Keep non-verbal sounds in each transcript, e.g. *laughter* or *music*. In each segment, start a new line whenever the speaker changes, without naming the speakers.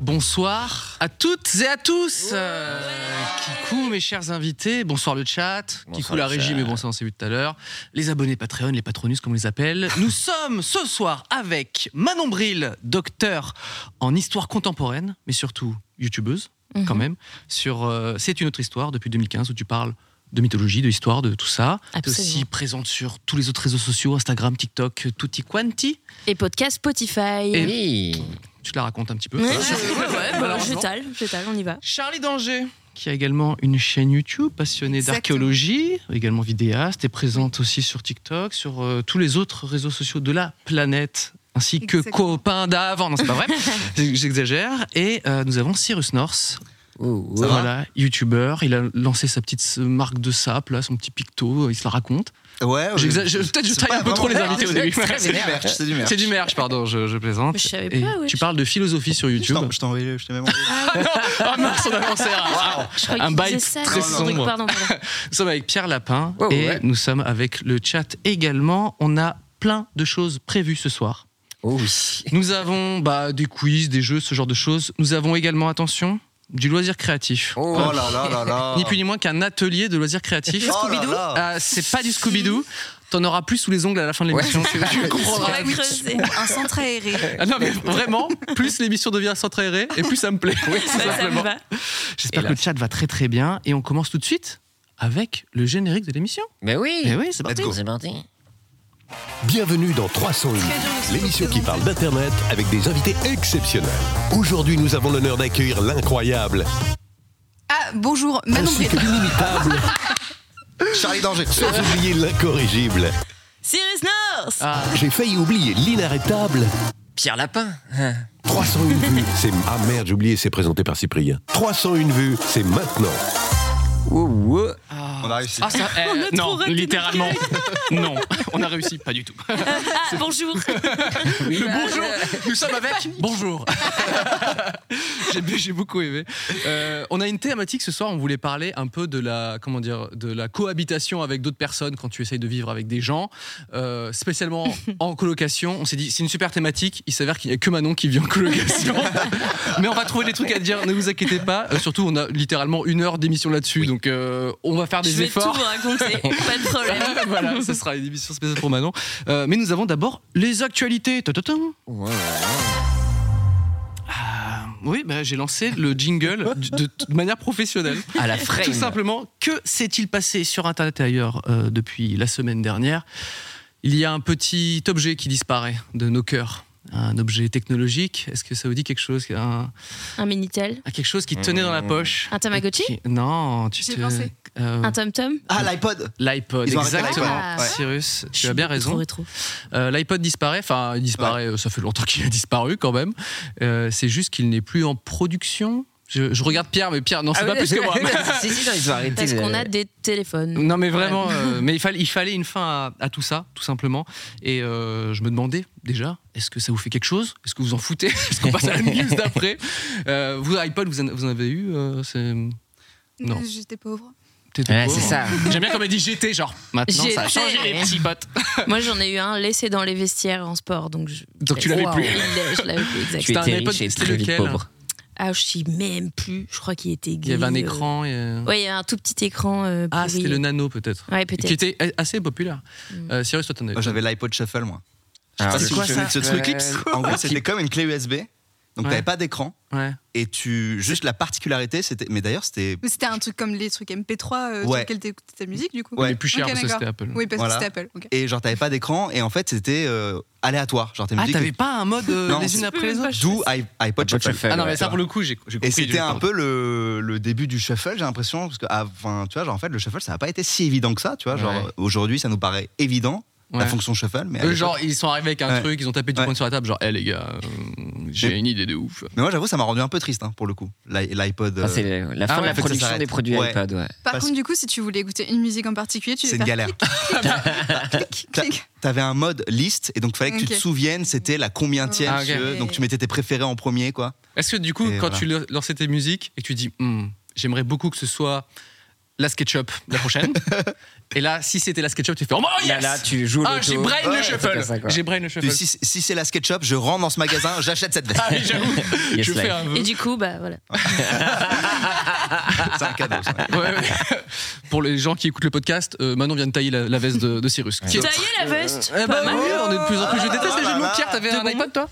Bonsoir à toutes et à tous. Euh, Kikou, mes chers invités. Bonsoir le chat. Kikou la
le
régie,
chat.
mais bon, ça on s'est vu tout à l'heure. Les abonnés Patreon, les patronus, comme on les appelle. Nous sommes ce soir avec Manon Bril, docteur en histoire contemporaine, mais surtout youtubeuse, quand même, sur euh, C'est une autre histoire depuis 2015 où tu parles de mythologie, de histoire, de tout ça. T'es
Absolument.
aussi présente sur tous les autres réseaux sociaux, Instagram, TikTok, tutti quanti.
Et podcast Spotify.
Et-
Oui.
Tu te la racontes un petit peu.
Ouais,
Ah,
*laughs*
ça.
ouais, bah,
malheureusement.
j'étale, j'étale, on y va.
Charlie Danger, qui a également une chaîne YouTube passionnée
Exactement.
d'archéologie, également vidéaste, est présente aussi sur TikTok, sur euh, tous les autres réseaux sociaux de la planète, ainsi que
Exactement.
copain d'avant. Non, c'est
*laughs*
pas vrai, j'exagère. Et euh, nous avons Cyrus North,
Oh,
Ouh, ouh.
voilà, youtubeur. Il a lancé sa petite euh, marque de sable, là, son petit picto, euh, il se la raconte.
Ouais, ouais.
J'exa- je- Peut-être je
C'est
taille
pas
un peu trop les
vraiment-
invités au début.
C'est du merch, c'est du merch.
C'est du merch, pardon, je, je plaisante.
Mais je savais
Et
pas, ouais.
Tu parles de philosophie sur
Je
YouTube.
t'en- je t'en vais, je t'ai même envoyé.
Ah mince, on a lancé un-
Je crois
Un
qu'il
bail
disait ça,
très
le truc,
sombre.
Pardon,
*laughs*
pardon.
Nous sommes avec Pierre Lapin
Ouais, ouais,
et
ouais.
nous sommes avec le chat également. On a plein de choses prévues ce soir.
Oh oui.
Nous avons bah, des quiz, des jeux, ce genre de choses. Nous avons également, attention, du loisir créatif.
Oh.
Oh là là là là.
Ni plus ni moins qu'un atelier de loisirs créatifs.
Oh là là.
Euh, c'est pas du Scooby-Doo. T'en auras plus sous les ongles à la fin de
*laughs*
l'émission.
*laughs*
Tu
On
comprendras.
va creuser. Un centre aéré.
Ah non, mais vraiment, plus l'émission devient centre aérée et plus ça me plaît.
Bah, ça me va.
J'espère
Et
que
là-
le chat va très très bien. Et on commence tout de suite avec le générique de l'émission.
Mais oui.
Eh oui, c'est parti.
Let's go. C'est parti.
Bienvenue dans 301, l'émission qui parle d'Internet avec des invités exceptionnels. Aujourd'hui, nous avons l'honneur d'accueillir l'incroyable,
Ah, bonjour, Manon
ainsi que
Bril.
l'inimitable,
Charlie Danger.
sans oublier l'incorrigible.
Cyrus North
Ah.
J'ai failli oublier l'inarrêtable.
Pierre Lapin. Hein.
301 vues, c'est... Ah merde, j'ai oublié, c'est présenté par Cyprien. 301 vues, c'est maintenant.
Ouh, ouh.
On a réussi.
Ah, ça, eh,
*laughs* On a trop
non,
raté *laughs*
littéralement, non. On a réussi, pas du tout.
Ah, bonjour *laughs*
bonjour, nous sommes avec. Bonjour. *laughs* j'ai, j'ai beaucoup aimé. Euh, on a une thématique ce soir. On voulait parler un peu de la, comment dire, de la cohabitation avec d'autres personnes quand tu essayes de vivre avec des gens,
*laughs*
euh, spécialement en colocation. On s'est dit, c'est une super thématique. Il s'avère qu'il n'y a que Manon qui vit
*laughs*
en colocation. Mais on va trouver des trucs à dire. Ne vous inquiétez pas. Euh, surtout, on a littéralement une heure d'émission là-dessus, donc euh, on va faire des
Je vais
efforts. Ah,
tout hein. vous
*laughs*
*laughs*
raconter, pas de problème.
voilà, ce sera une émission spéciale pour Manon. Euh, mais nous avons d'abord les actualités. Ta-ta-ta.
Ouais, ouais.
Ah, oui, bah, j'ai lancé le
*laughs*
jingle du- de, de manière professionnelle.
À la
Tout
frame.
simplement, que s'est-il passé sur Internet et ailleurs euh, depuis la semaine dernière Il y a un petit objet qui disparaît de nos cœurs. Un objet technologique. Est-ce que ça vous dit quelque chose un,
Un Minitel,
Quelque chose qui tenait
Mmh.
dans la poche
un Tamagotchi,
Qui- Non, tu
J'ai
te-
pensé.
euh,
un TomTom.
Ah, l'iPod.
L'iPod,
Ils ont arrêté
exactement.
l'iPod. Ah.
Cyrus,
Je
tu
suis
as bien
beaucoup
raison.
trop rétro.
Euh, L'iPod disparaît, enfin il disparaît, euh, ça fait longtemps qu'il a disparu quand même. Euh, c'est juste qu'il n'est plus en production. Je, je regarde Pierre, mais Pierre, non, c'est
Ah
pas
oui,
plus que moi. *laughs*
si, si, non, ils ont arrêté.
Parce
le-
qu'on a des téléphones.
Non mais vraiment, euh, *laughs* mais il, fallait- il fallait une fin à, à tout ça, tout simplement. Et euh, je me demandais déjà, est-ce que ça vous fait quelque chose Est-ce que vous en foutez *laughs* Est-ce qu'on passe à la news d'après Euh, Vous, iPod, vous en, vous en avez eu euh, c'est- Non.
Euh, J'étais pauvre.
t'étais
Ouais,
pauvre.
c'est ça.
J'aime bien comme elle dit GT, genre maintenant ça a
GT.
changé les petits potes.
*laughs* Moi j'en ai eu un laissé dans les vestiaires en sport, donc je.
Donc tu l'avais
Waouh,
plus.
il l'est, *laughs* Je l'avais plus,
Tu
exact.
C'était un
étais
iPod,
riche et
c'était
très vite
lequel
pauvre.
Ah, je sais même plus, je crois qu'il était
Il y avait un
gris, euh.
écran. et, euh,
Ouais, il y avait un tout petit écran. euh,
Ah,
pourri.
c'était le Nano peut-être.
Ouais,
qui
peut-être.
était a- assez populaire.
Mm.
Euh, Cyrus, toi, t'en as-
Moi, J'avais l'iPod Shuffle, moi.
Alors,
Ah,
c'est
si
quoi
vous vous souvenez de
ça
ce truc En gros, c'était comme une clé USB. Donc,
Ouais.
t'avais pas d'écran.
Ouais.
Et tu. Juste la particularité, c'était. Mais d'ailleurs, c'était.
Mais c'était un truc comme les trucs MP3 euh, sur
Ouais.
lesquels t'écoutais ta musique, du coup.
Ouais.
Mais plus cher
Ok,
parce que
d'accord.
c'était Apple.
Oui, parce
Voilà.
que c'était Apple. ok.
Et genre, t'avais pas d'écran. Et en fait, c'était euh, aléatoire. Genre, tes
Ah,
musiques-
t'avais pas un mode euh,
Non,
les unes
c'est-
après les autres
D'où i-
Apple
iPod Shuffle.
Shuffle,
Ah non, mais
ouais.
ça pour le coup, j'ai j'ai compris.
Et c'était
j'ai-
un
pardon.
peu le, le début du shuffle, j'ai l'impression. Parce que, ah, enfin, tu vois, genre, en fait, le shuffle, ça n'a pas été si évident que ça, tu vois. Genre,
Ouais.
aujourd'hui, ça nous paraît évident. la
Ouais.
fonction shuffle. Mais, à
Eux,
l'époque-
genre, ils sont arrivés avec un
Ouais.
truc, ils ont tapé du
Ouais.
poing sur la table, genre, hé les gars, euh, j'ai
Mais-
une idée de ouf.
mais moi, j'avoue, ça m'a rendu un peu triste hein, pour le coup. l'i- L'iPod.
Enfin,
euh,
c'est la la fin
Ah
de la
ouais, faut que ça
production
s'arrête.
des produits
Ouais.
iPod, ouais.
Par
Parce-
contre, du coup, si tu voulais écouter une musique en particulier, tu
c'est
devais
une
faire
galère. T'a- T'avais un mode liste et donc fallait que tu te
Ok.
souviennes c'était la combien tienne.
Ah, ok.
donc tu mettais tes préférés en premier quoi.
Est-ce que du coup,
Et
quand
voilà.
tu leur- lançais tes musiques et que tu dis, Hmm, j'aimerais beaucoup que ce soit la SketchUp
*laughs*
la prochaine, et là, si c'était la SketchUp, tu fais, oh yes
Là, là, tu joues
Ah,
l'auto.
j'ai brain
Ouais,
le
c'est comme ça,
shuffle
quoi.
J'ai brain le
Tu
shuffle.
dis, Si, si c'est la SketchUp, je rentre dans ce
*laughs*
magasin, j'achète cette veste.
Ah oui, j'avoue,
*laughs* Yes,
je fais
life.
un vœu.
Et du coup, bah voilà.
c'est un cadeau. ça.
Ouais,
*laughs*
ouais. Pour les gens qui écoutent le podcast, euh, Manon vient de tailler la, la veste de, de Cyrus. Qui est-
Ça y est, la veste
Eh
Pas
ben,
mal.
oui, on est de plus en plus. Je déteste les jeux de mots.
Ah là
Pierre, t'avais un iPod, toi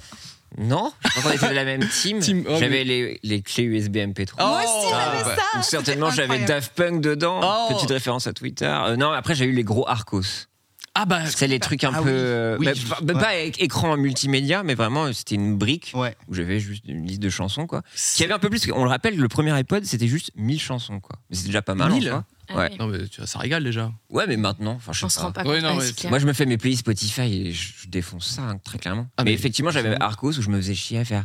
Non, je crois qu'on était de la même team.
*laughs* Team, oh,
J'avais les, les clés USB MP3.
Moi aussi,
Ah,
j'avais
ouais.
ça,
Donc
c'était
certainement, j'avais
incroyable.
Daft Punk dedans.
Oh.
Petite référence à Twitter. Euh, non, après, j'ai eu les gros Arcos.
Ah bah,
C'est les trucs un
Ah
peu.
oui.
euh,
Oui,
bah,
je-
pas- bah,
ouais.
Pas é- écran multimédia, mais vraiment, euh, c'était une brique
Ouais.
où j'avais juste une liste de chansons, quoi. Qui
c'est-
avait un peu plus. On le rappelle, le premier iPod, c'était juste 1000 chansons, quoi. Mais c'est déjà pas mal. en
1000?
soi.
Ah
Ouais.
oui.
Non, mais tu vois, ça régale déjà.
Ouais, mais maintenant, enfin, je sais
On se
pas.
rend pas
Ouais,
compte.
non,
Ah,
ouais,
c'est
c'est-
clair.
Moi, je me fais mes playlists Spotify et je je défonce ça, hein, très clairement.
Ah,
mais,
mais-
effectivement, j'avais Arcos où je me faisais chier à faire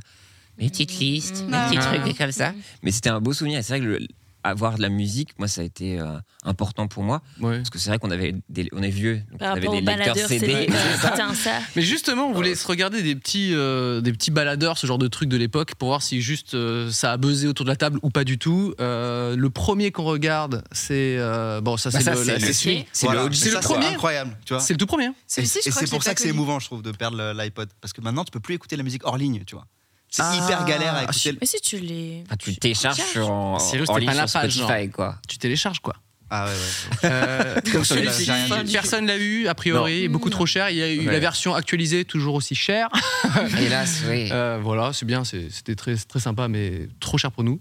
mes petites listes, mes petits
Ah.
trucs comme ça. Mais c'était un beau souvenir. Et C'est vrai que le- avoir de la musique, moi, ça a été euh, important pour moi.
Ouais.
Parce que c'est vrai qu'on avait des, on est vieux, donc on
Par
avait
rapport
des
au
lecteurs
baladeur
CD.
CD. Putain, ça.
Mais justement, on voulait se regarder des petits, euh, des petits baladeurs, ce genre de trucs de l'époque, pour voir si juste euh, ça a buzzé autour de la table ou pas du tout. Euh, le premier qu'on regarde, c'est. euh, bon, ça,
Bah,
c'est
ça,
le,
c'est
la-
le-
c'est celui-
Ok.
C'est
Voilà.
le
Mais
OG,
ça,
quoi.
C'est incroyable, tu vois.
c'est le tout premier. hein.
Celui-ci, je
et
crois
c'est
que
pour
j'ai
ça
pas
que c'est
connu.
émouvant, je trouve, de perdre le- l'iPod. Parce que maintenant, tu peux plus écouter la musique hors ligne, tu vois. C'est
Ah,
hyper galère à écouter. le-
Mais si tu les.
Enfin, tu télécharges sur, en,
Cyrus,
en
t'es
ligne
pas
sur
la page,
Spotify, quoi.
Tu télécharges, quoi.
Ah ouais, ouais. *laughs*
Euh, comme
celui-là,
celui-ci.
j'ai rien dit.
Personne l'a eu, a priori, beaucoup trop cher. Il y a eu
Ouais.
la version actualisée, toujours aussi chère.
Hélas, oui.
Euh, voilà, c'est bien, c'est- c'était très, très sympa, mais trop cher pour nous.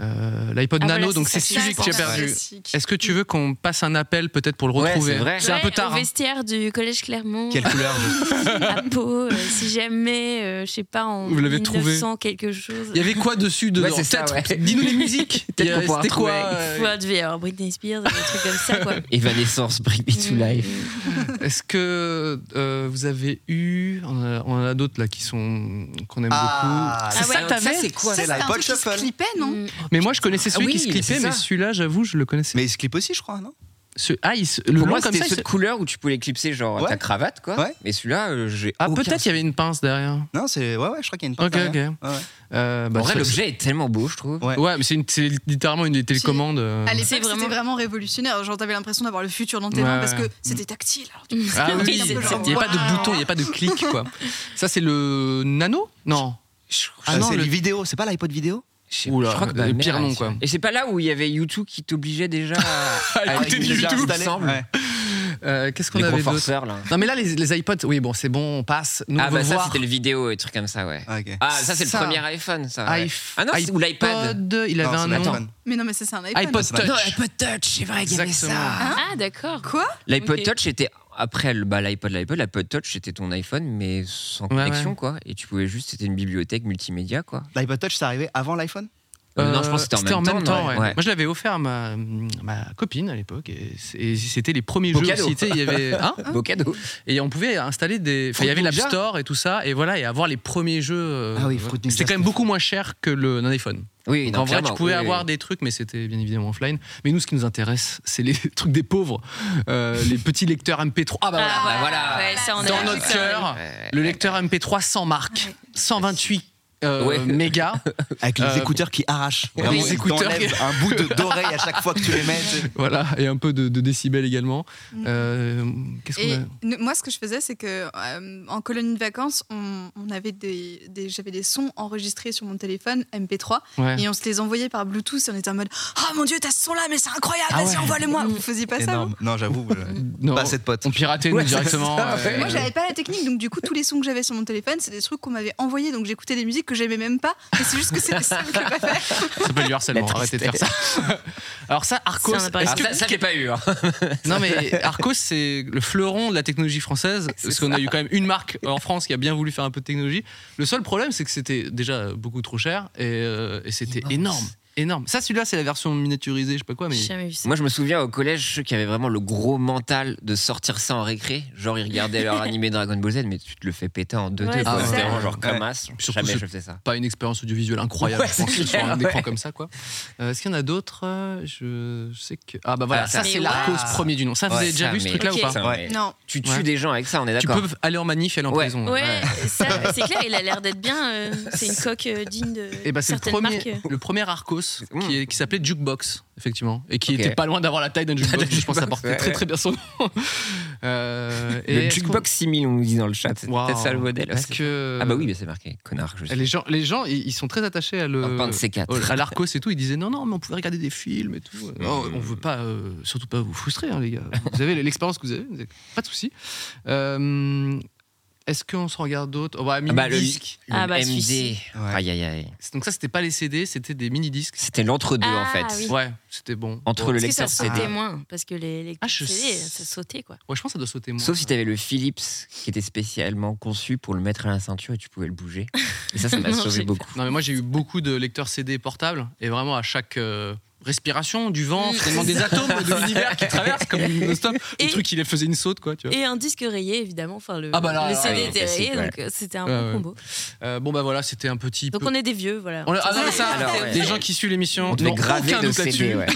Euh, L'iPod
Ah,
Nano,
voilà,
donc
c'est
c'est
ça,
celui que
c'est
j'ai
ça.
perdu.
Classique.
Est-ce que tu veux qu'on passe un appel peut-être pour le
Ouais,
retrouver
c'est vrai.
un peu
Ouais,
tard.
Au
hein.
vestiaire du collège Clermont,
Quelle couleur
*laughs*
je-
*laughs*
à Pau, euh, si jamais, euh, je sais pas, en
Vous l'avez
1900
trouvé.
quelque chose.
Il y avait quoi dessus de
Ouais, c'est ça, ouais.
Dis-nous les musiques.
*laughs* Peut-être
Il y a-
qu'on pourra
C'était quoi
retrouver.
euh,
Ouais, il devait y avoir Britney Spears, des trucs comme ça,
*laughs*
quoi.
Evanescence, Bring Me
Mm.
to Life.
Est-ce que euh, vous avez eu On en a, on en a d'autres là qui sont qu'on aime
Ah,
beaucoup.
Ah
C'est Ah
ouais.
ça que t'avais.
c'est quoi
Ça,
C'est
c'est un
l'iPod
truc qui se
Shuffle.
clippait, non
Mm.
Mais moi je connaissais celui
Ah oui,
qui se
mais
clippait,
c'est ça.
mais celui-là j'avoue je le connaissais.
Mais il se clip aussi, je crois, non
Ce- Ah, il se- le
Pour
long
moi,
comme ça.
c'était
il
ceux
se-
de couleur où tu pouvais clipser, genre
Ouais.
ta cravate, quoi.
Ouais.
Mais celui-là, euh, j'ai.
Ah
aucun
peut-être il y avait une pince derrière.
Non, c'est. Ouais, ouais, je crois qu'il y a une
Ok
partie
ok.
derrière. Ouais, ouais.
Euh, bah,
en vrai,
c'est-
l'objet est tellement beau, je trouve.
Ouais.
Ouais, mais c'est une- c'est littéralement une des télécommandes. euh.
À l'époque,
C'est
c'était
vraiment-
Ah, vraiment... révolutionnaire. Genre, t'avais l'impression d'avoir le futur dans tes
Ouais,
mains parce
ouais.
que c'était tactile. alors tu-
Ah
*laughs*
oui, il
c'est-
n'y a
c'est-
pas de
Waouh.
bouton, il n'y a pas de clic quoi. Ça c'est le nano Non. Ah
Ça,
non,
c'est
le-
les vidéos, c'est pas l'iPod vidéo
Je sais-
Oula,
je crois que
les
ma mère
pires
a
noms,
ça.
quoi.
Et c'est pas là où il y avait YouTube qui t'obligeait
*laughs*
déjà à, à
écouter du
déjà
YouTube.
installé
semble. Ouais.
Euh, Qu'est-ce qu'on
Les gros
avait d'autre
forceurs, là.
Non mais là les, les iPods, oui bon c'est bon, on passe. Nous,
Ah
on
bah
veut
ça
voir.
c'était le vidéo et trucs comme ça ouais.
Ah, ok.
Ah ça c'est le
Ça.
premier iPhone ça. ouais.
iPh-
Ah non c'est- ou l'iPad.
iPod, Il avait
Non,
un
c'est
nom.
l'iPhone.
Mais non, mais ça, c'est un iPhone. Hein
iPod Touch.
Non l'iPod Touch c'est vrai qu'il y avait ça.
Exactement.
Ah, d'accord.
Quoi
L'iPod
Ok.
Touch était après le bah, l'iPod l'iPod l'iPod Touch c'était ton iPhone mais sans
Ouais,
connexion
ouais.
quoi et tu pouvais juste c'était une bibliothèque multimédia quoi.
L'iPod Touch, c'est arrivé avant l'iPhone
Euh, non je pense que c'était en, même temps. ouais. Ouais.
Moi je l'avais offert à ma, ma copine à l'époque et c- et c'était les premiers
Beau
jeux.
cadeau.
aussi, tu sais, Il y avait
*laughs*
hein
Beau cadeau.
et on pouvait installer des. Enfin il y avait l'App
Fruit Ninja.
Store et tout ça et voilà et avoir les premiers jeux. euh,
Ah oui,
voilà.
Fruit Ninja,
C'était quand même
c'était-
beaucoup moins cher que le un iPhone.
Oui
Donc,
non,
en vrai,
clairement,
tu pouvais
oui,
avoir des trucs, mais c'était bien évidemment offline. Mais nous, ce qui nous intéresse, c'est les *laughs* trucs des pauvres, euh, les petits lecteurs MP3. Ah bah voilà.
Ah,
voilà.
Ouais, ça, on a
dans
vu
notre
ça.
cœur,
Ouais.
le lecteur MP3 sans marque, 128 euh,
Ouais.
mégas.
Avec les
Euh,
écouteurs qui arrachent. Vraiment,
les
ils
écouteurs
t'enlèvent un bout de- d'oreille à chaque fois que tu les mets. tu sais.
Voilà, et un peu de, de décibels également.
Mm.
Euh, Qu'est-ce qu'on
Et
a
ne- moi, ce que je faisais, c'est que euh, en colonie de vacances, on, on avait des, des- j'avais des sons enregistrés sur mon téléphone MP3
Ouais.
et on se les envoyait par Bluetooth. Et on était en mode Ah mon dieu, t'as ce son là, mais c'est incroyable,
Ah
vas-y,
ouais.
envoie-le-moi. Vous faisiez pas ça
Énorme. Non, j'avoue, euh,
*laughs* Non,
pas cette pote.
on piratait nous
Ouais, c'est
directement. euh,
ça, ouais.
vous Moi, j'avais pas la technique, donc du coup, tous les sons que j'avais sur mon téléphone, c'est des trucs qu'on m'avait envoyés. Donc j'écoutais des musiques que j'aimais même pas. Mais c'est juste que c'était ça *laughs* que je faire.
Ça s'appelle du harcèlement,
La
arrêtez de faire ça. Alors, ça, Arcos.
Ça, on a pas
est-ce
Ah,
que-
ça, ça j'ai pas eu. hein.
*laughs*
Non, mais Arcos, c'est le fleuron de la technologie française, parce qu'on a eu quand même une marque en France qui a bien voulu faire un peu de technologie. Le seul problème, c'est que c'était déjà beaucoup trop cher et, euh, et c'était énorme. énorme. Ça, celui-là, c'est la version miniaturisée, je sais pas quoi, mais.
J'ai jamais vu ça.
Moi, je me souviens au collège, ceux qui avaient vraiment le gros mental de sortir ça en récré, genre ils regardaient
*laughs*
leur animé Dragon Ball Z, mais tu te le fais péter en deux
Ouais,
deux.
c'est
quoi.
ça.
C'était vraiment genre
Ouais.
comme as.
Surtout
Jamais
ce-
je faisais ça.
Pas une expérience audiovisuelle incroyable,
Ouais,
je pense,
c'est
sur un
clair,
écran
ouais.
comme ça, quoi. Euh, Est-ce qu'il y en a d'autres Euh, je... je sais que. Ah, bah voilà,
Ah,
ça,
ça,
c'est
mais
la
ouais.
cause premier du nom. Ça, vous
Ouais,
avez déjà
ça,
vu ce
mais-
truc-là ou
Ok.
pas
Ça,
Ouais.
mais
Non.
Tu tues
Ouais.
des gens avec ça, hein. on est
Tu
d'accord.
peux aller en manif et aller en
Ouais.
prison.
Ouais,
*laughs*
ça, c'est clair, il a l'air d'être bien. euh, c'est une coque euh, digne de
Et bah, c'est le
certaines marques.
premier, le premier Arcos
Mmh.
qui, est- qui s'appelait Jukebox, effectivement, et qui
Ok.
était pas loin d'avoir la taille
*laughs*
d'un jukebox.
d'un
je pense que ça
jukebox,
portait
ouais,
très
ouais.
très bien son nom. Euh, et
Le
est-ce qu'on-
jukebox 6000, on nous dit dans le chat. C'est
Waouh.
peut-être ça le modèle.
Est-ce que
Ah bah oui, mais c'est marqué. Connard, je sais.
les gens, les gens, ils ils sont très attachés à le.
Un pain de C4.
Oh, à l'Arcos et tout, ils disaient non, non, mais on pouvait regarder des films et tout.
Mmh.
Non, on veut pas, euh, surtout pas vous frustrer, hein, les gars. Vous avez l'expérience que vous avez, vous avez- pas de souci. Euh, Est-ce qu'on se regarde d'autres Oh, bah,
Ah bah, le,
mini-disques.
le
Ah bah,
MD.
celui-ci.
Ouais.
Aïe aïe aïe.
Donc, ça, c'était pas les CD, c'était des mini-disques.
C'était l'entre-deux en
Ah,
fait.
oui.
Ouais, c'était bon.
Entre
Ouais.
le
Parce que ça
lecteur CD.
sautait moins, parce que les, les
Ah, je
CD,
sais.
ça sautait quoi.
Ouais, je pense que ça doit sauter moins.
Sauf si t'avais le Philips qui était spécialement conçu pour le mettre à la ceinture et tu pouvais le bouger. Et ça, ça m'a
*laughs* Non,
sauvé
j'ai-
beaucoup.
Non, mais moi j'ai eu beaucoup de lecteurs CD portables et vraiment à chaque euh, respiration, du vent,
Mm,
finalement des
c'est
atomes de l'univers qui traversent comme une non-stop, le
Et-
truc il les faisait une saute quoi, tu vois.
Et un disque rayé, évidemment. Enfin, le,
Ah bah là,
le CD
oui,
était
classique,
rayé,
ouais.
donc euh, c'était un
Ouais, ouais.
bon combo.
Euh, bon bah voilà, c'était un petit
Donc
peu-
on est des vieux, voilà.
On l'a-
*laughs*
ah non, mais ça,
Alors, ouais.
des gens qui suivent l'émission
On devait
n'ont
graver
aucun
nos
doute là-dessus.
CD. ouais.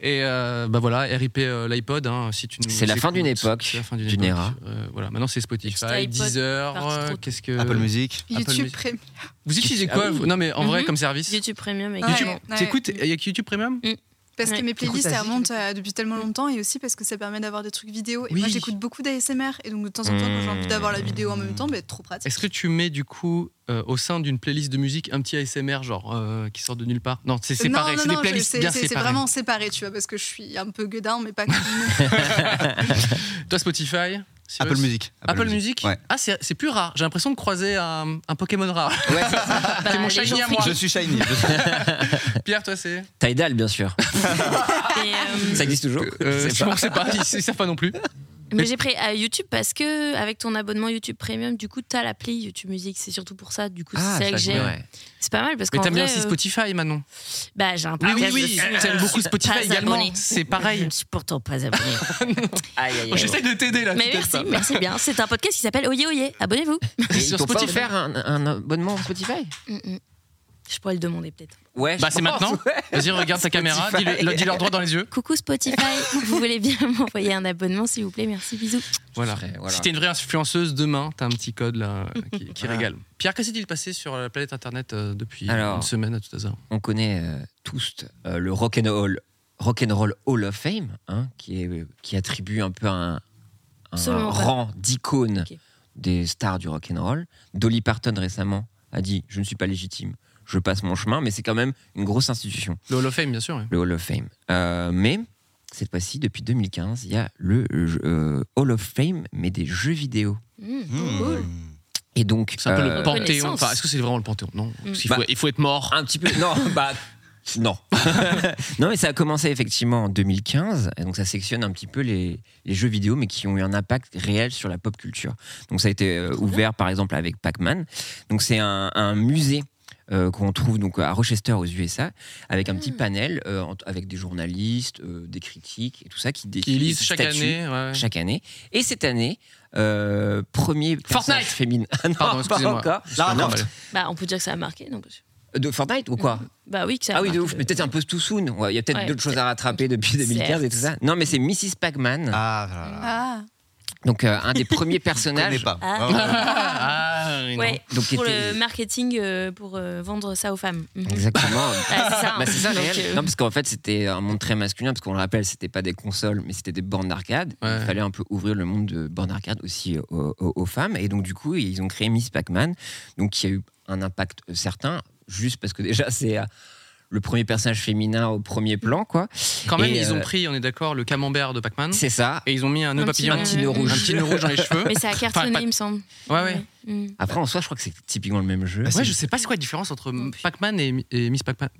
Et euh, bah voilà, RIP euh, l'iPod. hein, si tu nous
C'est la fin
écoutes,
d'une époque,
c'est la fin d'une
d'une
époque.
era.
Euh, voilà, maintenant c'est
C'était
Spotify,
iPod,
Deezer,
partie
euh,
trop.
qu'est-ce que
Apple Music.
YouTube
Music.
Premium.
*laughs* Vous utilisez quoi
Ah oui.
vous Non mais en vrai
Mhm.
comme service.
YouTube Mhm. Premium et
Ouais.
YouTube.
Ouais.
T'écoutes Il y a que YouTube Premium
Parce
Ouais.
que mes playlists,
T'écoutes
elles
Asie,
remontent euh, depuis tellement longtemps et aussi parce que ça permet d'avoir des trucs vidéo. Et
Mm. Oui.
moi, j'écoute beaucoup d'ASMR et donc de temps en temps, quand j'ai envie d'avoir la vidéo en même temps, bah, trop pratique.
Est-ce que tu mets du coup euh, au sein d'une playlist de musique un petit ASMR genre euh, qui sort de nulle part Non, c'est
Euh, non,
séparé,
non,
c'est des
non, je-
playlists
c'est-
bien
c'est- c'est
séparées.
vraiment séparé, tu vois, parce que je suis un peu gueudin, mais
*laughs*
pas comme
Toi Spotify Cyrus
Apple Music.
Apple, Music
Ouais.
Ah, c'est c'est plus rare. J'ai l'impression de croiser un, un Pokémon rare.
Ouais, c'est ça.
*laughs*
Bah,
c'est mon shiny à moi.
Je suis shiny. je suis-
*laughs*
Pierre, toi, c'est.
Tidal, bien sûr.
Et, euh,
Ça existe toujours
Euh,
*laughs* Je sais
je
pas. Ah,
ne sais pas,
*laughs*
ils ne savent pas non plus.
mais j'ai pris à YouTube parce que avec ton abonnement YouTube Premium, du coup, t'as l'appli YouTube Music. C'est surtout pour ça. Du coup,
Ah,
c'est celle que j'ai.
ouais.
C'est pas mal parce
Mais
qu'en
t'aimes bien
vrai,
aussi
euh,
Spotify, Manon
Bah, j'ai un
Oui, oui,
podcast
oui.
dessus.
*laughs* T'aimes beaucoup
pas
Spotify également.
abonnée.
C'est
Je
pareil.
ne suis pourtant pas abonné.
*laughs*
Aïe, aïe, aïe.
Oh, J'essaie de t'aider là.
Mais
tu
merci,
t'aides
*laughs*
merci bien. C'est un podcast qui s'appelle Oye Oye. Abonnez-vous.
Mais
Sur
ils t'ont pas
Spotify.
offert un, un abonnement Spotify
Mm, mm. Je pourrais le demander peut-être.
*laughs* Ouais.
Bah, c'est maintenant. pas. Vas-y, regarde ta caméra, dis-le-
Spotify.
dis-leur droit dans les yeux.
Coucou *laughs* Spotify, vous voulez bien m'envoyer un abonnement s'il vous plaît, merci, bisous.
Voilà. Si t'es une vraie influenceuse, demain, t'as un petit
*laughs*
code là euh, qui, qui
Voilà.
régale. Pierre, que s'est-il passé sur la planète Internet euh, depuis
Alors.
une semaine à tout hasard
on connaît euh, tous euh, le Rock'n'Roll Rock'n'Roll Hall of Fame, hein, qui, est, qui attribue un peu un, un
Absolument pas.
rang d'icône
Ok.
des stars du rock'n'roll. Dolly Parton récemment a dit Je ne suis pas légitime, je passe mon chemin, mais c'est quand même une grosse institution,
Le Hall of Fame, bien sûr. oui.
le Hall of Fame. Euh, mais cette fois-ci, depuis 2015, il y a le euh, Hall of Fame, mais des jeux vidéo.
Mm.
Hmm.
Cool.
Et donc,
C'est un peu
euh,
le panthéon.
Reconnaissance.
Enfin, est-ce que c'est vraiment le panthéon Non. Parce qu'il
Bah.
faut, il faut être mort.
Un petit peu. Non, *laughs* bah.
*laughs*
Non. non, mais ça a commencé effectivement en 2015. Et donc ça sectionne un petit peu les, les jeux vidéo, mais qui ont eu un impact réel sur la pop culture. Donc ça a été euh, ouvert par exemple avec Pac-Man. Donc c'est un, un musée. euh, qu'on trouve donc à Rochester aux USA avec un petit
Ah.
panel euh, en- avec des journalistes, euh, des critiques et tout ça qui, dé-
Qui lisent chaque
statues
année. ouais.
chaque année. Et cette année, euh, premier personnage
Fortnite
féminin. *laughs* *laughs* Ah non,
Pardon,
pas
excusez-moi.
encore.
Ah, non, mais-
Bah, on peut dire que ça a marqué, non parce que-
De Fortnite ou quoi
Bah oui, que ça a
Ah oui, de
marqué.
ouf, mais peut-être un peu too soon. Ouais, Il y a peut-être
Ouais,
d'autres choses à rattraper depuis 2015 et tout ça. Non, mais c'est Mrs. Pac-Man,
Ah, voilà, voilà.
Ah,
donc euh, un des premiers *laughs*
Je connais
personnages.
pas.
Ah.
Ah, ouais.
Ah, oui, non.
Ouais,
Donc,
pour
était-
le marketing, euh, pour euh, vendre ça aux femmes. Mhm.
*laughs*
Exactement.
*laughs* Ah, c'est ça, hein.
Bah, c'est ça,
Donc,
réel.
euh,
Non, parce qu'en fait, c'était un monde très masculin, parce qu'on le rappelle, c'était pas des consoles, mais c'était des bornes d'arcade.
Ouais.
Il fallait un peu ouvrir le monde de bornes d'arcade aussi euh, aux, aux- aux femmes. Et donc, du coup, ils ont créé Miss Pac-Man, donc qui a eu un impact euh, certain, juste parce que déjà, c'est euh, le premier personnage féminin au premier plan, quoi.
Quand même,
Et,
ils ont
euh,
pris, on est d'accord, le camembert de Pac-Man.
C'est ça.
Et ils ont mis un nœud
Un
papillon.
petit- Un petit nœud
Un
rouge.
petit nœud rouge
*laughs*
dans les cheveux.
Mais ça a cartonné,
pas-
il me semble.
Ouais, ouais.
Mm.
Après, en soi, je crois que c'est typiquement le même jeu.
Bah, c'est-
Ouais, je sais pas c'est quoi la différence entre
Non plus.
Pac-Man et, et Miss Pac-Man.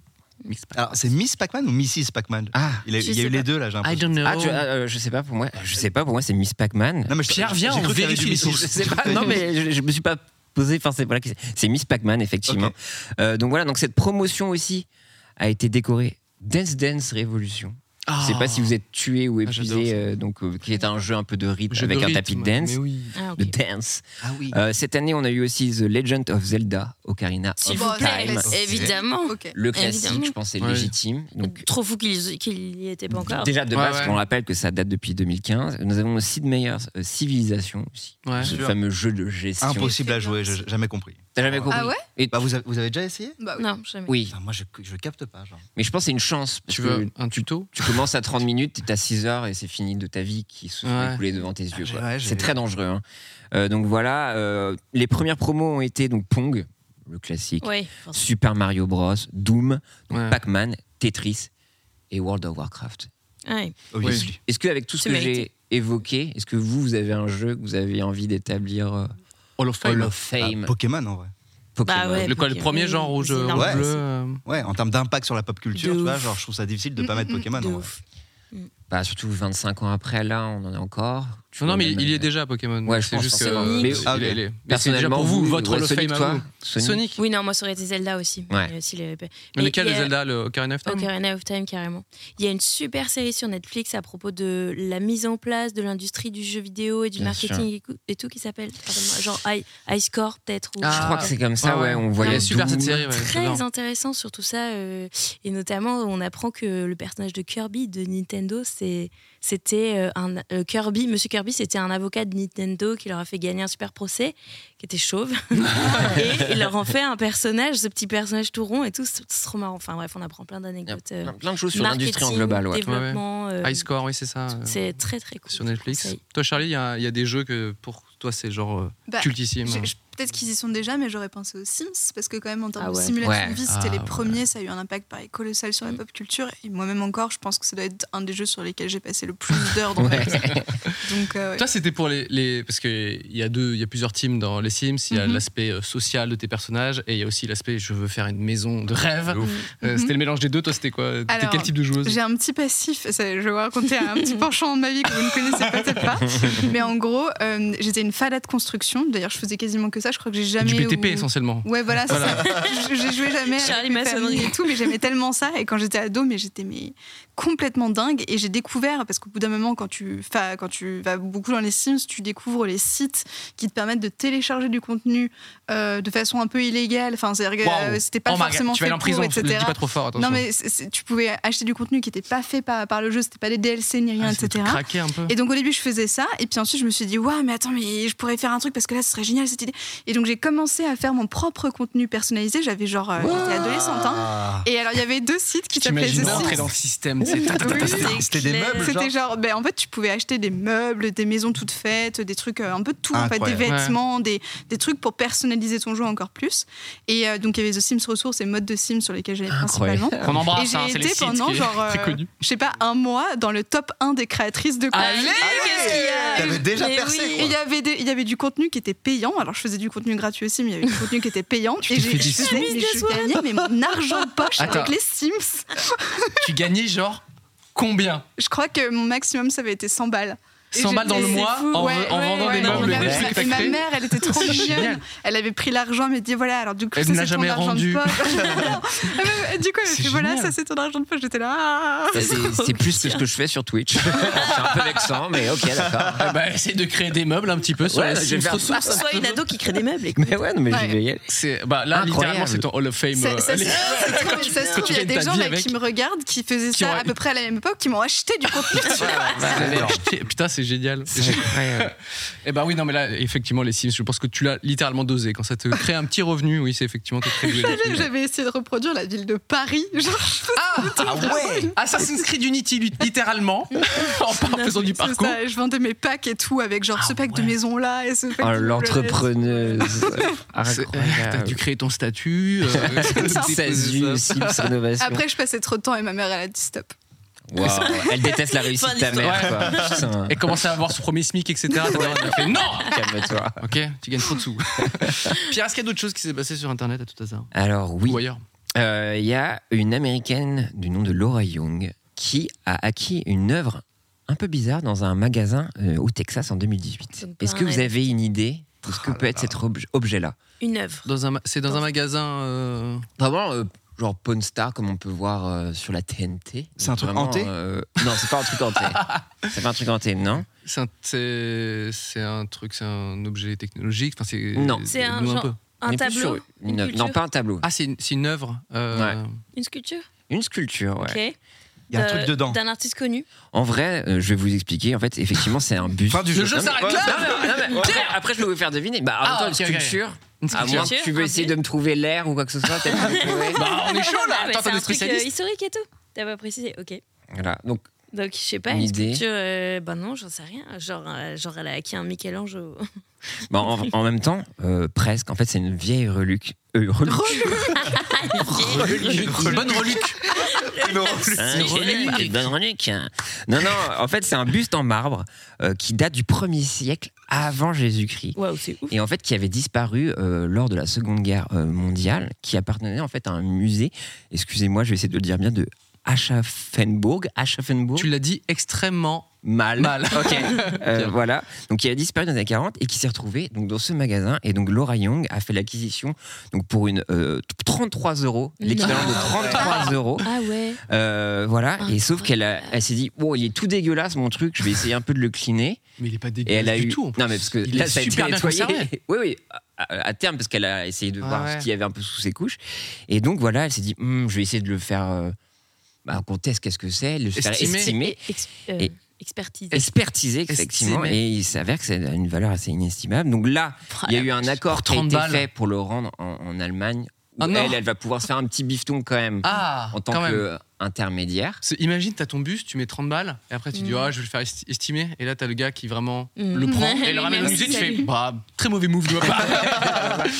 Miss Pac-
Alors, c'est Miss Pac-Man ou Mrs. Pac-Man
Ah,
Il a-
Je
il y a
sais
eu les
pas.
deux là, j'ai
I
l'impression.
don't know.
Ah, tu- ah, euh, je sais pas pour moi. Je sais pas pour moi c'est Miss Pac-Man.
Non, mais je-
Pierre, viens,
j'ai
on
cru qu'il y avait du
vérifie les
Mrs.
sources.
Je sais
*laughs*
pas. Non mais je, je me suis pas posé. Enfin c'est voilà, c'est Miss Pac-Man effectivement.
Ok.
Euh, donc voilà donc cette promotion aussi a été décoré Dance Dance Revolution. Je sais pas si vous êtes tué ou
Ah, j'adore
épuisé,
ça.
euh, donc euh, qui est un jeu un peu de rythme
Jeu
avec
de
un tapis de
rythme,
dance,
mais oui.
Ah,
Oh.
ok.
de dance.
Ah oui.
Euh, cette année, on a eu aussi The Legend of Zelda, Ocarina
S'il
of
Bon,
vous plaît,
Time.
c'est-
évidemment.
Ok.
Le classique,
Évidemment.
je pense, est
Ouais.
légitime. Donc,
Trop fou qu'il qu'il y était pas encore.
Déjà de
Ouais,
base,
ouais.
on rappelle que ça date depuis 2015. Nous avons aussi de meilleures euh, civilisations aussi.
Ouais.
ce
sûr.
fameux jeu de gestion.
Impossible à jouer, j'ai jamais compris.
T'as jamais compris.
Ah ouais
Et-
Bah, vous, avez, vous avez déjà essayé
Bah oui.
Non, jamais.
Oui,
Enfin, Moi, je, je capte pas. Genre.
mais je pense que c'est une chance. parce
Tu
que
veux un tuto
tu commences à 30 minutes, t'es à 6 heures et c'est fini de ta vie qui se
Ouais.
fait écouler devant tes yeux. quoi.
Ouais, Ah, j'ai-
c'est très dangereux. hein. Euh, donc voilà, euh, les premières promos ont été donc Pong, le classique,
Oui.
Super Mario Bros, Doom, donc
Ouais.
Pac-Man, Tetris et World of Warcraft.
Ouais.
Obviously.
Est-ce que avec tout ce
C'est
que j'ai
mérité.
évoqué, est-ce que vous, vous avez un jeu que vous avez envie d'établir euh,
Hall of
Hall
Fame.
of Fame
Ah, Pokémon, en vrai.
Pokémon.
Bah ouais,
Le, quoi, le
Pokémon,
premier genre rouge,
c'est énorme.
rouge
Ouais.
bleu. euh,
Ouais, en termes d'impact sur la pop culture,
De
tu vois,
ouf.
genre, je trouve ça difficile de pas
Mm,
mettre
mm,
Pokémon.
de
en vrai.
ouf. Mm.
Bah, surtout 25 ans après, là, on en est encore. Tu
Non, non,
vois,
mais
même,
il y
euh,
est déjà à Pokémon.
Ouais,
donc
je
c'est
pense
juste
forcément.
que-
Mais-
il
ah, ok.
est- il est- mais c'est déjà
Personnellement,
pour vous, votre
ouais,
Hall of
Sonic,
Fame à
toi
vous.
Sonic.
Sonic.
Oui, non, moi, ça aurait été Zelda aussi.
Ouais.
Et aussi le-
Mais
Et
lequel
il y
des
a-
Zelda Le Ocarina of Time
Ocarina of Time, carrément. Il y a une super série sur Netflix à propos de la mise en place de l'industrie du jeu vidéo et du
Bien
marketing et cou- et tout qui s'appelle, pardonne-moi, genre High, High Score peut-être. ou-
Je
Ah,
crois que c'est comme ça, ouais, on
Elle
voyait.
est super
Doom.
cette série. ouais, j'adore.
Très intéressant sur tout ça. euh, et notamment, on apprend que le personnage de Kirby de Nintendo, c'est- c'était euh, un. euh, Kirby, Monsieur Kirby, c'était un avocat de Nintendo qui leur a fait gagner un super procès, qui
*laughs*
était chauve. et il leur en fait un personnage, ce petit personnage tout rond et tout. C'est c'est trop marrant. Enfin bref, on apprend plein
Il y a
d'anecdotes. euh,
plein, plein de choses sur
marketing,
l'industrie en global, ouais.
Développement. euh,
High Score, oui, c'est ça. euh,
c'est très très cool.
Sur Netflix.
Conseil.
Toi, Charlie, il y, a il y a des jeux que pour toi, c'est genre euh,
Bah,
cultissime.
j'ai- j'ai- Peut-être qu'ils y sont déjà, mais j'aurais pensé aux Sims, parce que quand même en termes
Ah
de
ouais.
simulation
Ouais.
de vie, c'était
Ah
les
ouais. Mm.
premiers, ça a eu un impact pareil colossal sur la pop culture, et moi-même encore, je pense que ça doit être un des jeux sur lesquels j'ai passé le plus d'heures dans ma vie.
*laughs*
Donc, euh, ouais.
Toi, c'était pour les, les- parce que il y a deux, il y a plusieurs teams dans les Sims. Il y a
Mhm.
l'aspect euh, social de tes personnages et il y a aussi l'aspect je veux faire une maison de rêve.
De ouf.
Euh,
Mhm.
C'était le mélange des deux. Toi, c'était quoi T'es
Alors,
quel type de joueuse
J'ai un petit passif, ça, je vais vous raconter un
*laughs*
petit penchant de ma vie que vous ne connaissez peut-être pas. Mais en gros, euh, j'étais une fada de construction. D'ailleurs, je faisais quasiment que ça. Je crois que j'ai jamais.
Du BTP
ou-
essentiellement.
Ouais, voilà, c'est
*laughs*
ça. J'ai joué jamais
Charlie
avec mes familles
Maçonnerie.
et tout, mais j'aimais tellement ça. Et quand j'étais ado, mais j'étais mais complètement dingue. Et j'ai découvert, parce qu'au bout d'un moment, quand tu, enfin, quand tu vas beaucoup dans les Sims, tu découvres les sites qui te permettent de télécharger du contenu euh, de façon un peu illégale. Enfin, c'est-à-dire que euh,
Waouh.
c'était pas
Oh my God,
forcément
tu vas
fait
aller en
pour,
prison.
etc.
Le dis pas trop fort. Attention.
Non, mais c'est- c'est- tu pouvais acheter du contenu qui n'était pas fait par, par le jeu, c'était pas des DLC ni rien,
Ah, c'est des
etc.
trucs craqués un peu.
Et donc au début, je faisais ça, et puis ensuite, je me suis dit, waouh, mais attends, mais je pourrais faire un truc parce que là, ce serait génial cette idée. Et donc, j'ai commencé à faire mon propre contenu personnalisé. J'avais genre. euh, j'étais adolescente, hein.
Ah.
Et alors, il y avait deux sites qui s'appelaient The
T'imagines
Sims.
entrer dans le système. c'est-
Oui,
C'était des
clair.
meubles,
C'était genre, ben, en fait, tu pouvais acheter des meubles, des maisons toutes faites, des trucs, euh, un peu de tout, en fait, des
Incroyable.
vêtements, des, des trucs pour personnaliser ton jeu encore plus. Et euh, donc, il y avait The Sims Ressources et mode de Sims sur lesquels j'allais principalement.
Incroyable.
On
Et
embrasse.
j'ai
hein, c'est les
été
sites
pendant
qui-
genre,
très
euh,
connu.
je sais pas, un mois dans le top 1 des créatrices de contenu.
Allez,
Ah
qu'est-ce qu'il y a
T'avais déjà
Mais
percé,
oui.
Et il y, avait des- il y avait du contenu qui était payant. Alors, je faisais du contenu gratuit aussi, mais il y avait du contenu qui était payant. et
t'es
j'ai
fait
je
des
faisais- mais
Sims.
je gagnais mais mon argent de poche avec
Attends.
les Sims.
Tu gagnais genre combien
Je crois que mon maximum, ça avait été 100 balles. Et
100 balles dans le
j'étais-
mois
c'est fou,
en,
ouais,
en
ouais,
vendant
ouais,
des
ouais.
meubles
Et
et des
ma-
trucs que t'as
et ma
créés.
mère, elle était trop
C'est
mignonne.
génial.
Elle avait pris l'argent, mais dit voilà, alors du coup,
Elle
ça
ne l'a
c'est ton
jamais
argent
rendu.
de
*laughs*
poche. Et du coup, elle
C'est
fait voilà,
génial.
ça c'est ton argent de poche. J'étais là. ah.
Ça, C'est c'est plus que ce que je fais sur
*laughs*
Twitch. c'est un peu vexant, mais ok, d'accord.
Ah bah, essaye de créer des meubles un petit peu sur
Ouais,
les
je vais
Sims
faire-
Ah,
ressources.
Sois une ado qui crée des meubles. écoute.
Mais *laughs* ouais, non, mais
Ouais.
je vais y aller.
C'est- bah, là,
Incroyable.
*laughs* littéralement, c'est ton Hall of Fame.
Ça,
euh,
ça,
allez.
c'est- ça
*laughs*
se trouve, ça se trouve,
tu
il y a
gagnes
des
ta
gens
vie
là,
avec- *laughs*
qui me regardent qui faisaient
qui
ça
auraient-
à peu près à la même époque, qui m'ont acheté du contenu. *laughs*
Putain, bah, *laughs* Putain, c'est génial. *laughs* Et bah oui, non, mais là, effectivement, les Sims, je pense que tu l'as littéralement dosé. Quand ça te crée un petit revenu, oui, c'est effectivement
*laughs*
t'es très doué
J'avais-
là-dessus.
J'avais essayé de reproduire la ville de Paris. Genre,
Ah ouais Assassin's Creed Unity, lut-
*laughs*
littéralement, en par- Ah faisant du
c'est ça,
parcours.
je vendais mes packs et tout avec genre ce pack de maison là et ce pack
Oh,
de- *laughs*
l'entrepreneuse. Ah,
C'est- eh, T'as dû
Incroyable.
créer ton statut.
*laughs*
euh, *laughs* déposer
16 vues,
ça.
Sims Rénovation.
Après, je passais trop de temps et ma mère, elle a dit stop.
Wow, Elle déteste la réussite de ta mère.
d'histoire.
quoi. Putain,
Et commencer à avoir son premier SMIC, etc. Ta daronne, elle fait non
*laughs* Calme-toi.
Ok, tu gagnes trop de sous. Pierre, est-ce qu'il y a d'autres choses qui s'est passé sur Internet à tout hasard
Alors, oui.
Ou ailleurs
Euh, Il y a une américaine du nom de Laura Young qui a acquis une œuvre un peu bizarre dans un magasin euh, au Texas en 2018.
Donc, pas
Est-ce que
un
vous
NFT.
avez une idée de ce que
Ah
peut
là
être cet obje- objet-là
Une œuvre.
Dans un ma- C'est dans un magasin. euh,
Vraiment, euh, genre Pawn Star comme on peut voir euh, sur la TNT.
C'est un truc
Vraiment,
hanté
euh, Non, c'est pas un truc
*laughs*
hanté. c'est pas un truc hanté, non
C'est un, c'est- c'est un truc, c'est un objet technologique. Enfin, c'est
Non.
C'est un
nous,
genre-
peu.
On
Un
est plus sur
tableau,
une
une
œuvre. non,
culture.
pas un tableau.
Ah, c'est une, c'est une œuvre. euh,
une sculpture.
Une sculpture, ouais.
Ok.
Il y a un
Euh,
truc dedans.
D'un artiste connu.
En vrai, euh, je vais vous expliquer. En fait, effectivement, c'est un buste.
Fin du
Le
jeu.
jeu
Non, mais-
s'arrête
non,
là.
mais- non, mais- après, après, je vais vous faire deviner. Bah, en
Ah,
même temps,
ok,
une
ok.
sculpture,
Une
à
sculpture.
moins que tu veux
Un
essayer
buste.
de me trouver l'air ou quoi que ce soit, peut-être que vous pouvez.
*laughs* Bah, on est chaud là.
Ah, mais
Attends,
c'est
t'as
un
de
truc euh,
spécialistes.
historique et tout. T'as pas précisé. Ok.
Voilà. Donc,
Donc, je sais pas,
Une
une
idée.
sculpture. euh, ben non, j'en sais rien. Genre, euh, genre elle a acquis un Michel-Ange. au- *laughs*
bah, en, en même temps, euh, presque. En fait, c'est une vieille reluque. euh, reluque.
Ah,
Une Bonne
*laughs*
reluque.
Hein,
Une
j'ai-
relique.
une bonne relique. Non, non, en fait, c'est un buste en marbre euh, qui date du 1er siècle avant Jésus-Christ.
Waouh, c'est ouf.
Et en fait, qui avait disparu euh, lors de la Seconde Guerre euh, mondiale, qui appartenait en fait à un musée, excusez-moi, je vais essayer de le dire bien, de Aschaffenburg. Aschaffenburg.
Tu l'as dit extrêmement
Mal.
mal.
*laughs*
*laughs*
Ok, Euh,
Bien.
voilà. Donc il a disparu dans les années 40 et qui s'est retrouvé donc, dans ce magasin. Et donc Laura Young a fait l'acquisition donc pour une euh, 33 euros, l'équivalent de 33 euros.
Ah ouais.
Euh, voilà. Et sauf qu'elle a- elle s'est dit, wow, il est tout dégueulasse mon truc. Je vais essayer un peu de le cleaner.
Mais il est pas
Et elle a
dégueulasse
eu.
du tout. en plus.
Non mais parce que
Il
là
est
ça a été
super bien
nettoyé.
conservé.
*laughs* oui oui. à- À, à terme parce qu'elle a essayé de
Ah
voir
ouais.
ce qu'il y avait un peu sous ses couches. Et donc voilà, elle s'est dit, Hmm, je vais essayer de le faire. euh, bah, qu'on teste qu'est-ce que c'est, le faire
Estimer.
estimer
Ex- euh,
Et-
Expertise.
expertisé effectivement
Estimé.
et il s'avère que c'est une valeur assez inestimable donc là il y a eu un accord qui a
30
été
balles.
fait pour le rendre en, en Allemagne où
Ah non.
elle elle va pouvoir se faire un petit bifton quand même
Ah,
en tant
quand même.
qu'intermédiaire
C'est- Imagine, t'as ton bus, tu mets 30 balles, et après tu dis,
Mm.
ah, je vais le faire esti- estimer. Et là, t'as le gars qui vraiment
Mm.
le prend
Ouais,
et le ramène au
merci,
musée. Tu fais,
salut.
bah, très mauvais move, je vois pas. *laughs*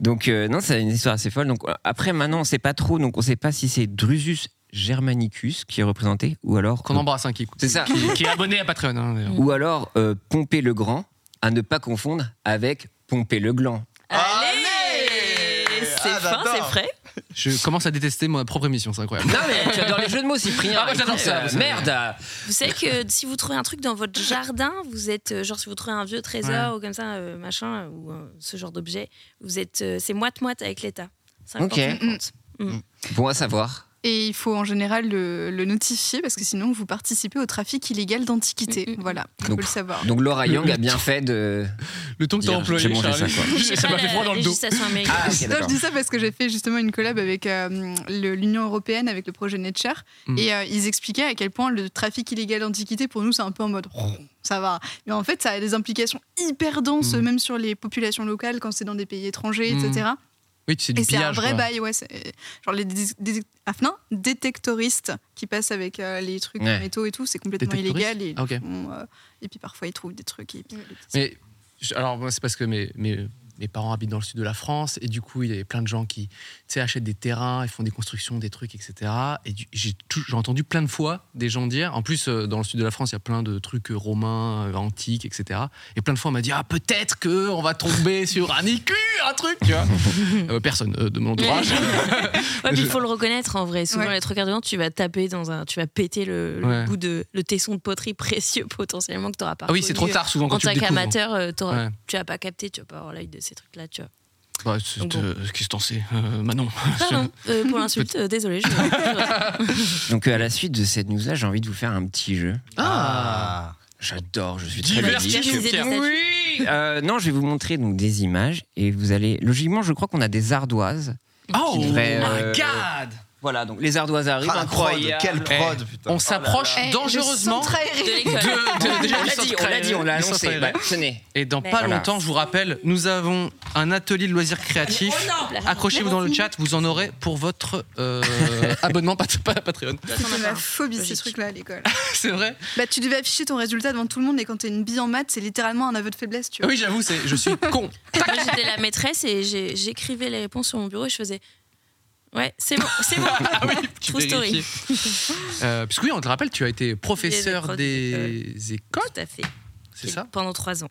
donc euh, non c'est une histoire assez folle donc euh, après maintenant on sait pas trop donc on sait pas si c'est Drusus Germanicus qui est représenté ou alors euh,
Qu'on embrasse, hein, qui,
c'est
*laughs*
ça
qui, qui est abonné à Patreon. hein, d'ailleurs.
ou alors euh, Pompée le Grand à ne pas confondre avec Pompée le Gland
Allez C'est fin,
Ah, j'adore.
c'est frais.
Je commence à détester ma propre émission, c'est incroyable.
non mais tu adores les jeux de mots Cyprien
Ah, moi, j'adore
Écoute,
ça, vous
euh,
savez.
merde euh,
Vous savez que *laughs* si vous trouvez un truc dans votre jardin, vous êtes euh, genre si vous trouvez un vieux trésor ou comme ça euh, machin euh, ou euh, ce genre d'objet, vous êtes euh, c'est moite moite avec l'État. 50,
Ok.
50.
bon à savoir
Et il faut en général le, le notifier parce que sinon vous participez au trafic illégal
Mm,
d'antiquités. Voilà, il faut
Donc-
le savoir.
donc Laura
Le-
Young a
le
bien fait de
Le ton que t'as
Dire,
employé,
j'ai mangé
Charlie,
ça, quoi.
Je sais
*laughs* ça
pas
m'a fait
la
*laughs*
froid dans le dos.
législation américaine.
Ah, ok,
Non, je
d'accord.
dis ça parce que j'ai fait justement une collab avec euh, le- l'Union européenne, avec le projet Nature,
Mm.
et euh, ils expliquaient à quel point le trafic illégal d'antiquités, pour nous, c'est un peu en mode oh, ça va. Mais en fait, ça a des implications hyper denses,
Mm.
même sur les populations locales, quand c'est dans des pays étrangers,
Mm.
etc.
Oui, c'est
Et
du
c'est un
pillage.
vrai
quoi.
bail, ouais. c'est- euh, Genre les dé- dé- ah, non, détectoristes qui passent avec euh, les trucs
Ouais.
en métaux et tout, c'est complètement
Détectoristes
illégal. Et, ils
Ah, ok.
font, euh, et puis parfois, ils trouvent des trucs. Et puis,
Mais je- alors, moi, c'est parce que mes, mes, mes parents habitent dans le sud de la France et du coup, il y a plein de gens qui tu sais, achètent des terrains, ils font des constructions, des trucs, etc. Et du- j'ai tout- j'ai entendu plein de fois des gens dire, en plus, euh, dans le sud de la France, il y a plein de trucs euh, romains, euh, antiques, etc. Et plein de fois, on m'a dit, ah, peut-être qu'on va tomber sur un écu, un truc, tu vois. Euh, personne euh, de mon entourage.
Ouais, puis il faut le reconnaître en vrai. Souvent
Ouais.
les trucs dedans, tu vas taper dans un, tu vas péter le, le
Ouais.
bout de le tesson de poterie *laughs* précieux potentiellement que t'auras pas.
ah oui, c'est trop
reconnu.
tard souvent quand
En
tu le
tant
découvres.
qu'amateur, euh, t'auras-
Ouais.
tu vas pas capté, tu vas pas avoir l'œil de ces trucs là, tu vois.
Bah, c'est-
Donc bon.
euh, Qu'est-ce que t'en sais, euh, Manon *laughs*
Ah,
Pardon euh, pour l'insulte, euh, désolé. Je...
Donc euh, à la suite de cette news-là, j'ai envie de vous faire un petit jeu.
Ah.
J'adore, je suis très
Diversifié.
ludique.
Diversifié.
Oui. Euh, non, je vais vous montrer donc des images et vous allez. Logiquement, je crois qu'on a des ardoises.
Oh
Qui devrait, euh,
my god
Voilà, donc les ardoises arrivent.
Ah, la prod,
incroyable.
quelle prod, putain.
On s'approche
Eh, le
dangereusement
centre aérien.
De
de,
l'école.
de- déjà,
On
du
l'a
centre
dit, on l'a dit, on l'a
aérien. Du centre
annoncé.
aérien.
Bah, tenez.
Et dans
Mais
pas
voilà.
longtemps, je vous rappelle, nous avons un atelier de loisirs créatifs.
Oh
Accrochez-vous dans le chat, vous en aurez pour votre
*laughs*
euh, abonnement pat- pat- Patreon.
Toi, t'en as
C'était
pas un.
ma phobie, ces
Logique.
trucs-là à l'école.
*laughs* C'est vrai
Bah, tu devais afficher ton résultat devant tout le monde et quand t'es une bille en maths, c'est littéralement un aveu de faiblesse, tu vois.
Oui, j'avoue, c'est- je suis
*laughs*
con.
Moi, j'étais la maîtresse et j'ai- j'écrivais les réponses sur mon bureau et je faisais. Ouais, c'est bon, c'est bon.
Ah oui, *laughs* tu
True story.
vérifies. Euh, Puisque oui, on te rappelle, tu as été professeur
Des- Mm.
des écoles,
Tout à fait.
c'est ça
Pendant trois ans.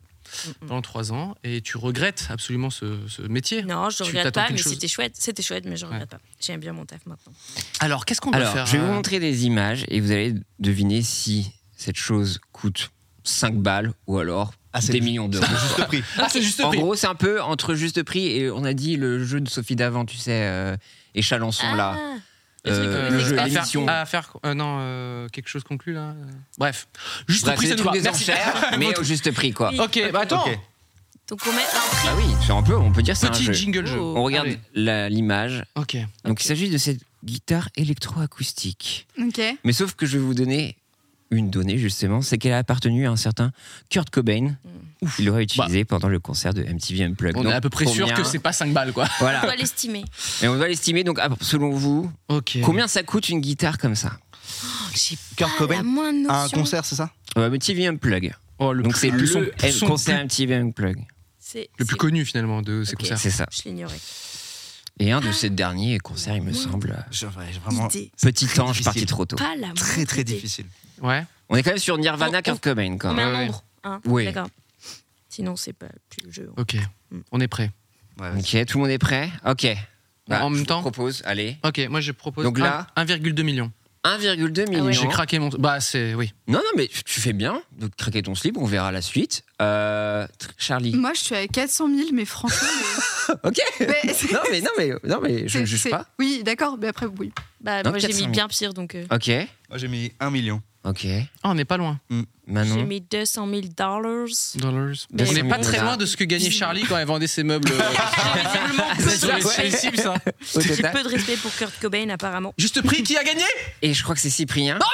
Pendant trois ans. Et tu regrettes absolument ce, ce métier.
Non, je
Tu
regrette
t'attends
pas,
quelque
mais
chose
c'était chouette. C'était chouette, mais je regrette
Ouais.
pas. J'aime bien mon taf maintenant.
Alors, qu'est-ce qu'on peut euh,
Alors,
faire
je vais vous
euh,
montrer des images et vous allez deviner si cette chose coûte 5 balles ou alors
Ah, c'est
des
le-
millions d'euros.
Juste prix.
*laughs* Ah, c'est juste
En
prix.
gros, c'est un peu entre juste prix et on a dit le jeu de Sophie Davant, tu sais, euh, et Chalençon là.
Ah.
Euh,
le
le jeu,
truc,
à faire,
l'émission.
à faire euh, non euh, quelque chose conclu là. euh, Bref, juste
Bref,
prix
c'est
ça
des
nous
trucs
va.
des
Merci. *laughs*
enchères, mais au juste prix quoi.
ok,
Ah,
bah attends,
Ok.
Donc on met un prix.
Bah oui, c'est un peu, on peut dire c'est un
petit
jeu.
jingle jeu.
Oh.
On regarde
Allez.
la- l'image.
Ok.
Donc il s'agit de cette guitare électroacoustique.
Ok.
Mais sauf que je vais vous donner une donnée justement, c'est qu'elle a appartenu à un certain Kurt Cobain. Il l'aurait utilisé pendant le concert de MTV Unplugged.
Mmh. Bah. On
Donc,
est à peu près sûr
combien-
que c'est pas 5 balles quoi.
On
*laughs* Voilà.
doit l'estimer.
Et on va l'estimer. Donc ah, selon vous,
Ok. Oh,
combien ça coûte une guitare comme ça
J'ai
Kurt
pas la
Cobain
moindre notion.
à un concert, c'est ça
Euh, MTV Unplugged.
Oh, le
Donc
plus-
c'est le
plus son- plus son-
concert
plus-
MTV Unplugged.
C'est-
le plus
c'est-
connu finalement de ces
Ok.
concerts.
C'est ça.
Je l'ignorais.
Et un de ces derniers concerts, il me semble,
Je- ouais, j'ai Vraiment
Idée.
Petit ange
difficile.
parti trop tôt.
Pas la moindre
très très
idée.
difficile.
Ouais.
On est quand même sur Nirvana,
On-
Kurt Cobain quand
On
même.
met un
Ouais, ouais.
nombre. hein,
Oui.
D'accord. Mm. Sinon, c'est pas le jeu. hein.
Ok. On est prêt.
Ouais, ouais.
Ok, tout le monde est prêt Ok.
En
je
même
vous
temps-
propose, allez.
Ok, moi je propose
Donc là-
un- 1,2 million.
Ah
1,2 million.
J'ai craqué mon. Bah c'est oui.
Non, non, mais tu fais bien de craquer ton slip, on verra la suite. Euh, tr- Charlie.
Moi, je suis à 400 000, mais
*laughs*
franchement.
*laughs*
Ok.
mais- mais c'est-
*laughs* non, mais, non, mais, non, mais je
c'est-
ne juge
c'est-
pas.
Oui, d'accord, mais après, oui.
Bah,
Non,
moi, j'ai
400 000.
mis bien pire, donc euh,
Ok,
Moi j'ai mis 1 million.
ok.
Ah, on n'est pas loin.
j'ai
Manon.
mis 200 000 dollars.
Dollars.
Mais-
on n'est pas
200 000
très loin de ce que gagnait Charlie quand elle vendait ses
*laughs*
meubles. euh,
Ah,
sur *laughs* les- sur
Ouais.
les Sims, hein.
Au
J'ai
total.
peu de respect pour Kurt Cobain, apparemment. Oh,
Juste prix qui a gagné
Et je crois que c'est Cyprien.
Ah,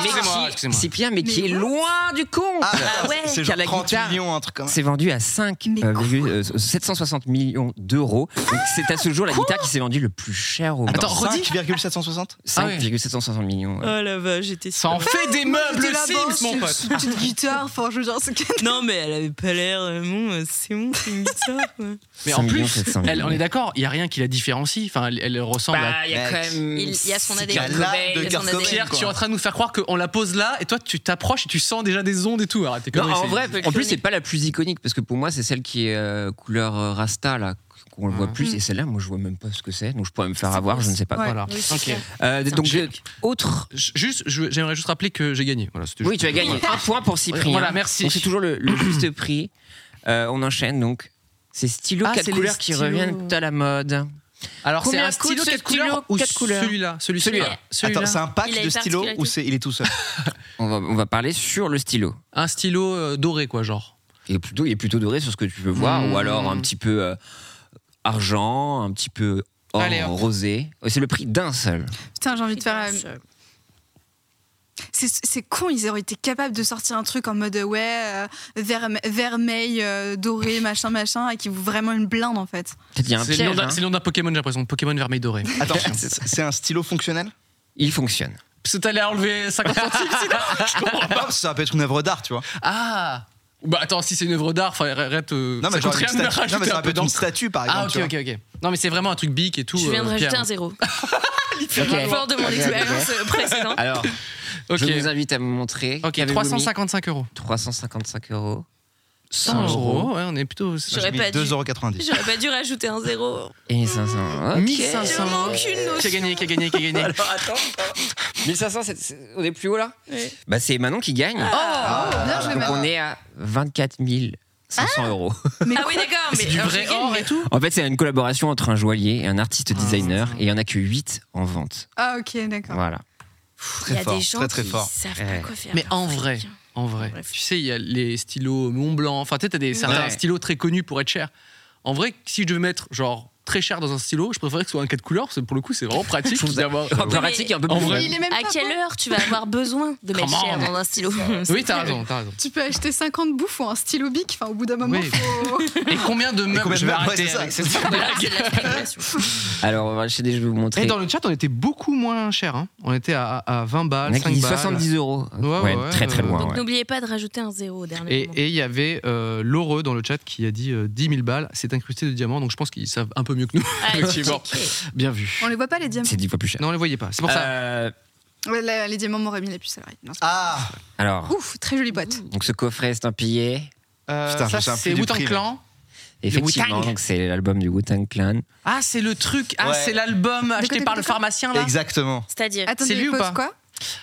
Mais qui-
Excusez-moi. excusez-moi.
Cyprien, mais qui
Mais
est
what
loin du compte.
Ah,
Ah ouais.
c'est
Car
genre
la
30
guitare-
millions, un truc comme ça.
C'est vendu à 5,
Mais quoi
euh, 760 millions d'euros. Donc c'est à ce jour la guitare qui s'est vendue le plus cher au monde.
Attends, redis.
5,760
Ah ouais.
5,760 millions. euh.
Oh la vache, j'étais
Ça en fait des meubles
J'étais là, bon,
Sims, mon
c'est
pote.
une Petite guitare, enfin, je veux dire, c'est
Non, mais elle avait pas l'air. euh, Bon, euh, c'est bon, c'est une guitare. ouais.
Mais
5
en
millions,
plus,
700 millions.
elle, on est d'accord, il n'y a rien qui la différencie. Enfin, elle, elle ressemble à.
Bah, il y a quand même.
Il il y a son ADN.
qu'il y a l'âme de
il y a son
Kurt
ADN.
Pierre,
quoi.
tu es en train de nous faire croire qu'on la pose là et toi tu t'approches et tu sens déjà des ondes et tout. Arrête, t'es
Non,
conneries,
en
c'est-
vrai,
c'est
en plus,
iconique.
c'est pas la plus iconique parce que pour moi, c'est celle qui est euh, couleur euh, rasta là qu'on le voit
Ouais.
plus
Mm.
et celle-là moi je vois même pas ce que c'est donc je pourrais me faire
C'est
avoir
quoi,
je ne sais pas
ouais.
Voilà.
Oui, c'est
Ok.
clair.
Euh, donc
C'est un
je- autre
J- Juste, je- j'aimerais juste rappeler que j'ai gagné. Voilà, c'était
oui
juste-
tu as gagné un point pour Cyprien
Voilà, merci.
donc c'est toujours le, le juste *coughs* prix Euh, on enchaîne donc ces stylos
Ah,
quatre
c'est les
couleurs qui
stylos.
reviennent à la mode
Alors c'est
Combien
un stylo
coûte ce
4 couleurs
stylo
ou
quatre couleurs
celui-là, celui
Celui-là.
Attends, c'est
celui-là.
un
Il a
pack
une
de stylos
particularité.
ou c'est il est tout seul
on va, on va parler sur le stylo
Un stylo euh, doré quoi, genre.
il est plutôt il est plutôt doré sur ce que tu veux voir
Mm.
ou alors un petit peu euh, argent un petit peu or
Allez, hop.
rosé Oh, c'est le prix d'un seul
Putain, j'ai envie de faire.
Putain,
euh,
ça-
C'est c'est con, ils auraient été capables de sortir un truc en mode euh, ouais, euh, verme- vermeil, euh, doré, machin, machin, et qui vaut vraiment une blinde en fait.
peut-être il y a un
C'est le nom
piège
d'un-
hein.
c'est le nom d'un Pokémon, j'ai l'impression. Pokémon vermeil doré.
*laughs* Attends, c'est un stylo fonctionnel
il fonctionne
Parce que t'allais enlever
*laughs*
50 centimes sinon.
Ah, Ça peut être une œuvre d'art, tu vois.
Ah Bah attends, si c'est une œuvre d'art, enfin arrête. euh,
Non, mais,
ça coûte
genre une statue-
rien de rajouter
non, mais ça
un
peut
peu
être une
d'encre.
statue, par exemple.
Ah ok,
tu vois.
ok, ok. Non, mais c'est vraiment un truc bic et tout.
Je viens de
euh,
rajouter
Pierre.
un
*laughs*
zéro.
Ok.
Fort de mon
Ok,
expérience euh, précédente.
alors
Ok.
Je vous invite à me montrer.
Ok,
Qu'avez-vous
355 euros.
mis 355 euros.
100 euros, ouais, on est plutôt.
Moi,
J'aurais
j'ai mis
pas dû.
2,90€.
J'aurais pas dû rajouter un zéro.
Et 1500. ok.
1500
Je manque une
Qui a
notion.
gagné, qui a gagné, qui a gagné.
Alors attends. attends. 1500, c'est- c'est- on est plus haut là
Ouais.
Bah c'est Manon qui gagne.
Ah.
Oh,
Bien joué,
Donc
Manon.
on est à 24 500 euros.
Mais
Ah oui, d'accord, mais
C'est du
alors,
vrai
je gagne,
or
mais-
et tout.
En fait, c'est une collaboration entre un joaillier et un artiste designer,
Ah.
et il y en a que 8 en vente.
Ah ok, d'accord.
Voilà. Eh.
Il y
Très
a
fort,
des gens
très très
qui
fort.
savent
Ouais.
pas quoi faire.
Mais
leur
en
fric.
vrai, en vrai,
Bref.
tu sais, il y a les stylos Mont Blanc. Enfin, tu sais, t'as des certains
Ouais.
stylos très connus pour être chers. En vrai, si je devais mettre genre très cher dans un stylo, je préférerais que ce soit un 4 couleurs, parce que pour le coup, c'est vraiment *laughs* pratique
trouve ça-
d'avoir.
En pratique, il y a un peu
En
plus
vrai.
de-
Il est même
À
pas
quelle
bon.
heure tu vas avoir besoin de mettre
Comment
cher dans un stylo
*laughs* Oui, t'as raison, t'as raison.
Tu peux acheter 50 bouffes ou un stylo bic, enfin au bout d'un moment,
Oui.
faut.
Et combien de meubles
combien
je
de
vais
meubles Ouais,
arrêter
c'est ça.
avec cette blague
Alors, on va acheter des- je vais vous montrer.
Et dans le chat, on était beaucoup moins cher. hein. On était à, à 20
Il y en
balles,
a qui
5
disent
balles.
70 euros.
Ouais, ouais, ouais,
très très
euh,
loin.
donc
ouais.
N'oubliez pas de rajouter un zéro au dernier
Et
moment.
et il y avait euh, Loreux dans le chat qui a dit euh, 10 000 balles, c'est incrusté de diamants, donc je pense qu'ils savent un peu mieux que nous.
Ah,
*laughs* effectivement.
checké.
Bien vu.
*laughs* On les voit pas les diamants.
C'est 10 fois plus cher.
Non, on les voyait pas. C'est pour ça.
Euh,
Ouais, là, les diamants m'auraient mis la puce à l'oreille. Non, c'est-
Ah
alors,
Ouf, très jolie boîte.
donc ce coffret est un pillé.
Euh,
Putain, je me
ça,
souviens
c'est
plus du
Wu-Tang
prix, là.
Clan.
Effectivement,
Wu-Tang.
donc c'est l'album du Wu-Tang Clan.
Ah, c'est le truc. Ah,
Ouais.
c'est l'album acheté
côté,
par
de
le
côté.
pharmacien là.
Exactement.
C'est-à-dire,
Attendez,
C'est lui ou
pause
pas
quoi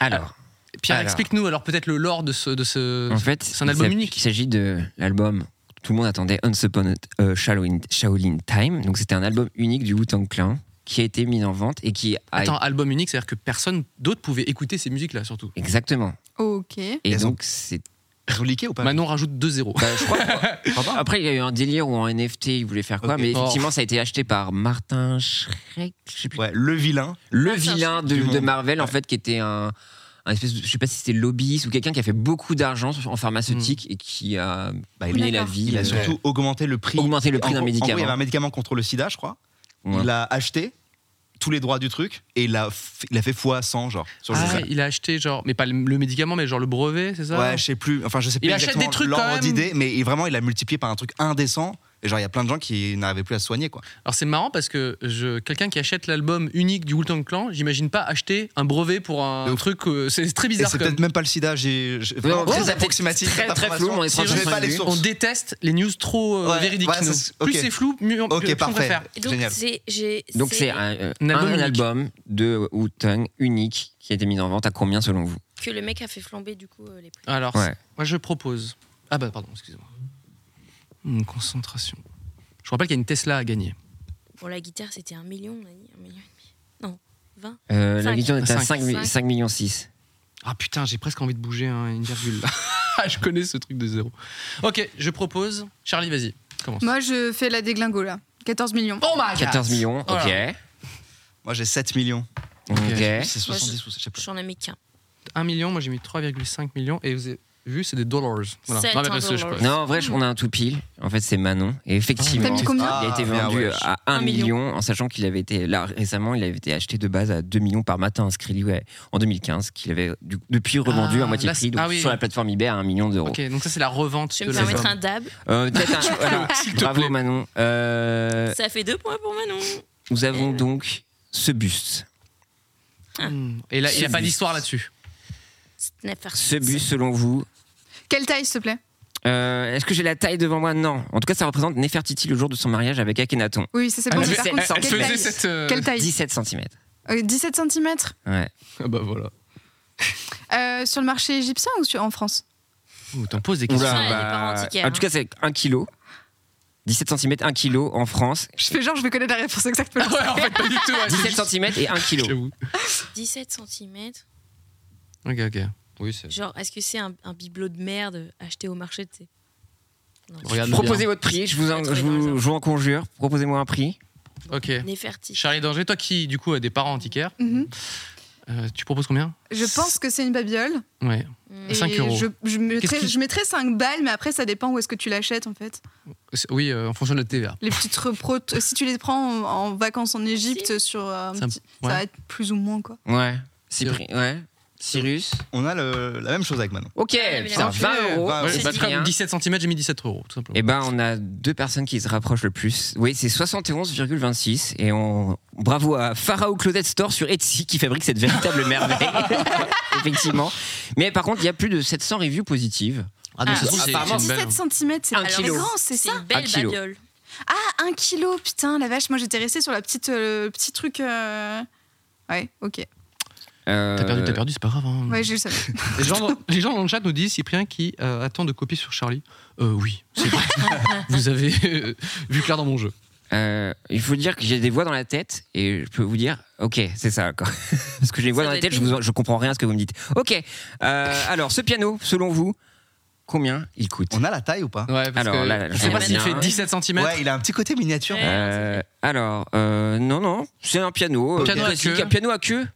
Alors,
Pierre,
Alors.
explique-nous alors peut-être le lore de ce. De ce...
En fait,
c'est un album
il s'ag-
unique.
Il s'agit de l'album. Tout le monde attendait Once Upon a euh, Shaolin, Shaolin Time. Donc c'était un album unique du Wu-Tang Clan qui a été mis en vente et qui a
Attends, album unique, c'est-à-dire que personne d'autre pouvait écouter ces musiques-là surtout.
exactement.
Ok.
Et
Elles
donc c'est
Reliqué ou pas
Manon rajoute 2-0.
Bah, je crois
*laughs*
pas. Après, il y a eu un délire où en NFT, ils voulaient faire quoi,
Ok.
mais
Oh.
effectivement, ça a été acheté par Martin Schreck, je sais plus.
Ouais, le vilain.
le
Ah,
Martin
vilain de,
du
de
monde.
Marvel, en fait, qui était un, un espèce de, je sais pas si c'était lobbyiste ou quelqu'un qui a fait beaucoup d'argent en
Hmm.
pharmaceutique et qui a
Bah,
Oui,
ruiné la
d'accord.
vie,
Il a
euh,
surtout augmenté le prix.
augmenté le prix
En-
d'un
en gros, il y avait
médicament.
un médicament contre le sida, je crois.
Ouais.
Il l'a acheté, tous les droits du truc, et il a, f- il a fait x100, genre, sur le
Ah,
jeu.
il a acheté genre, mais pas le, le médicament, mais genre le brevet, c'est ça
Ouais, je sais plus. Enfin, je sais
Il
plus
achète
exactement
des trucs quand
l'ordre
même.
d'idée, mais il- vraiment, il a multiplié par un truc indécent. Et genre, il y a plein de gens qui n'arrivaient plus à se soigner, quoi.
Alors c'est marrant parce que je, quelqu'un qui achète l'album unique du Wu-Tang Clan, j'imagine pas acheter un brevet pour un
De ouf.
truc. euh, c'est très
Et
bizarre.
c'est
comme-
peut-être même pas le sida, j'ai. j'ai- vraiment
Ah. Ouais,
très
ouais,
approximatif.
très,
cette
très flou,
information.
on est sur
Je vais
un
pas les
truc.
On
sources.
déteste les news trop euh,
Ouais,
véridiques.
ouais,
nous.
c'est-
Plus
ok.
c'est flou, mieux,
Ok,
mieux on
parfait.
préfère.
Et donc,
Génial.
c'est- j'ai-
Donc c'est un, euh,
Un
un
album
album,
unique.
de Wu-Tang unique qui a été mis en vente à combien selon vous
que le mec a fait flamber du coup euh, les prix.
Alors,
Ouais.
moi je propose. Ah bah pardon, excusez-moi. Une concentration. Je vous rappelle qu'il y a une Tesla à gagner.
Pour la guitare, c'était un million, on a dit un million et demi. Non, 20.
Euh, La
Cinq.
question était à
Cinq.
5, mi-
Cinq.
5 millions 6.
Ah putain, j'ai presque envie de bouger hein, une virgule. *laughs* là. je connais ce truc de zéro. Ok, je propose. Charlie, vas-y, commence.
Moi, je fais la déglingo là. 14 millions.
Oh my God.
14 millions, ok.
Voilà.
Moi, j'ai 7 millions.
Ok.
C'est 70 ou je sais plus.
J'en ai mis qu'un.
1 million, moi j'ai mis 3,5 millions et vous avez vu, c'est des dollars. Voilà.
C'est
Non,
un
mais parce que je-
dollar.
Non, en vrai, je- on a un tout pile. En fait, c'est Manon. Et effectivement,
T'as mis combien
il a été
Ah, bien,
vendu
ouais.
à 1
Un
million, en sachant qu'il avait été, là, récemment, il avait été acheté de base à 2 millions par matin à Skrillex ouais, en 2015, qu'il avait du- depuis revendu
Ah,
à moitié
là,
prix,
c'est-
donc
ah oui.
sur la plateforme eBay à 1 million d'euros.
Ok, donc ça c'est la revente
Je vais
de
me
l'album.
permettre un dab.
Euh, peut-être un-
*laughs*
voilà.
te
bravo
plaît.
Manon. Euh,
*laughs* Ça fait deux points pour *laughs* Manon.
nous avons donc ce buste.
Hmm. Et là, il n'y a
Ce
pas
bus.
d'histoire là-dessus.
C'est une affaire
Ce buste, selon vous,
Quelle taille, s'il te plaît
euh, est-ce que j'ai la taille devant moi Non. En tout cas, ça représente Nefertiti le jour de son mariage avec Akhenaton.
Oui, ça c'est
Ah,
bon.
mais
mais par
c'est-
contre,
elle- elle
quelle taille
cette. euh,
Quelle taille
17 cm.
Euh, 17 cm
Ouais.
Ah bah voilà.
Euh, Sur le marché égyptien ou sur- en France
Ouh, t'en poses des
Oula.
questions.
elle est pas antiquaire,
bah, en
hein.
tout cas, c'est 1 kg. 17 cm, 1 kg en France.
Je fais genre, je vais connaître la réponse exactement.
Ouais, *laughs* en fait, pas du
*laughs*
tout. ouais, c'est
17
juste-
cm et 1 kg.
*laughs* J'avoue.
17 cm.
Ok, ok. Oui, c'est.
Genre, est-ce que c'est un, un bibelot de merde acheté au marché tu sais Non.
Regarde
Proposez votre prix, je vous, en, je
Je vais trouver dans
vous,
les
je vous en conjure. Proposez-moi un prix.
Ok.
Néfertiti.
Charlie Danger, toi qui du coup a des parents antiquaires,
Mhm.
euh, tu proposes combien
Je pense que c'est une babiole.
Ouais.
Mm.
Et
5 euros.
Je, je, mettrais,
Qu'est-ce qui-
je mettrais 5 balles, mais après, ça dépend où est-ce que tu l'achètes en fait.
C'est- Oui, euh, en fonction de la TVA.
Les petites repros, t- si tu les prends en, en vacances en Égypte, sur euh, un
Ça-
petit-
ouais.
ça va être plus ou moins quoi.
Ouais. Cypri- ouais. Cyrus.
On a le- la même chose avec Manon.
Ok,
Ah, mais les
putain,
enfants,
20 euros.
bah,
Ouais,
c'est
bah,
dit
comme
rien.
17 cm, j'ai mis 17 euros, tout simplement.
Eh ben, on a deux personnes qui se rapprochent le plus. Oui, c'est 71,26. Et on. Bravo à Pharaoh Closette Store sur Etsy qui fabrique cette
*laughs*
véritable merveille. Effectivement. Mais par contre, il y a plus de 700 reviews positives.
Ah,
donc,
ça
ça, c'est-
apparemment.
17 cm, c'est
Un
très
kilo.
grand, c'est
C'est
ça
une belle
Un kilo.
babiole.
Ah, un kilo, putain, la vache. Moi, j'étais restée sur la petite, euh, le petit truc. euh, Ouais, ok.
Euh,
T'as perdu, t'as perdu, c'est pas grave. hein.
Ouais, je le savais.
*laughs* Les, gens dans, les gens dans le chat nous disent Cyprien qui euh, attend de copier sur Charlie. Euh, oui, c'est vrai. Vous avez euh, vu clair dans mon jeu.
Euh, il faut dire que j'ai des voix dans la tête et je peux vous dire, ok, c'est ça. Quoi. *laughs* Parce que j'ai des voix
Ça
dans la
doit
tête,
être
je, vous, je comprends rien à ce que vous me dites. Ok. euh, alors, ce piano, selon vous, combien il coûte
On a la taille ou pas
Ouais, parce
Alors,
que
là,
je
je
sais pas
vais
s'il
mettre
fait
un-
17 cm.
Ouais, il a un petit côté miniature.
Ouais.
Euh, Alors, euh, non, non, c'est un piano, euh,
Piano à
classique,
queue.
un piano à queue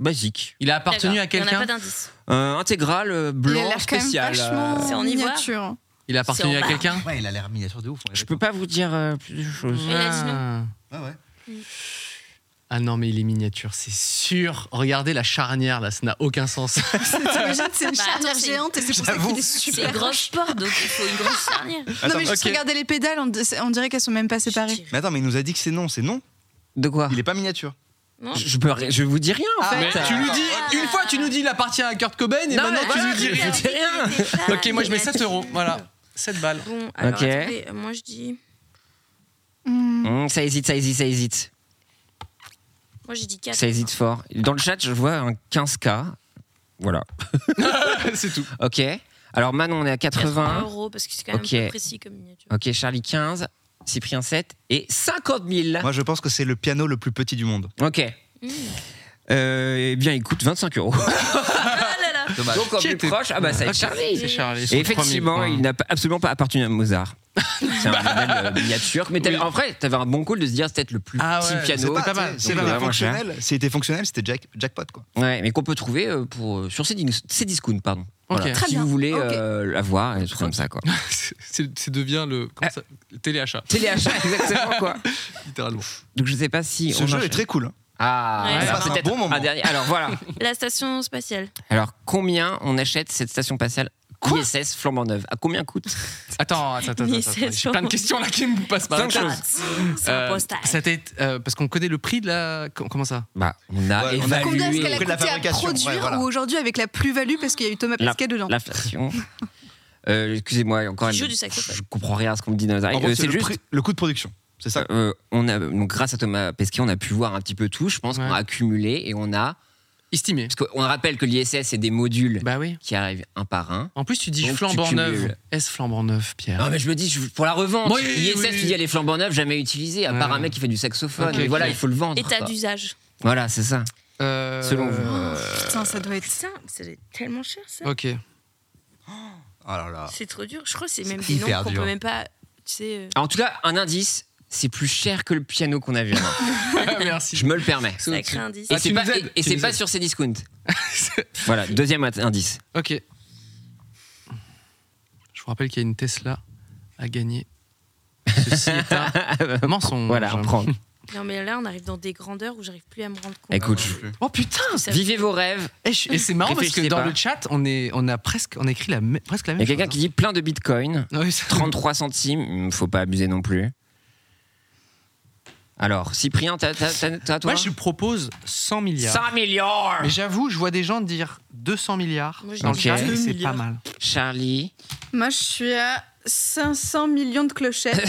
basique,
Il a appartenu
D'accord. Il y
à
en a
quelqu'un
pas d'indice.
Euh, intégral euh,
Il
blanc
a l'air quand même
spécial. euh,
vachement
C'est en ivoire.
miniature.
Il a appartenu
C'est en
à
bas.
quelqu'un
Ouais, il a l'air miniature de ouf. on
*laughs*
est
Je peux pas vous dire euh, plus de choses.
Il a dit non. Mm.
Ah.
d'accord. Ouais, ouais.
Ah non, mais il est miniature, c'est sûr. Regardez la charnière là, ça n'a aucun sens.
T'imagines, *laughs* c'est une
Bah,
charnière
attends, c'est-
géante et c'est pour ça
J'avoue.
qu'il est
C'est
super Ah.
une grosse porte, donc il faut une grosse charnière.
Non, mais juste
ok.
regarder les pédales, on, on dirait qu'elles sont même pas séparées.
Mais attends, mais il nous a dit que c'est non, c'est non.
De quoi
Il est pas miniature. Ah,
Non
je, je peux, ri- je vous dis rien en fait.
Ah, tu nous dis, une fois tu nous dis il appartient à Kurt Cobain et
Non,
maintenant
mais
tu
voilà,
nous dis.
je dis rien.
Ah
*laughs* Ok, moi je mets 7 euros, voilà. 7 balles.
Bon, alors
Ok.
attendez, euh, moi je dis.
Hmm.
Hum, ça hésite, ça hésite, ça hésite.
Moi j'ai dit 4.
Ça hésite fort. Dans le chat, je vois un 15K.
*laughs*
Voilà.
c'est tout.
Ok. Alors Manon, on est à
80
80.
euros parce que c'est quand même
Ok.
peu précis comme miniature.
Ok, Charlie 15, Cyprien 7 et 50 000.
Moi, je pense que c'est le piano le plus petit du monde.
Ok.
Mmh.
Euh, eh bien, il coûte 25 euros.
*laughs* Ah là là
*laughs* Dommage.
Donc, en
Qui
plus
était-
proche, ah bah, ça va être Charlie.
C'est Charlie.
Et
sur 3000
effectivement,
points.
il n'a pas- absolument pas appartenu à Mozart.
*laughs*
C'est un modèle euh, miniature. Mais t'avais- en vrai, t'avais un bon coup de se dire c'est peut-être le plus
Ah
petit
ouais,
piano.
c'est pas mal.
C'est
Donc,
pas
vraiment cher.
fonctionnel. Si c'était fonctionnel, c'était jack- jackpot, quoi.
Ouais, mais qu'on peut trouver euh, pour, euh, sur Cdiscount, pardon.
Ok.
Voilà.
Très
Si
bien.
vous voulez
Ok.
euh, l'avoir, et des trucs comme ça,
*laughs*
quoi.
C'est- c'est c'est devient le, comment ça, le téléachat, *laughs*
Téléachat, exactement, quoi.
littéralement.
Donc, je sais pas si.
Ce
on
jeu
enchaîne.
est très cool. hein.
Ah,
Ouais,
ça
ça
va
passe un
peut-être
bon moment.
un dernier. Alors,
*laughs*
voilà.
La station spatiale.
Alors, combien on achète cette station spatiale ISS flambant neuve À combien coûte
Attends, attends, attends. attends,
Mais
attends.
c'est
J'ai plein de
sûr.
questions là qui me passent par
Plein
la
de
tête.
choses.
C'est
Euh,
un postage.
ça t'a été- euh, parce qu'on connaît le prix de la. com- Comment ça
Bah, on a
Ouais, on a
Combien est-ce qu'elle a
Prix de la
coûté à
fabrication,
produire
ouais, voilà.
ou aujourd'hui avec la plus-value parce qu'il y a eu Thomas Pesquet dedans
l'inflation. *laughs* Euh, Excusez-moi, encore
Qui joue
une-
du saxophone.
Je comprends rien à ce qu'on me dit dans les
En
oreilles.
gros,
Euh,
c'est
C'est
le,
juste.
prix- le coût de production. C'est ça.
euh, on a, donc grâce à Thomas Pesquet, on a pu voir un petit peu tout. Je pense
Ouais.
qu'on a accumulé et on a.
Estimé.
Parce qu'on rappelle que l'ISS, c'est des modules
Bah oui.
qui arrivent un par un.
En plus, tu dis
Donc, tu
flambant neuf.
cumules.
Est-ce flambant neuf, Pierre
Non, mais je me dis, je- pour la revente,
Oui, oui,
l'ISS,
oui,
tu
oui.
dis, elle est flambant neuve, jamais utilisée, à part
Ouais.
un mec qui fait du saxophone.
Ok,
mais
ok.
voilà, il faut le vendre.
État
quoi.
d'usage.
Voilà, c'est ça.
Euh,
selon vous.
Putain, ça doit être.
Putain, c'est tellement cher ça.
Ok.
Oh
Ah là là.
*gasps* C'est trop dur. Je crois que c'est même
C'est
des noms
hyper
qu'on
dur.
peut même pas. Tu sais. euh,
Alors, en tout cas, un indice, c'est plus cher que le piano qu'on a vu. avant.
*laughs* Merci.
Je me le permets.
C'est au-dessus.
Sacré indice.
Et
Ah,
c'est
tu
pas,
nous
et-
aides,
et
tu
c'est
nous
pas
aides.
sur
*laughs*
Cdiscount. Voilà, deuxième at- indice.
Ok. Je vous rappelle qu'il y a une Tesla
*laughs*
à gagner. Ceci est
Ah.
un mensonge.
Voilà, on prend.
Non, mais là, on arrive dans des grandeurs où j'arrive plus à me rendre compte.
Écoute,
Non
je-
plus.
Oh putain
Ça-
vivez vos rêves.
Et, je- et c'est marrant parce que
Réfléchissez
dans
pas.
le chat, on, est, on a presque, on a écrit la, me- presque la
Il
même
y a
chose,
quelqu'un
hein.
qui dit plein de bitcoin,
Ah oui, ça-
33 centimes, Hmm, faut pas abuser non plus. Alors, Cyprien, t'as t'as- t'as- t'as, toi
Moi, je propose 100 milliards.
100 milliards
Mais j'avoue, je vois des gens dire 200 milliards
Moi, je
dans le
dis
chat,
2
et c'est pas
milliards.
mal.
Charlie,
Moi, je suis à 500 millions de clochettes.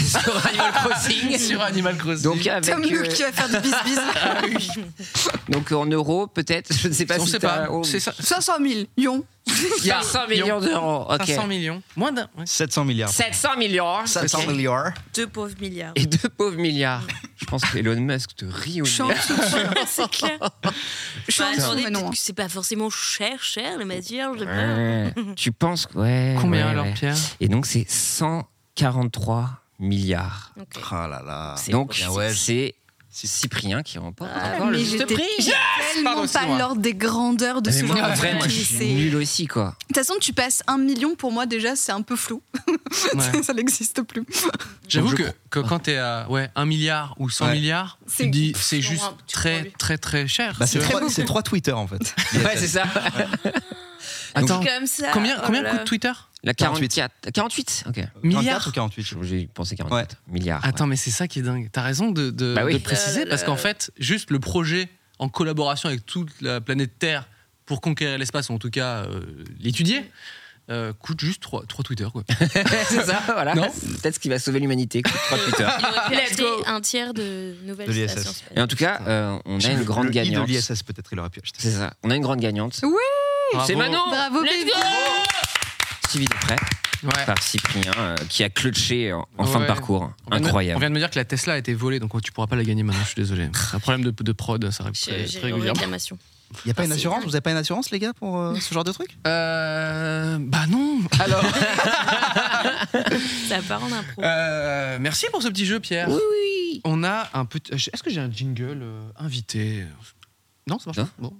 *laughs* sur Animal
*laughs*
*laughs*
Crossing.
Animal Crossing.
Donc, avec,
Tom
euh,
Nook qui va faire du bis-bis.
*laughs* donc en euros, peut-être, je ne sais pas
on
si
sait
t'as-
pas.
oh,
C'est ça.
500 millions.
Il y a 100 millions d'euros. ok.
500 millions. Moins d'un. ouais.
700 milliards.
700 millions.
700
ok.
milliards.
Deux pauvres milliards.
Et deux pauvres milliards. Je pense que Elon Musk te rit au
Je suis en
nez.
dessous.
*laughs*
c'est clair. Je suis
Bah, attendez,
attendez,
mais non.
peut-être que c'est pas forcément cher, cher, les matières. je sais pas.
Ouais. Tu penses ouais,
Combien
ouais,
alors,
ouais.
Pierre
Et donc c'est 143 milliards.
Ok.
Ah là là.
C'est-
Donc
Ah ouais.
c'est Cyprien qui remporte
Ah,
encore le
mais
juste
j'étais-
prix.
Tellement
Pardon, excuse-moi.
pas l'ordre des grandeurs de
Mais
ce genre
moi, en vrai,
de
moi, je
truc.
suis
C'est-
nul aussi quoi.
De toute façon, tu passes un million, pour moi, déjà, c'est un peu flou. *laughs*
Ouais.
ça n'existe plus.
J'avoue
je
que, que quand t'es à ouais, 1 milliard ou 100
Ouais.
milliards, tu
C'est-
dis c'est
tu
juste
prends- tu prends
très,
lui.
très, très cher.
Bah, c'est
Tu vois.
trois, c'est trois Twitter en fait.
*laughs* Ouais c'est ça.
Attends,
Comme ça.
combien,
oh
combien
là
coûte
là.
Twitter
La
48.
44 48 OK.
44
Milliards
ou 48
J'ai pensé 44 milliards. ouais.
*laughs* Attends, mais c'est ça qui est dingue. T'as raison de, de-
Bah oui.
de préciser,
Euh,
parce
le-
qu'en fait, juste le projet en collaboration avec toute la planète Terre pour conquérir l'espace, ou en tout cas euh, l'étudier, euh, coûte juste 3, Twitter.
*laughs*
Quoi.
*laughs* c'est ça voilà.
Non
C'est Peut-être ce qui va sauver l'humanité quoi, trois Twitter. *laughs*
Il aurait pu
Let's
acheter
go.
un tiers de nouvelles
De l'ISS.
stations
Et
spatiales.
en tout cas, euh, on a une grande
le i
gagnante.
de l'ISS peut-être il aurait pu acheter.
C'est ça. On a une grande gagnante. C'est
Bravo.
Manon.
Bravo,
Let's
baby.
go Suivi de près
Ouais.
par Cyprien euh, qui a clutché en, en fin de
Ouais.
parcours.
On vient de- On
Incroyable.
vient de me dire que la Tesla a été volée, donc oh, tu pourras pas la gagner maintenant, je suis
*laughs*
désolé. C'est un problème de, de prod, ça arrive
J'ai j'ai
très, très
une
régulièrement.
réclamation.
Il y a pas
Ah,
une
c'est
assurance
dingue.
Vous avez pas une assurance les gars pour euh, ce genre de truc
Euh, bah non
Alors,
Ça part
*laughs*
en impro.
Euh, Merci pour ce petit jeu, Pierre.
oui, oui.
On a un petit. euh, Est-ce que j'ai un jingle euh, invité Non, ça marche
Non.
pas. Bon.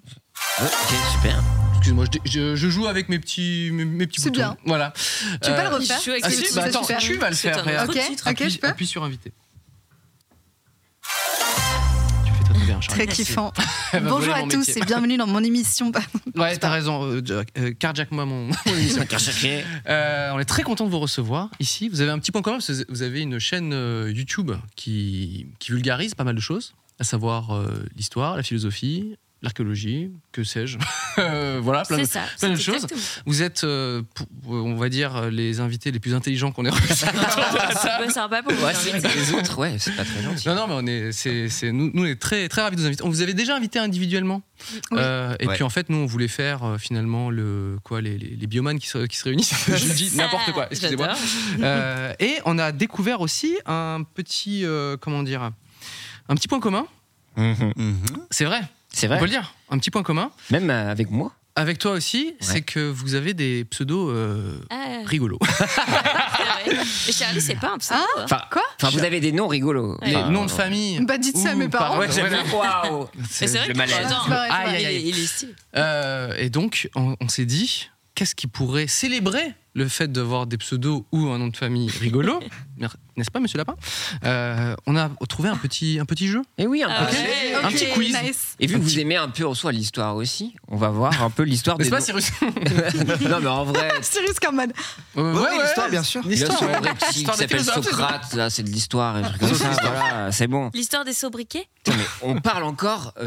Ok, super.
Excuse-moi, je, je- je joue avec mes petits, mes, mes petits
C'est
boutons.
bien.
Voilà.
Tu peux pas le
Il
refaire
joue avec
Ah
ses
C'est
petits
si, bah
super.
attends,
super.
tu vas le
C'est
faire.
un
regarde.
autre
Ok,
titre.
ok,
appuie,
je peux
appuie sur invité. Tu fais très très bien,
Très
Charlie.
kiffant.
*laughs* Elle va
Bonjour
voler
à
mon
tous
métier.
et bienvenue dans mon émission. Bah,
Ouais, t'as raison, euh, Jack. Euh, cardiac moi mon. mon émission. Euh, on est très content de vous recevoir ici. Vous avez un petit point commun, parce que vous avez une chaîne euh, YouTube qui, qui vulgarise pas mal de choses, à savoir euh, l'histoire, la philosophie, l'archéologie, que sais-je. *laughs* Euh, voilà, plein de,
C'est ça.
plein de
c'est
choses.
exactement.
Vous êtes, euh, pour- on va dire, les invités les plus intelligents qu'on
*laughs*
ait reçus.
C'est pas sympa pour vous. hein,
Ouais,
dire,
c'est
mais
vrai que les autres, ouais, c'est pas très gentil.
Non, non, mais on est, c'est, c'est- nous, nous, on est très, très ravis de vous inviter. On vous avait déjà invité individuellement.
Oui.
Euh, et
Ouais.
puis, en fait, nous, on voulait faire euh, finalement le, quoi, les, les, les biomanes qui se, qui
*laughs*
se réunissent. Je dis n'importe quoi, excusez-moi.
j'adore.
Euh, et on a découvert aussi un petit, euh, comment dire, un petit point commun. Mm-hmm.
Mhm.
C'est vrai,
C'est
on
vrai,
peut le dire. Un petit point commun.
même euh, avec moi.
Avec toi aussi, c'est que vous avez des pseudos euh,
Ah,
rigolos.
c'est vrai. Et Charlie, c'est pas un pseudo. hein.
Enfin,
Quoi
Enfin, vous avez des noms rigolos.
Ouais.
Les
Enfin,
noms de famille.
Bah, dites ça à
Ouh,
mes parents.
par- ouais, j'aime bien. *laughs*
Waouh
Mais c'est vrai
le
que-
malaise.
Attends,
C'est pareil, c'est
Aïe,
il
aïe,
est-
aïe.
il est stylé.
Euh, et donc, on, on s'est dit, qu'est-ce qui pourrait célébrer le fait d'avoir des pseudos ou un nom de famille
*laughs*
rigolo Mer- N'est-ce pas, monsieur Lapin Euh, On a trouvé un petit, un petit jeu.
Et oui, un
Ah
peu.
ouais.
Un petit quiz.
Nice.
Et vu que vous aimez un peu en soi l'histoire aussi, on va voir un peu l'histoire des
N'est-ce pas,
noms.
Cyrus
*laughs* non mais en vrai,
*laughs* Cyrus
*laughs*
Carman.
Euh,
Ouais, ouais, l'histoire, bien sûr.
il y a
L'histoire,
ce
ouais.
vrai petit qui
L'histoire des
s'appelle
philosophes, c'est ça.
Socrate, là, c'est de l'histoire et des trucs comme ça, voilà, c'est bon.
L'histoire des sobriquets
Putain, mais on parle encore euh,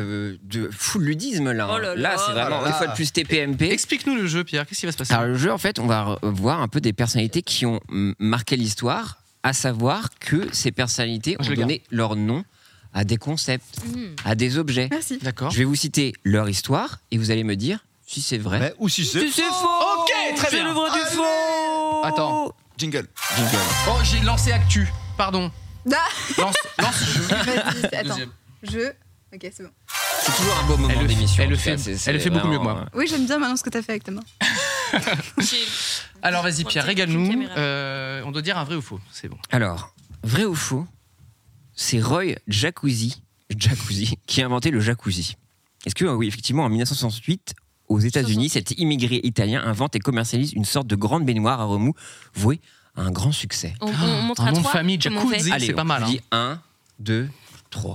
euh, de full ludisme là.
Oh là là,
c'est vraiment
là
une
là.
fois de plus TPMP.
Explique-nous le jeu, Pierre. Qu'est-ce qui va se passer
Par le jeu, en fait, on va re- voir un peu des personnalités qui ont mm, marqué l'histoire, à savoir que ces personnalités
Je
ont
le garde.
donné leur nom à des concepts, à des objets.
Merci.
D'accord.
Je vais vous citer leur histoire et vous allez me dire si c'est vrai.
Ou si c'est.
c'est faux
Ok, très bien.
l'œuvre du faux
Attends.
Jingle.
Oh, j'ai lancé Actu. Pardon.
Ah.
Lance, lance jeu.
Vas-y, attends.
Deuxième.
Je. Ok, c'est bon.
C'est toujours un beau
Elle
moment
le-
d'émission. en
elle le
tout cas,
fait-
c'est- c'est
elle le fait beaucoup
vraiment,
mieux que moi.
Oui, j'aime bien maintenant ce que t'as fait avec ta main.
J'ai-
Alors, vas-y, Pierre, régale-nous.
Caméra.
Euh, on doit dire un vrai ou faux. C'est bon.
Alors, vrai ou faux, c'est Roy Jacuzzi, Jacuzzi qui a inventé le jacuzzi. Est-ce que, euh, oui, effectivement, en 1968, aux États-Unis, cet immigré italien invente et commercialise une sorte de grande baignoire à remous vouée à un grand succès
On, on- on montre
Ah, un
à
nom de
trois.
famille,
comment on fait
Jacuzzi. c'est
on
pas mal, hein.
dit 1, 2, 3.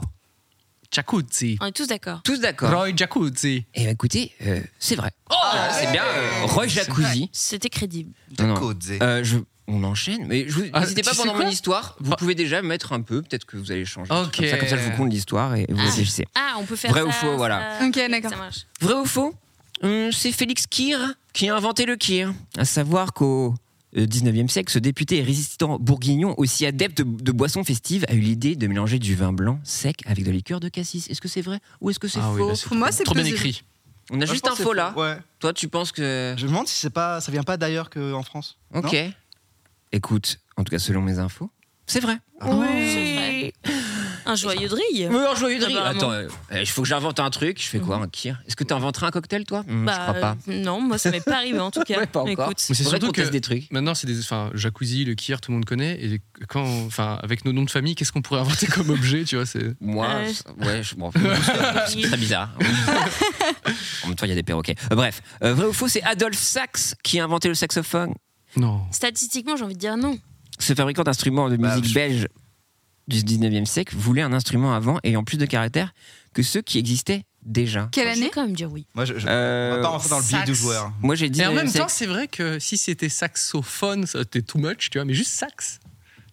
Jacuzzi.
On est tous d'accord.
Tous d'accord.
Roy Jacuzzi.
Et écoutez, euh, c'est vrai.
Oh,
c'est bien euh, Roy Jacuzzi.
C'était crédible.
Non, non.
Codé.
Euh, je- on enchaîne, mais je vous-
Ah,
n'hésitez pas
tu sais
pendant
quoi
mon histoire. Vous
Bah-
pouvez déjà mettre un peu, peut-être que vous allez changer. un truc
Ok.
Comme ça, comme ça, je vous compte l'histoire et vous
Ah.
réfléchissez.
Ah, on peut faire
Vrai
ça,
ou faux,
ça-
voilà.
Ok, d'accord.
Ça marche.
Vrai ou faux Hum, C'est Félix Kir qui a inventé le kir.
Ah.
À savoir qu'au euh, 19e siècle, ce député et résistant bourguignon, aussi adepte de, de boissons festives, a eu l'idée de mélanger du vin blanc sec avec de la liqueur de cassis. Est-ce que c'est vrai ou est-ce que c'est
Ah oui,
faux
bah, c'est
Pour moi, c'est
trop bien
plausible.
écrit.
On a juste un faux là.
Ouais.
Toi, tu penses que.
Je me demande si c'est pas, ça vient pas d'ailleurs qu'en France.
Ok. Écoute, en tout cas, selon mes infos, c'est vrai.
Oh,
C'est Un joyeux drille.
Mais en joyeux de rire.
Apparemment.
Attends, euh, il faut que j'invente un truc. Je fais quoi, un kir Est-ce que tu inventeras un cocktail, toi Hum, Je crois pas.
euh, Non, moi ça m'est pas arrivé
*laughs*
en tout cas.
Ouais, pas encore.
Écoute,
Mais c'est
Faudrait
surtout
qu'on
que
teste des trucs.
maintenant c'est des, enfin jacuzzi, le kier, tout le monde connaît. Et quand, enfin avec nos noms de famille, qu'est-ce qu'on pourrait inventer comme objet, tu vois C'est
Moi,
Ouais.
c'est- ouais, Euh, je- bon, c'est très bizarre. en même temps, il y a des perroquets. Euh, bref, euh, vrai ou faux, c'est Adolphe Sax qui a inventé le saxophone.
non.
statistiquement, j'ai envie de dire non.
Ce fabricant d'instruments de
Bah,
musique
je-
belge du 19e siècle voulait un instrument avant ayant plus de caractère que ceux qui existaient déjà.
Quelle
Je vais
année
quand même dire oui.
Moi, je, je-
Euh,
on va pas rentrer dans le biais
sax.
du joueur.
Moi, j'ai dit.
Et en même temps, c'est vrai que si c'était saxophone, ça c'était too much, tu vois. Mais juste sax.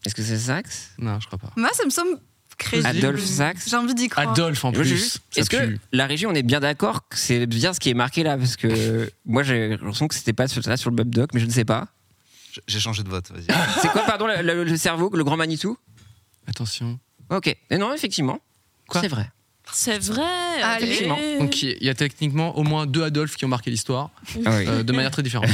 est-ce que c'est Sax
Non, je crois pas.
Moi, ça me semble crédible.
Adolphe Sax
J'ai envie d'y croire.
Adolphe en
Moi, j'ai
plus.
juste-
ça
Est-ce que
pue.
la régie, on est bien d'accord que c'est bien ce qui est marqué là Parce que moi, j'ai l'impression que c'était pas sur, ça sur le Bob Doc, mais je ne sais pas.
Je- J'ai changé de vote, vas-y.
*laughs* C'est quoi, pardon, le, le- le cerveau, le grand Manitou
Attention.
Ok. Mais non, effectivement.
Quoi
C'est vrai.
C'est vrai.
Allez.
Donc il y a techniquement au moins deux Adolphe qui ont marqué l'histoire
Ah
euh, de manière
*laughs*
très différente.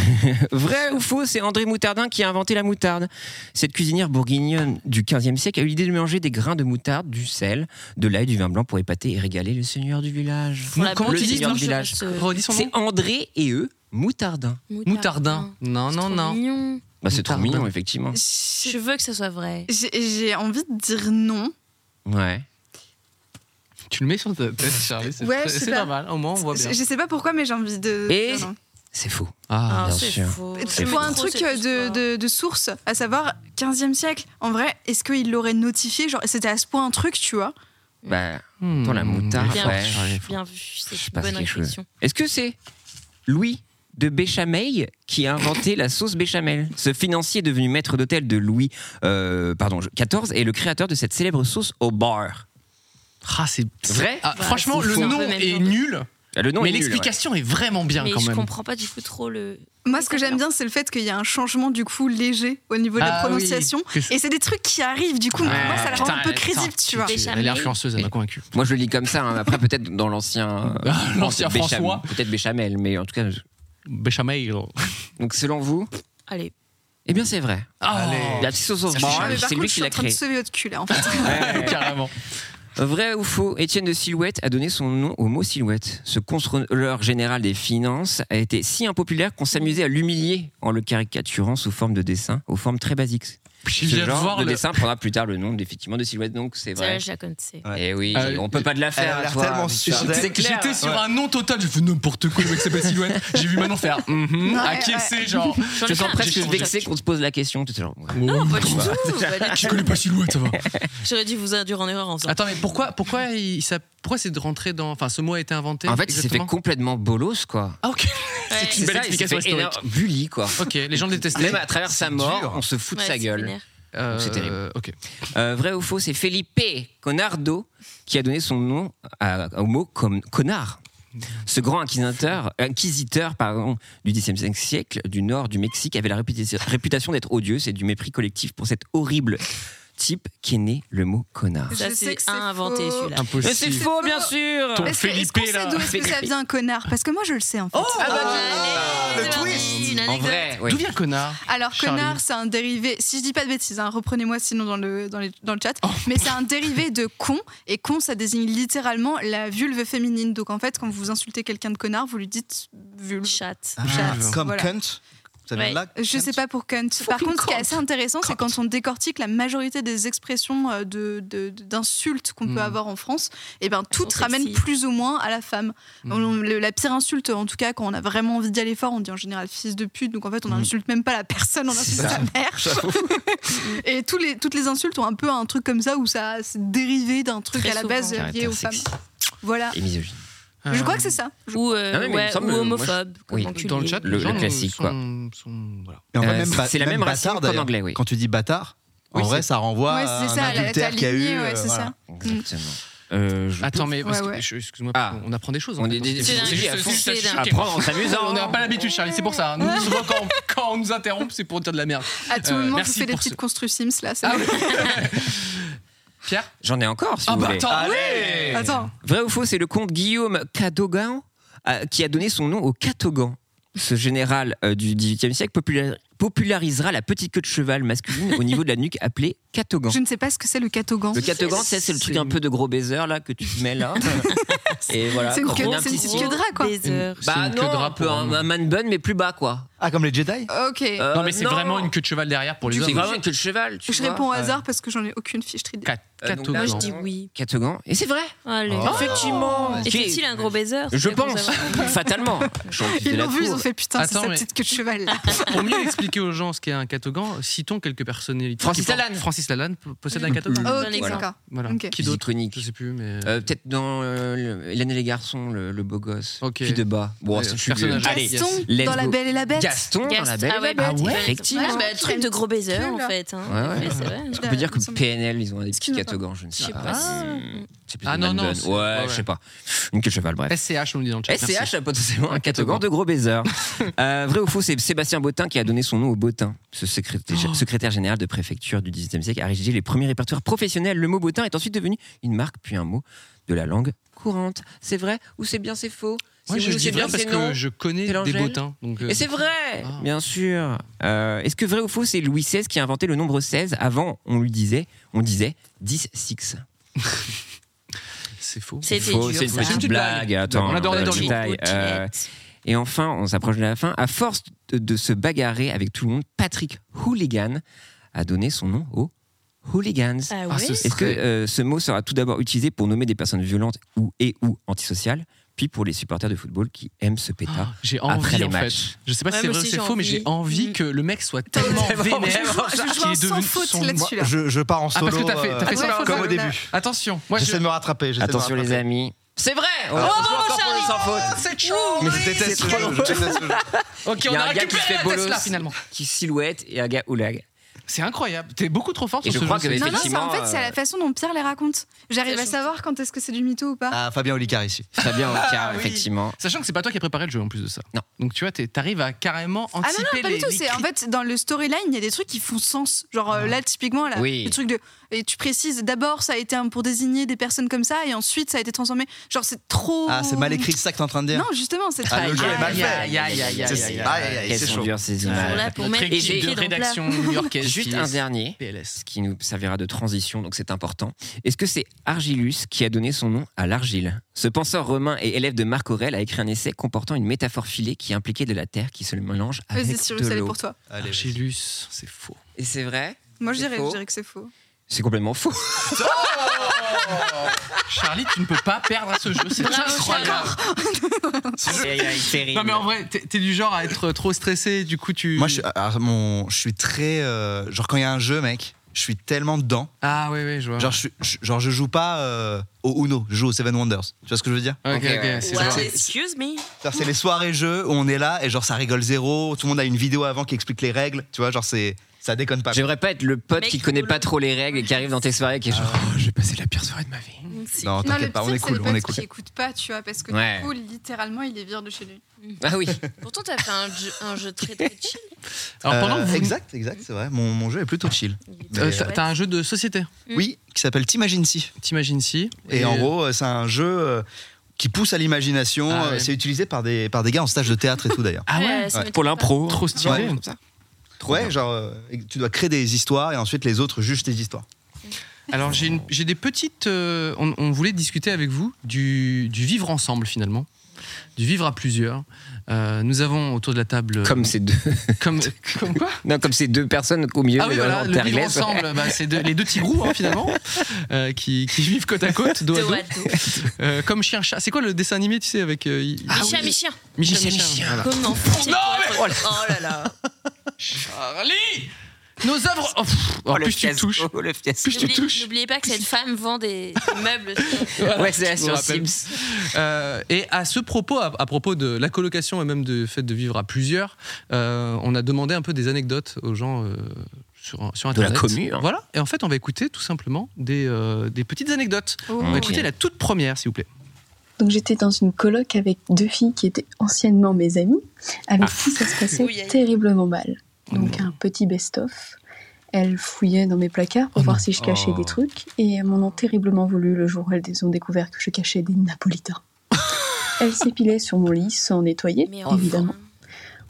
Vrai ou faux, c'est André Moutardin qui a inventé la moutarde. Cette cuisinière bourguignonne du 15e siècle a eu l'idée de mélanger des grains de moutarde, du sel, de l'ail, du vin blanc pour épater et régaler le seigneur du village.
Pour la
Comment
bleue,
tu dis
seigneur
ton
du village.
Redis son
C'est
nom.
André et eux, Moutardin.
Moutardin. Non, non, non.
Bah, c'est trop
Pardon.
mignon, effectivement.
J'ai
Je veux que ça soit vrai.
j'ai envie de dire non.
Ouais.
Tu le mets sur ta tête, Charlie. C'est
Ouais,
très-
je sais
c'est
pas.
pas mal. Au moins, on voit bien.
Je je sais pas pourquoi, mais j'ai envie de.
Et-
dire non.
C'est faux.
Ah,
bien
c'est
sûr.
faux.
Tu vois un truc euh, de, de- de source, à savoir 15e siècle. En vrai, est-ce qu'il l'aurait notifié Genre, c'était à ce point un truc, tu vois
Bah,
hmm.
Attends, la moutarde.
Bien,
Ouais,
vu, bien vu, c'est
je
une
passe
bonne
quelque chose.
réflexion.
Est-ce que c'est Louis de Béchamel qui a inventé la sauce béchamel Ce financier devenu maître d'hôtel de Louis euh, pardon, XIV est le créateur de cette célèbre sauce au bar.
Ah, c'est
Vrai
Ah,
Bah,
franchement,
c'est
le
faux.
nom
C'est un peu
est
même genre de-
nul,
Ah, Le nom
mais
est nul, ouais.
l'explication est vraiment bien
Mais
quand
je
même.
comprends pas du coup trop le.
Moi, ce que j'aime bien, c'est le fait qu'il y a un changement, du coup, léger au niveau de la
Ah oui.
prononciation.
Que je-
Et c'est des trucs qui arrivent, du coup,
Ouais,
moi, ça la rend
putain,
un peu
elle-
crédible,
putain,
tu vois.
Elle a l'air influenceuse, elle m'a convaincu.
Moi, je le lis comme ça. hein. Après, peut-être dans
*laughs*
l'ancien. euh,
L'ancien
Bécham-
François.
Peut-être béchamel, mais en tout cas. je-
Béchamel.
Donc, selon vous
Allez,
Eh bien, c'est vrai. La petite sauce au
Ah, Ça
bar,
Ah, mais par
c'est
contre,
lui
je
qui
suis en
l'a
train de
créée.
sauver votre cul, là, en fait.
Ouais.
Carrément.
*laughs* Vrai ou faux, Étienne de Silhouette a donné son nom au mot silhouette. Ce contrôleur général des finances a été si impopulaire qu'on s'amusait à l'humilier en le caricaturant sous forme de dessin, aux formes très basiques.
Je
Ce
viens de
genre
voir
de
le.
dessin prendra plus tard le nom effectivement de silhouette, donc c'est vrai.
celle-là, je la connaissais.
Et oui,
Euh,
on peut pas de la
elle a
faire.
l'air
toi.
tellement sûre
C'est
d'elle.
clair.
J'étais sur un nom total, je fais n'importe quoi, le mec s'appelle *laughs* Silhouette. J'ai vu Manon faire mhm,
Ouais,
acquiescer, genre.
Je sens presque
J'ai changé.
vexé qu'on te pose la question. Tout genre, ouais.
Non,
Oh,
pas du tout. pas du
Je
tout.
connais pas
*laughs*
Silhouette, ça va.
J'aurais dû vous induire en erreur en faisant.
Attends, mais pourquoi, pourquoi, il, ça, pourquoi c'est de rentrer dans. Enfin, ce mot a été inventé
En fait, il s'est fait
exactement
complètement bolos, quoi.
Ah, ok.
Ouais.
C'est
C'est
une belle
ça, il s'est
explication
fait
historique.
énorme- bully, quoi.
Ok, les gens le détestaient.
Même à travers sa mort, on se fout de
Ouais,
sa
c'est
gueule.
vénère.
Euh,
c'est terrible.
Ok.
Euh, vrai ou faux, c'est Felipe Conardo qui a donné son nom à- au mot comme connard. Ce grand inquisiteur, inquisiteur pardon, du XVIIe siècle du nord du Mexique avait la réputation réputation d'être odieux, c'est du mépris collectif pour cet horrible type qu'est né le mot connard.
Je
Ça,
sais que
c'est
c'est
un inventé
faux.
celui-là.
Impossible.
Mais c'est faux, bien sûr
Ton
Est-ce que- est-ce
Felipe,
qu'on sait
là.
d'où est-ce que ça vient, connard Parce que moi, je le sais, en fait.
Ah bah,
Allez,
le
c'est parti,
twist.
une
En
anecdote.
vrai, oui.
D'où vient connard
Alors,
Charlie.
connard, c'est un dérivé. Si je dis pas de bêtises, hein, reprenez-moi sinon dans le, dans les- dans le chat. Mais c'est un dérivé de con. Et con, ça désigne littéralement la vulve féminine. Donc, en fait, quand vous insultez quelqu'un de connard, vous lui dites vulve.
Chat.
Chat,
Ah, Comme
voilà.
cunt Ça vient de
Ouais.
là
Je sais pas pour cunt. Par contre, ce qui est assez intéressant, c'est quand on décortique la majorité des expressions euh, de- de- de- d'insultes qu'on
Mm.
peut avoir en France, et ben toutes
sont
ramènent
sexy.
plus ou moins à la femme.
Mm.
On- le- la pire insulte, en tout cas, quand on a vraiment envie d'y aller fort, on dit en général fils de pute. Donc en fait, on n'insulte même pas la personne, on insulte sa mère. *laughs* et tous les, toutes les insultes ont un peu un truc comme ça où ça c'est dérivé d'un truc
Très
à la
souvent.
base lié
Caractère
aux femmes.
sexy
Voilà.
et misogyne.
Je crois que c'est ça. Je-
Ou, euh,
Non, mais il me
ouais,
semble,
ou
moi, je-
homophobe.
oui.
comme tu
Dans le
dis.
chat,
Le-
les gens
le classique,
sont-
quoi.
sont- voilà.
Et en vrai,
Euh,
même ba-
c'est la même racine
bâtard,
qu'en
d'ailleurs.
anglais, oui.
Quand tu dis bâtard, en
Oui,
vrai,
c'est-
ça renvoie
Ouais,
à
c'est
un
ça, la- ta
adultère qu'il y a
lignée,
eu.
ouais,
euh,
c'est
voilà.
ça.
Exactement. Euh, je-
Attends, mais parce que-
Ouais, ouais.
je- excuse-moi,
Ah.
on apprend des choses.
On
en
est
fait.
des-
C'est-
des-
c'est-
des-
c'est-
des-
c'est-
des-
c'est-
des-
c'est-
des-
Apprends en s'amusant.
On n'a pas l'habitude, Charlie, c'est pour ça. hein. Nous, souvent, quand, quand on nous interrompt, c'est pour dire de la merde.
À tout
Euh,
moment, je
merci
fais des
pour
petites
ce-
construits Sims là. ça
Ah
me-
Pierre Ah bah,
J'en ai encore, si vous voulez.
allez
Attends.
Vrai ou faux, c'est le comte Guillaume Cadogan euh, qui a donné son nom au Catogan. Ce général euh, du XVIIIe siècle popula- popularisera la petite queue de cheval masculine au niveau de la nuque appelée Catogan.
Je ne sais pas ce que c'est le catogan.
Le Catogan, tu sais, c'est le truc un peu de gros baiser là que tu te mets
*laughs*
là. Et voilà,
C'est une
quand
queue-
on a un
c'est une
petit-
petite queue de rat, quoi.
Des heures.
C'est
Bah
une queue
non,
de rat
un peu
pour
un,
un-
un man bun mais plus bas quoi.
Ah, comme les Jedi
Ok.
Non, mais c'est vraiment une queue de cheval derrière pour les
C'est
hommes.
vraiment une queue de cheval. Euh, Tu
je
vois.
réponds au hasard parce que j'en ai aucune fiche 3D.
Quatre-
Euh,
quatre
donc
au
là,
Moi, je
blanc.
dis oui.
Catogan. Et c'est vrai. Ah,
Allez.
Effectivement.
Ah. Et Fait-il un gros baiser
Je
C'est pour
pense. *laughs*
savoir.
Fatalement. Je pense que c'est
Ils
la
l'ont vu, ils
tour.
ont fait putain, c'est
Attends,
sa
mais-
petite queue de cheval là.
Pour mieux expliquer aux gens ce qu'est un catogan, citons quelques personnalités.
Francis
qui portent-
Lalanne.
Francis Lalanne p- possède un catogan.
ok,
exemple.
d'accord.
Voilà.
Ok.
Qui d'autre
Iconique.
Je sais plus, mais.
Euh, Peut-être dans euh, le- Hélène et les garçons, le, le beau gosse.
Ok.
Puis de bas. Bon,
Ouais,
c'est je suis
personnage.
vieux. Allez,
Yes. ah
Gaston
Let's
dans La
go.
Belle et la Bête.
Gaston dans la belle et la bête.
bah, ouais,
effectivement.
bah, truc de gros baiser en fait. hein.
Ouais, ouais.
Mais c'est vrai.
On peut dire que
Il me semble-
PNL, ils ont des petits
qu'il y en a
catogans, je ne
Je
sais
sais
pas.
pas. Ah.
Hmm. C'est plus
Ah
des
non,
man
non,
buns.
c'est-
Ouais,
ouais,
je
ouais.
sais pas. Une queue de cheval, bref.
SCH, on le dit dans le chat.
SCH
merci.
a potentiellement
*laughs*
un catogan
catogan.
de gros
*laughs*
baiser. Euh, vrai ou faux, c'est Sébastien Bottin qui a donné son nom au Bottin. Ce secrétaire,
Oh.
secrétaire général de préfecture du 19e siècle a rédigé les premiers répertoires professionnels. Le mot Bottin est ensuite devenu une marque, puis un mot de la langue courante. C'est vrai ou c'est bien, c'est faux Si
Moi,
vous
je
le
dis
savez
vrai
bien,
parce
c'est non.
que je connais des
Télangèle.
bottins. donc, euh,
Et c'est vrai,
Ah.
bien sûr. Euh, Est-ce que vrai ou faux, c'est Louis XVI qui a inventé le nombre 16 Avant, on lui disait, on disait 10-6.
C'est faux.
C'était
Faux,
dur.
c'est une
ça.
petite blague. Attends,
On adorait
euh,
dans le
détail.
Petite
Euh,
boutinette.
Et enfin, on s'approche de la fin. À force de, de se bagarrer avec tout le monde, Patrick Hooligan a donné son nom au Hooligans.
Ah
Ah, ce
ouais
Est-ce que
serait-
euh, ce mot sera tout d'abord utilisé pour nommer des personnes violentes ou et ou antisociales, puis pour les supporters de football qui aiment se péter
J'ai envie
après les
en
matchs
fait. Je sais pas si
Ouais, moi
c'est vrai ou
aussi,
c'est
j'ai
faux, mais j'ai
envie.
Mm.
envie que le mec soit tellement
Tellement,
*laughs* Je
vénère
joue, je joue
qu'il
un
est
sans
devenu
faute
son.
là-dessus. là.
je, je pars en
Ah,
solo. euh,
parce que t'as fait- t'as fait
sans faute,
comme au
là.
début.
Attention, moi je.
J'essaie de me rattraper. j'essaie de me
Attention les
rattraper.
amis. C'est vrai on- on
Ah,
joue
je joue
encore
encore
pour le sans faute.
C'est chaud
Mais je déteste ce
c'est
jeu,
trop
je déteste ce jeu.
Ok,
Il y
on
a
a
un gars qui se
récupéré
fait
la
bolos.
Tesla finalement.
Qui silhouette et un gars oulag.
C'est incroyable. T'es beaucoup trop fort
Et
sur
je
ce
crois
jeu.
que-
c'est-
Non, non, c'est en
Effectivement,
fait, c'est
euh,
la façon dont Pierre les raconte. J'arrive à savoir quand est-ce que c'est du mytho ou pas.
Ah, Fabien Olicard ici.
Fabien Olicard,
Ah oui.
effectivement.
Sachant que c'est pas toi qui as préparé le jeu en plus de ça.
Non.
Donc tu vois, t'es- t'arrives à carrément
Ah non,
anticiper
non, pas
les.
du tout.
les
C'est en
cris. Ah.
fait dans le storyline, il y a des trucs qui font sens. Genre euh, là, typiquement, là,
Oui.
le truc de et tu précises d'abord ça a été un- pour désigner des personnes comme ça et ensuite ça a été transformé. Genre c'est trop.
Ah, c'est mal écrit, c'est ça que t'es en train de dire
Non, justement, c'est
Ah, le jeu est mal
Aïe,
fait.
aïe, aïe, aïe, aïe, aïe, aïe.
aïe, aïe,
Quelles
c'est
sont
chaud.
dures ces
Ils sont là
images.
pour
Notre
mettre les
équipe
j'ai-
pieds
de
dans le plat. *laughs*
rédaction new-yorkaise.
Juste
qui
un
est
dernier.
PLS.
ce qui nous servira de transition, donc c'est important. Est-ce que c'est Argilus qui a donné son nom à l'argile Ce penseur romain et élève de Marc Aurèle a écrit un essai comportant une métaphore filée qui impliquait de la terre qui se mélange avec
Vas-y, Cyrus,
de
allez
l'eau.
pour toi.
Allez, vas-y.
Archilus, c'est faux.
Et c'est vrai
Moi, je
C'est
dirais,
faux.
je dirais que c'est faux.
C'est complètement faux. *laughs*
Oh
Charlie, tu ne peux pas perdre à ce jeu, c'est incroyable. *laughs* Non mais en vrai, t'es t'es du genre à être trop stressé, du coup tu.
Moi, je, suis- alors, mon, je suis très. euh, genre, quand il y a un jeu, mec, je suis tellement dedans.
Ah oui oui, je vois.
Genre, je, suis- je- genre, je joue pas euh, au Uno, je joue au Seven Wonders. Tu vois ce que je veux dire
Ok ok,
Ouais.
c'est
Wow,
genre-
excuse me.
C'est-à-dire, C'est les soirées jeux où on est là et genre, ça rigole zéro. Tout le monde a une vidéo avant qui explique les règles. Tu vois, genre, c'est. Ça déconne pas.
J'aimerais pas être le pote
Mec
qui connaît
cool.
pas trop les règles et qui arrive dans tes soirées et qui est genre
Ah.
oh, j'ai passé la pire soirée de ma vie.
Non,
Non, le
t'inquiète pas, on
pire,
est
c'est les
cool, on est
potes
cool.
qui écoutent pas, tu vois, parce que
Ouais.
du coup, littéralement, il les vire de chez lui.
Ah oui.
Pourtant, t'as fait un jeu, un jeu très très chill.
Alors pendant
Euh,
que vous-
Exact, exact, c'est vrai. Mon, mon jeu est plutôt chill.
Euh,
Mais,
t'as-
ouais.
T'as un jeu de société,
Oui, qui s'appelle T'imagines si.
t'imagines si.
Et, en gros, euh, c'est un jeu euh, qui pousse à l'imagination.
Ah ouais.
Euh, C'est utilisé par des, par des gars en stage de théâtre et tout d'ailleurs.
*laughs* Ah ouais
ça
Ouais.
m'étonne
Pour
pas.
l'impro.
Trop stylé.
Ouais. ouais, genre, euh, tu dois créer des histoires et ensuite les autres jugent tes histoires.
Alors j'ai une- j'ai des petites. euh, on, on voulait discuter avec vous du, du vivre ensemble finalement, du vivre à plusieurs. Euh, nous avons autour de la table. euh,
Comme ces deux, *laughs*
comme, comme quoi
non, comme ces deux personnes au milieu
Ah
mais
oui,
dans
voilà,
leur
le
terre
vivre
glaise.
ensemble, bah, c'est deux- les deux petits groupes finalement, euh, qui, qui vivent côte à côte, dos à dos,
Dos à dos.
euh, comme chien-chat. C'est quoi le dessin animé, tu sais, avec euh, y-
Ah,
Ah
Michel, Michel.
Michel,
Michel,
Michel,
Michel.
voilà.
Comment faut-il pour être- Oh là là.
Charlie Nos œuvres. Oh, pff, en
Oh, le
plus tu
fiasco,
touches.
le fiasco.
Plus tu
N'oublie-
touches.
N'oubliez pas que cette femme vend des des meubles.
Voilà,
Ouais, c'est la
je vous
sur
rappelle.
Sims.
Euh, et à ce propos, à, à propos de la colocation et même du fait de vivre à plusieurs, euh, on a demandé un peu des anecdotes aux gens euh, sur, sur
De la
Internet.
commu, hein.
Voilà. Et en fait, on va écouter tout simplement des, euh, des petites anecdotes.
Oh.
On va
Ok.
écouter la toute première, s'il vous plaît.
Donc j'étais dans une coloc avec deux filles qui étaient anciennement mes amies,
Ah.
avec qui ça se passait
Oui, aïe.
terriblement mal.
Oh
Donc un petit best-of. Elles fouillaient dans mes placards pour voir si je cachais
Oh.
des trucs et elles m'en ont terriblement voulu le jour où elles ont découvert que je cachais des
*laughs*
napolitains. elles s'épilaient sur mon lit sans nettoyer,
Mais
évidemment.
enfin.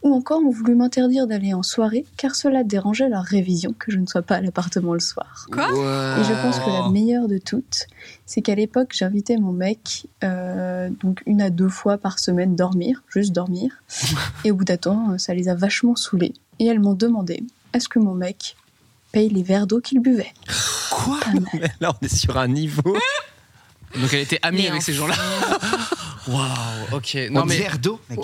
Ou encore ont voulu m'interdire d'aller en soirée car cela dérangeait leur révision que je ne sois pas à l'appartement le soir.
Quoi
Et je pense que
Oh.
Oh.
la meilleure de toutes, c'est qu'à l'époque, j'invitais mon mec euh, donc une à deux fois par semaine dormir, juste dormir. Et au bout d'un temps, euh, ça les a vachement saoulés. Et elles m'ont demandé est-ce que mon mec paye les verres d'eau qu'il buvait
Quoi
Pas mal.
*laughs* Là, on est sur un niveau.
Donc elle était amie
Mais
avec
*laughs*
ces gens-là. Waouh, ok. Non
Non,
mais
d'eau, mec.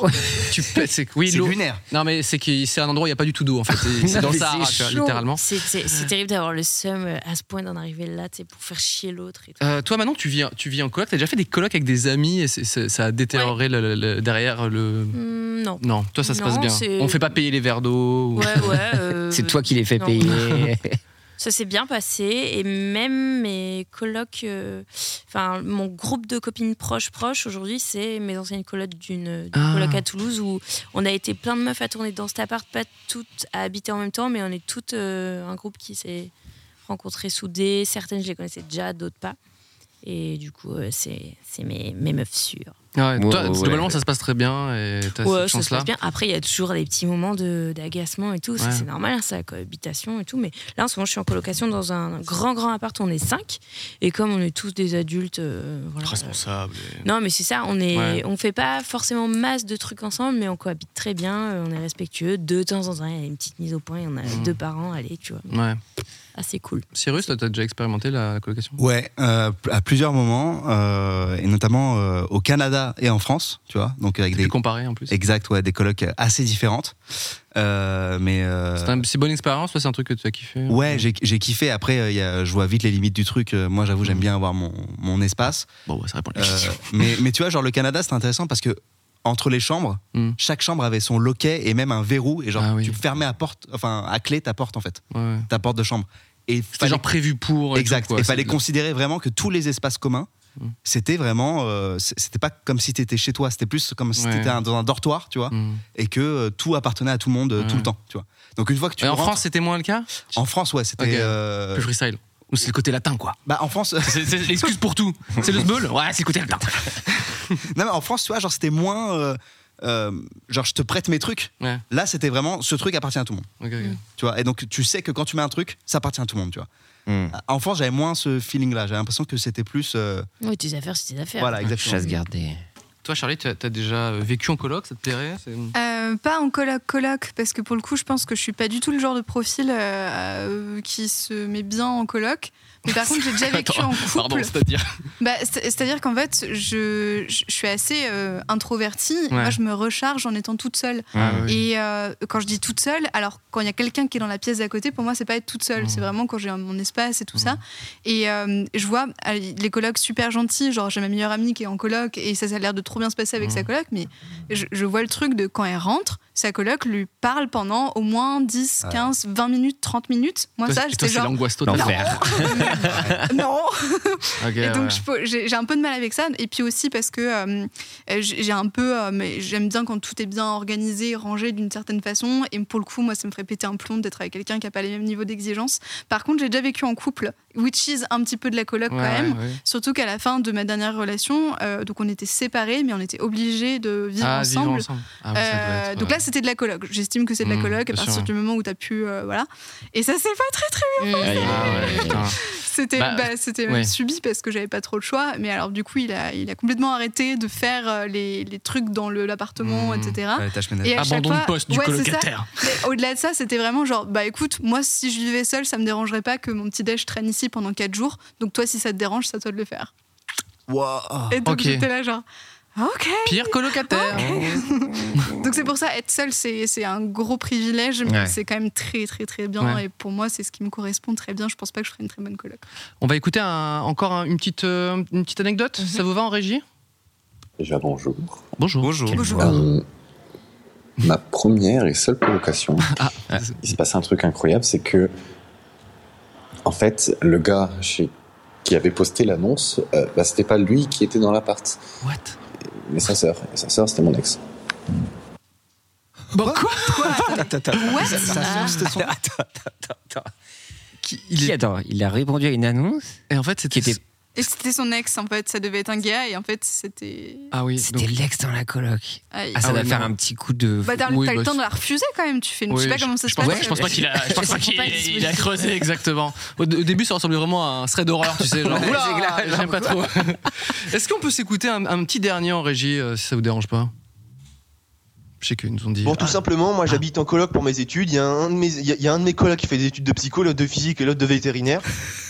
tu peux- c'est oui,
C'est
l'eau.
lunaire.
Non mais c'est que c'est un endroit où il n'y a pas du tout d'eau en
*laughs*
fait. C'est- C'est dans le
Mais
Sahara,
c'est
tu vois,
chaud.
littéralement.
C'est- C'est c'est terrible d'avoir le seum euh, à ce point d'en arriver là, tu sais, pour faire chier l'autre et tout.
Euh, toi maintenant tu vis tu vis en coloc, t'as déjà fait des colocs avec des amis et c'est- c'est- ça a détérioré le- le- le- derrière le
Mm,
Hmm, non.
Non, toi ça se
Non,
passe bien.
c'est-
On fait pas payer les verres d'eau.
Ouais,
ou- *laughs*
ouais. euh,
C'est toi qui les fais
non. *laughs*
payer.
Ça s'est bien passé et même mes colocs, euh, enfin mon groupe de copines proches proches aujourd'hui, c'est mes anciennes colocs d'une d'une
Ah.
coloc à Toulouse où on a été plein de meufs à tourner dans cet appart, pas toutes à habiter en même temps, mais on est toutes euh, un groupe qui s'est rencontré soudé. Certaines je les connaissais déjà, d'autres pas. Et du coup, euh, c'est c'est mes, mes meufs sûres.
Ouais,
Ouais,
toi,
ouais, ouais.
globalement, ça se passe très bien et t'as
Ouais,
cette
ça se
chance-là.
passe bien. Après, il y a toujours des petits moments de- d'agacement et tout. ça,
Ouais.
C'est normal, hein, c'est la cohabitation et tout. Mais là, en ce moment, je suis en colocation dans un grand, grand appart. On est cinq. Et comme on est tous des adultes. euh, voilà,
Ah, Responsable. et-
non, mais c'est ça, on est,
Ouais.
on fait pas forcément masse de trucs ensemble, mais on cohabite très bien, euh, on est respectueux. De temps en temps, il y a une petite mise au point, il y en a
Mhm.
deux par an, allez, tu vois.
Ouais.
Ah, c'est cool.
Cyrus, toi, t'as déjà expérimenté la colocation
Ouais, euh, à plusieurs moments, euh, et notamment euh, au Canada et en France, tu vois. Donc avec
T'as pu
des
comparer en plus.
exact, ouais, des colocs assez différentes. Euh, mais euh,
C'est un- c'est bonne expérience, toi, c'est un truc que tu as kiffé hein
ouais, j'ai j'ai kiffé. Après, euh, il y a- je vois vite les limites du truc. Euh, Moi, j'avoue, j'aime bien avoir mon, mon espace.
Bon, bah, ça répond à la
Euh,
question.
*laughs* mais, mais tu vois, genre le Canada, c'est intéressant parce que entre les chambres,
Mm.
chaque chambre avait son loquet et même un verrou et genre
Ah oui.
tu fermais à porte, enfin à clé ta porte en fait,
Ouais.
ta porte de chambre. Et
C'était genre prévu pour. et
Exact.
tout, quoi.
Et fallait
C'est-
considérer vraiment que tous les espaces communs,
Mm.
c'était vraiment. euh, c- c'était pas comme si t'étais chez toi, c'était plus comme si
Ouais.
t'étais un- dans un dortoir, tu vois,
Mm.
et que euh, tout appartenait à tout le monde euh, tout
Ouais.
le temps, tu vois. Donc une fois que tu.
Et en
rentres-
France, c'était moins le cas
En France, ouais, c'était.
Ok.
euh,
Plus freestyle. Ou c'est le côté latin, quoi.
bah, en France,
C'est c'est l'excuse pour tout. C'est le sbeul Ouais, c'est le côté latin.
*laughs* non, mais en France, tu vois, genre c'était moins. euh, euh, genre je te prête mes trucs.
Ouais.
Là, c'était vraiment ce truc appartient à tout le monde,
Ok, ok.
tu vois. Et donc tu sais que quand tu mets un truc, ça appartient à tout le monde, tu vois.
Hmm.
En France, j'avais moins ce feeling-là. J'avais l'impression que c'était plus. euh,
Ouais, tes affaires, c'est tes affaires.
voilà, exactement.
Ah, Chasse gardée.
Toi, Charlie, t'as t'as déjà euh, vécu en coloc, ça te plairait C'est-
Euh, pas en coloc coloc parce que pour le coup je pense que je suis pas du tout le genre de profil euh, euh, qui se met bien en coloc mais
*laughs*
par contre j'ai déjà vécu
Attends,
en couple
Pardon, c'est-à-dire.
Bah, c'est- C'est-à-dire qu'en fait, je, je je suis assez euh, introvertie.
Ouais. Ah
Moi, je me recharge en étant toute seule. Et euh, quand je dis toute seule, alors quand il y a quelqu'un qui est dans la pièce d'à côté, pour moi, c'est pas être toute seule.
Mhm.
C'est vraiment quand j'ai un- mon espace et tout ça.
Mhm.
Et euh, je vois euh, les colocs super gentils. Genre, j'ai ma meilleure amie qui est en coloc et ça, ça a l'air de trop bien se passer avec
Mhm.
sa coloc. Mais je, je vois le truc de quand elle rentre, sa coloc lui parle pendant au moins 10, 15, 20 minutes, 30 minutes. Moi,
Toi,
ça,
c'est-
j'étais
toi, c'est
genre.
l'angoisse totale.
L'enfer.
*laughs* Non!
Ok,
Et
ouais.
donc, je peux- j'ai j'ai un peu de mal avec ça. Et puis aussi parce que euh, euh, j'ai j'ai un peu. euh, mais J'aime bien quand tout est bien organisé, rangé d'une certaine façon. Et pour le coup, moi, ça me ferait péter un plomb d'être avec quelqu'un qui n'a pas les mêmes niveaux d'exigence. Par contre, j'ai déjà vécu en couple, which is un petit peu de la coloc
Ouais,
quand même.
ouais, ouais.
Surtout qu'à la fin de ma dernière relation, euh, donc on était séparés, mais on était obligés de vivre
Ah, vivre
ensemble.
ensemble. Ah oui, ça doit
Euh,
être,
donc
euh,
là, c'était de la coloc. J'estime que c'est de la
Mmh,
coloc à
bien sûr,
partir
ouais.
du moment où tu as pu. euh, voilà. Et ça, c'est pas très, très
Aïe,
Mm.
aïe,
Ah ouais,
aïe, aïe.
putain.
c'était
Bah,
bah, c'était même
ouais.
subi parce que j'avais pas trop le choix. Mais alors, du coup, il a, il a complètement arrêté de faire euh, les, les trucs dans le- l'appartement,
Mmh.
etc.
Ouais, tâche ménagère.
Et à chaque
Abandon
fois,
de poste du
ouais, c'est ça.
colocataire.
Mais Au-delà de ça, c'était vraiment genre, bah écoute, moi, si je vivais seule, ça me dérangerait pas que mon petit déj traîne ici pendant 4 jours. Donc, toi, si ça te dérange, c'est à toi de le faire.
Wow.
Et donc,
Ok.
j'étais là, genre, Ah, ok.
Pire colocataire.
*laughs*
Donc, c'est pour ça, être seule, c'est c'est un gros privilège, mais
Ouais.
c'est quand même très, très, très bien.
Ouais.
Et pour moi, c'est ce qui me correspond très bien. Je pense pas que je ferais une très bonne coloc.
On va écouter un- encore un- une, petite, euh, une petite anecdote.
Mhm.
Ça vous va en régie
Déjà bonjour.
Bonjour.
Bonjour.
Quelle
Bonjour.
voix.
Euh, ma première et seule colocation,
*laughs* Ah.
il s'est passé un truc incroyable, c'est que en fait le gars chez- qui avait posté l'annonce, euh, bah, c'était pas lui qui était dans l'appart,
What
mais sa sœur. Et sa sœur, c'était mon ex.
Bon, quoi Ah.
Ouais,
Ça- ça sort, c'était son-
Qui- il
Il,
est-
attends, il a répondu à une annonce
Et en fait, c'était.
qui était.
Et c'était son ex, en fait. Ça devait être un gars, et en fait, c'était.
Ah oui,
C'était
donc-
l'ex dans la coloc.
Aïe.
Ah, ça
Ah
va
ouais,
faire
non.
un petit coup de.
Bah, t'as
oui,
t'as
bah,
le temps de la refuser quand même, tu fais. je sais
Oui,
pas comment ça
je
se
pense,
passe.
je pense pas qu'il a,
*laughs*
je pense pas qu'il-
pas qu'il se
il a creusé exactement. Au, au début, ça ressemblait vraiment à un thread d'horreur, tu sais. Genre,
Ouais, c'est
oula,
clair,
j'aime pas
*laughs*
trop. Est-ce qu'on peut s'écouter un, un petit dernier en régie, euh, si ça vous dérange pas Je sais qu'ils nous ont dit.
Bon, tout
ah,
simplement, moi j'habite en coloc pour mes études. Il y, a un de mes- il y a- il y a un de mes colocs qui fait des études de psycho, l'autre de physique et l'autre de vétérinaire.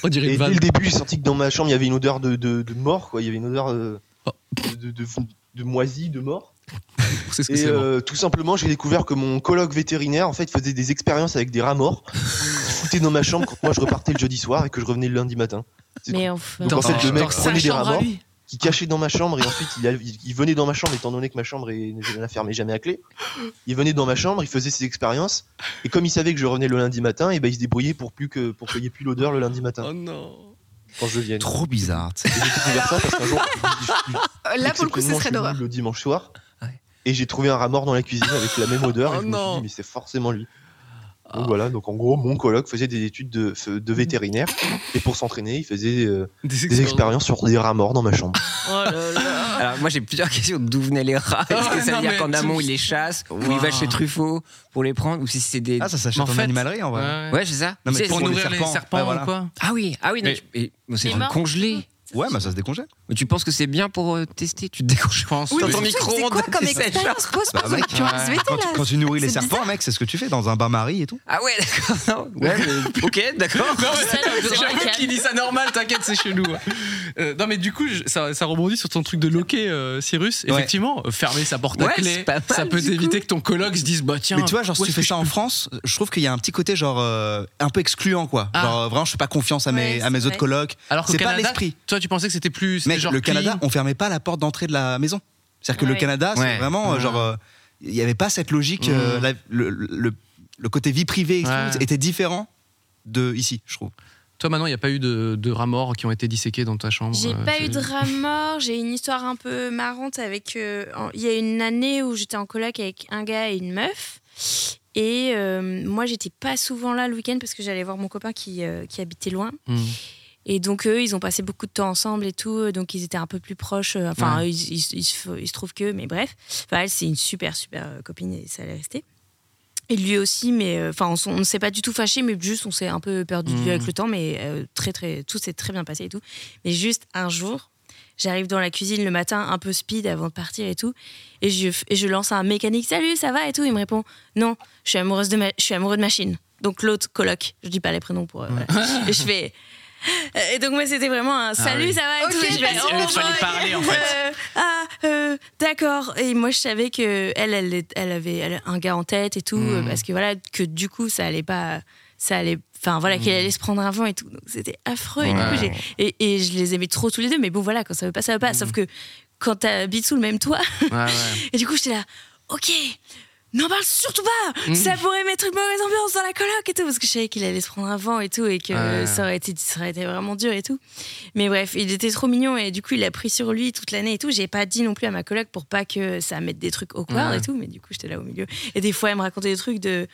on dirait
Et
une
dès
vanne.
le début, j'ai senti que dans ma chambre il y avait une odeur de, de- de mort, quoi. Il y avait une odeur euh,
Oh.
de, de, de- de moisi, de
*laughs*
mort.
C'est ce que
Et
c'est, bon.
euh, tout simplement, j'ai découvert que mon coloc vétérinaire en fait faisait des expériences avec des rats morts.
*laughs*
Il se foutait dans ma chambre quand moi je repartais le jeudi soir et que je revenais le lundi matin. C'est
Mais
tout.
enfin.
Donc en
Dans sa-
fait, le mec
dans sa
prenait des rats
chambre à
morts
lui.
qui cachait dans ma chambre et ensuite il, a- il- il venait dans ma chambre étant donné que ma chambre est- je ne la fermais jamais à clé. Il venait dans ma chambre, il faisait ses expériences et comme il savait que je revenais le lundi matin, et ben il se débrouillait pour plus que pour qu'il n'y ait plus l'odeur le lundi matin
Oh non.
quand je vienne.
Trop bizarre. tu sais.
Et J'ai découvert ça parce qu'un jour, je- je- je-
Euh, Là, pour le coup, ce serait
exceptionnellement, je suis
d'horreur.
venu le dimanche soir.
Ouais.
Et j'ai trouvé un rat mort dans la cuisine avec la même odeur.
Oh
et je me suis
non.
dit, mais c'est forcément lui.
Ah.
Donc voilà, donc en gros, mon coloc faisait des études de, de vétérinaire. Et pour s'entraîner, il faisait euh, des expériences sur des rats morts dans ma chambre.
Oh là là.
*laughs* Alors, moi, j'ai plusieurs questions. D'où venaient les rats Est-ce que
Ah,
ça
non,
veut dire
mais
qu'en
tu-
amont, ils les chassent Ou
Wow.
ils va chez Truffaut pour les prendre Ou si c'est des.
Ah, ça s'achète en animalerie, en vrai.
Ouais,
Ouais, ouais.
c'est ça.
Non, mais
Tu sais,
pour
c'est-
nourrir les serpents, ouais, voilà.
Ah oui, ah oui, non,
Mais-
tu- et- bon,
Il
c'est
est mort.
congelé.
Ouais, mais ça se décongèle.
Mais tu penses que c'est bien pour euh, tester Tu te décongèles
Oui,
T'as
mais
ton
surtout,
micro
c'est quoi comme expérience Bah, mec, quand, tu- quand tu nourris les serpents, mec, c'est ce que tu fais dans un bain-marie et tout.
Ah ouais,
*laughs*
d'accord. non, ouais, mais- ok, d'accord.
Non, mais J'avoue qu'il dit ça normal, t'inquiète, c'est chez nous. *laughs* Euh, non, mais du coup, je- ça, ça rebondit sur ton truc de loquer, euh, Cyrus. Effectivement, euh, fermer sa porte à
Ouais,
clé,
c'est pas mal,
ça peut
du
t'éviter que ton coloc se dise bah tiens.
Mais tu vois, genre, si
où
tu
est-ce
fais
que
ça en France, je trouve qu'il y a un petit côté, genre, euh, un peu excluant, quoi.
Ah.
Genre, euh, vraiment, je fais pas confiance à mes,
Ouais,
à mes
c'est
autres
vrai.
colocs.
Alors qu'au
c'est pas
Canada,
l'esprit.
Toi, tu pensais que c'était plus.
Mec,
genre
le Canada,
clean.
on fermait pas la porte d'entrée de la maison. C'est-à-dire que le
Ouais.
Canada, c'est
Ouais.
vraiment, euh,
Ouais.
genre, euh, il n'y avait pas cette logique. euh,
Mm.
la- le, le- le côté vie privée et tout
Ouais.
était différent de ici, je trouve.
Toi, maintenant, il n'y a pas eu de, de rats morts qui ont été disséqués dans ta chambre.
J'ai
euh,
pas
c'est-
eu de rats morts, j'ai une histoire un peu marrante avec. euh, en- Il y a une année où j'étais en coloc avec un gars et une meuf. Et euh, moi, j'étais pas souvent là le week-end parce que j'allais voir mon copain qui, euh, qui habitait loin.
Hmm. Mmh.
Et donc, eux, ils ont passé beaucoup de temps ensemble et tout. euh, Donc, ils étaient un peu plus proches. euh, Enfin,
Ouais.
ils, ils- ils se- ils se trouvent que, mais bref. Enfin, elle, c'est une super, super euh, copine et ça allait rester. Et lui aussi, mais euh, enfin, on s- on ne s'est pas du tout fâché, mais juste on s'est un peu perdu de vue
Mhm.
avec le temps, mais euh, très, très, tout s'est très bien passé et tout. Mais juste un jour, j'arrive dans la cuisine le matin, un peu speed avant de partir et tout, et je, f- et je lance un mécanique, salut, ça va et tout. Il me répond, non, je suis amoureuse de, ma- je suis amoureux de machine. Donc l'autre coloc, je dis pas les prénoms pour. euh, voilà. *laughs* Et je fais. euh, Et donc moi c'était vraiment un salut
Ah oui.
ça va et
Ok,
tout. Et je
parce
fais,
qu'il
oh,
fallait
boy.
parler, en fait.
Euh, ah euh, d'accord et moi je savais que elle elle, est- elle avait elle- un gars en tête et tout
Mm.
euh, parce que voilà que du coup ça allait pas ça allait enfin voilà qu'elle allait se prendre un vent et tout donc c'était affreux et, du coup,
Hmm. Ouais. Hmm.
j'ai- et, et je les aimais trop tous les deux mais bon voilà quand ça veut pas ça veut pas sauf que quand t'habites sous le même toit *laughs* et du coup j'étais là ok N'en parle surtout pas
Mm.
Ça pourrait mettre une mauvaise ambiance dans la coloc et tout, parce que je savais qu'il allait se prendre un vent et tout, et que
Ouais.
ça, aurait été, ça aurait été vraiment dur et tout. Mais bref, il était trop mignon et du coup, il a pris sur lui toute l'année et tout. J'ai pas dit non plus à ma coloc pour pas que ça mette des trucs awkward
Ouais.
et tout, mais du coup, j'étais là au milieu. Et des fois, elle me racontait des trucs de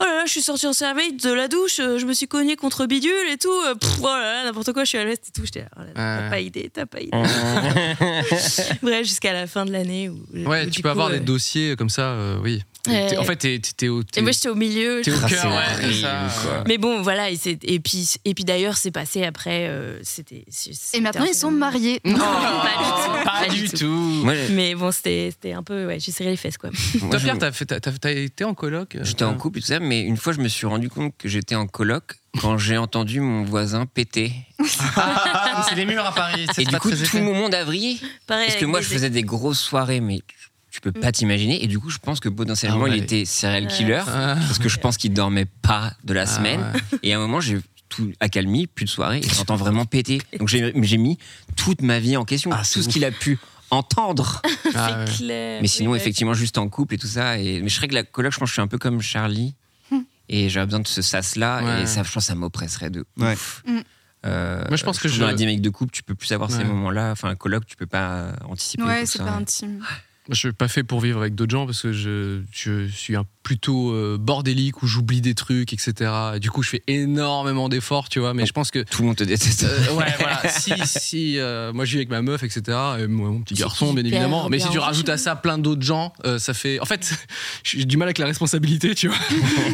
Oh là là, je suis sortie en serviette de la douche, euh, je me suis cognée contre bidule et tout, euh, pff, oh là là, n'importe quoi, je suis à l'ouest et tout. J'étais là, Oh là là, t'as
Ouais.
pas idée, t'as pas idée.
*laughs* Mmh.
*laughs* bref, jusqu'à la fin de l'année où.
Ouais,
où
tu
du coup,
peux avoir
euh,
des dossiers comme ça, euh, oui.
Ouais.
T'es- En fait, t'es t'es- t'es au.
et
t'es-
moi j'étais au milieu.
T'es au
je-
cœur, ouais, c'est ça.
Mais bon, voilà, et, c'est- et puis, et puis d'ailleurs, c'est passé après. euh, c'était. c'était
Et maintenant,
un
ils sont
peu-
mariés.
Non, *laughs*
Pas du tout.
Mais bon, c'était c'était un peu. Ouais, j'ai serré les fesses, quoi. *laughs*
Toi, Pierre, t'as fait- t'as- t'as- t'as été en coloc euh,
J'étais en couple et tout ça, mais une fois, je me suis rendu compte que j'étais en coloc quand j'ai entendu mon voisin péter.
Ah, C'est les murs à Paris.
Et du coup, tout mon monde a vrillé. Parce
Pareil.
que
avec
moi,
les-
je faisais des grosses soirées, mais tu- tu peux pas t'imaginer. Et du coup, je pense que potentiellement,
Ah ouais.
il était serial
Ouais.
killer.
Ah.
Parce que je pense qu'il dormait pas de la
Ah
semaine. Et à un moment, j'ai tout accalmi, plus de soirée, et j'entends
*laughs*
vraiment péter. Donc j'ai j'ai mis toute ma vie en question,
Ah,
tout ce qu'il a pu entendre.
ouais. clair,
Mais sinon,
oui, Euh, ouais.
effectivement, juste en couple et tout ça. Et... Mais je serais que la coloc, je pense que je suis un peu comme Charlie. Et j'aurais besoin de ce sas-là.
Ouais.
Et ça, je pense, que ça m'oppresserait de ouf.
Mm.
Euh,
Moi, je pense que
trouve
je-
Dans la dynamique de couple, tu peux plus avoir ces
Ouais.
moments-là. Enfin, la coloc, tu peux pas anticiper.
Ouais,
tout
c'est
ça.
pas intime.
Moi, Je suis pas fait pour vivre avec d'autres gens parce que je, je suis un plutôt euh, bordélique où j'oublie des trucs, etc. Et du coup, je fais énormément d'efforts, tu vois, mais je pense que.
Tout le monde te déteste.
Euh, *laughs* ouais, voilà. Si, si euh, moi je vis avec ma meuf, etc. Et moi, mon petit garçon, bien
hyper
évidemment. Mais si
bien
tu rajoutes à ça plein d'autres gens, euh, ça fait. En fait, *laughs* j'ai du mal avec la responsabilité, *laughs* tu vois.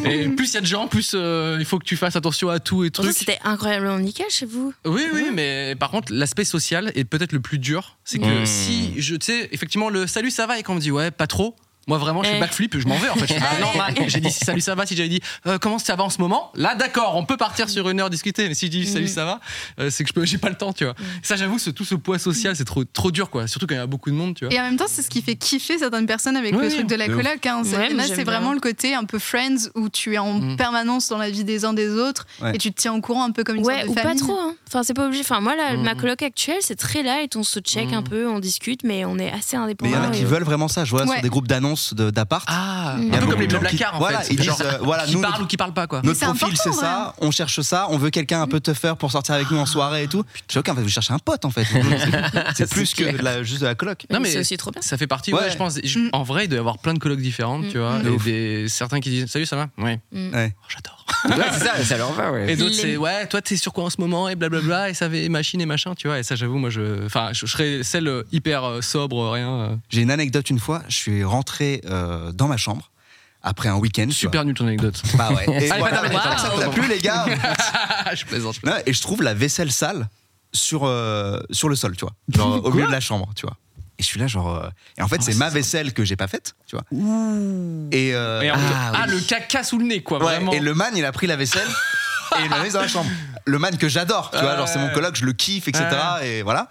Et plus il y a de gens, plus euh, il faut que tu fasses attention à tout et
Pourtant,
trucs.
C'était incroyablement nickel chez vous.
Oui, oui, mais par contre, l'aspect social est peut-être le plus dur. C'est que
Mmh.
Mm.
si je, tu sais, effectivement, le salut, ça va, et qu'on me dit ouais, pas trop. Moi vraiment, je fais
Eh.
backflip, je m'en vais en fait. Je fais, bah,
Ah,
normal.
ouais.
*laughs* J'ai dit salut, ça va. Si j'avais dit euh, comment ça va en ce moment, là d'accord, on peut partir sur une heure discuter. Mais si je dis salut,
Mm.
ça va, euh, c'est que je peux, j'ai pas le temps, tu vois. Ça, j'avoue, ce, tout ce poids social, c'est trop, trop dur, quoi. Surtout quand il y a beaucoup de monde, tu vois.
Et en même temps, c'est ce qui fait kiffer certaines personnes avec
Ouais,
le truc de la
de ouf.
coloc. hein. C'est-
Ouais, mais
là,
j'aime
c'est
bien.
vraiment le côté un peu Friends où tu es en
Mm.
permanence dans la vie des uns des autres
Ouais.
et tu te tiens au courant un peu comme une
Ouais,
sorte de
ou pas
famille.
trop. hein. Enfin, c'est pas obligé. Enfin, moi, la-
Mm.
ma coloc actuelle, c'est très light. On se check un peu, on discute, Mm. mais on est assez
Mais il y en
indépendants.
a qui
et-
veulent vraiment ça. Je vois
Ouais.
sur des groupes d'annonces annonces de- d'appart.
Ah,
Il y a
un peu
beaucoup
comme les
de gens
Blablacar,
Mmh. qui-
en fait.
voilà, Ils disent,
Genre,
euh, voilà,
qui
nous,
parle ou qui parle pas, quoi.
Notre
Mais c'est
profil, c'est hein.
important, Ah.
ça. On cherche ça. On veut quelqu'un un peu tougher pour sortir avec nous en soirée et tout. Je dis, ok, en fait, vous cherchez un pote, en
*laughs*
fait. C'est- C'est plus que de la- juste de la coloc.
Non, mais Ça fait partie, ouais, je pense. je- En vrai, il doit y avoir plein de colloques différentes, tu vois.
Mm.
et
De ouf.
des- certains qui disent Salut, ça va Oui.
Ouais, c'est ça, ça leur va, ouais.
Et d'autres,
Il
c'est
l'aime.
Ouais, toi, t'es sur quoi en ce moment Et blablabla, et ça fait et machine et machin, tu vois. Et ça, j'avoue, moi, je. Enfin, je, je serais celle euh, hyper euh, sobre, rien. euh.
J'ai une anecdote une fois. Je suis rentré euh, dans ma chambre après un week-end.
Super nul ton anecdote.
*laughs*
Ah,
Bah ouais. Et
Allez,
voilà,
pas terminé,
ça vous a
pardon.
plu, les gars
*laughs* Je plaisante, je
Non, et je trouve la vaisselle sale sur, euh, sur le sol, tu vois. Genre au
Quoi Ah,
milieu de la chambre, tu vois. Et je suis là, genre. euh, et en fait, c'est ma vaisselle que j'ai pas faite, tu vois. Et, euh,
Et en- ah, le caca sous le nez, quoi,
Ouais,
vraiment.
Et le man, il a pris la vaisselle et il l'a mise dans la chambre. Le man que j'adore, tu vois,
Ouais.
genre c'est mon coloc, je le kiffe, etc.
Ouais.
Et voilà.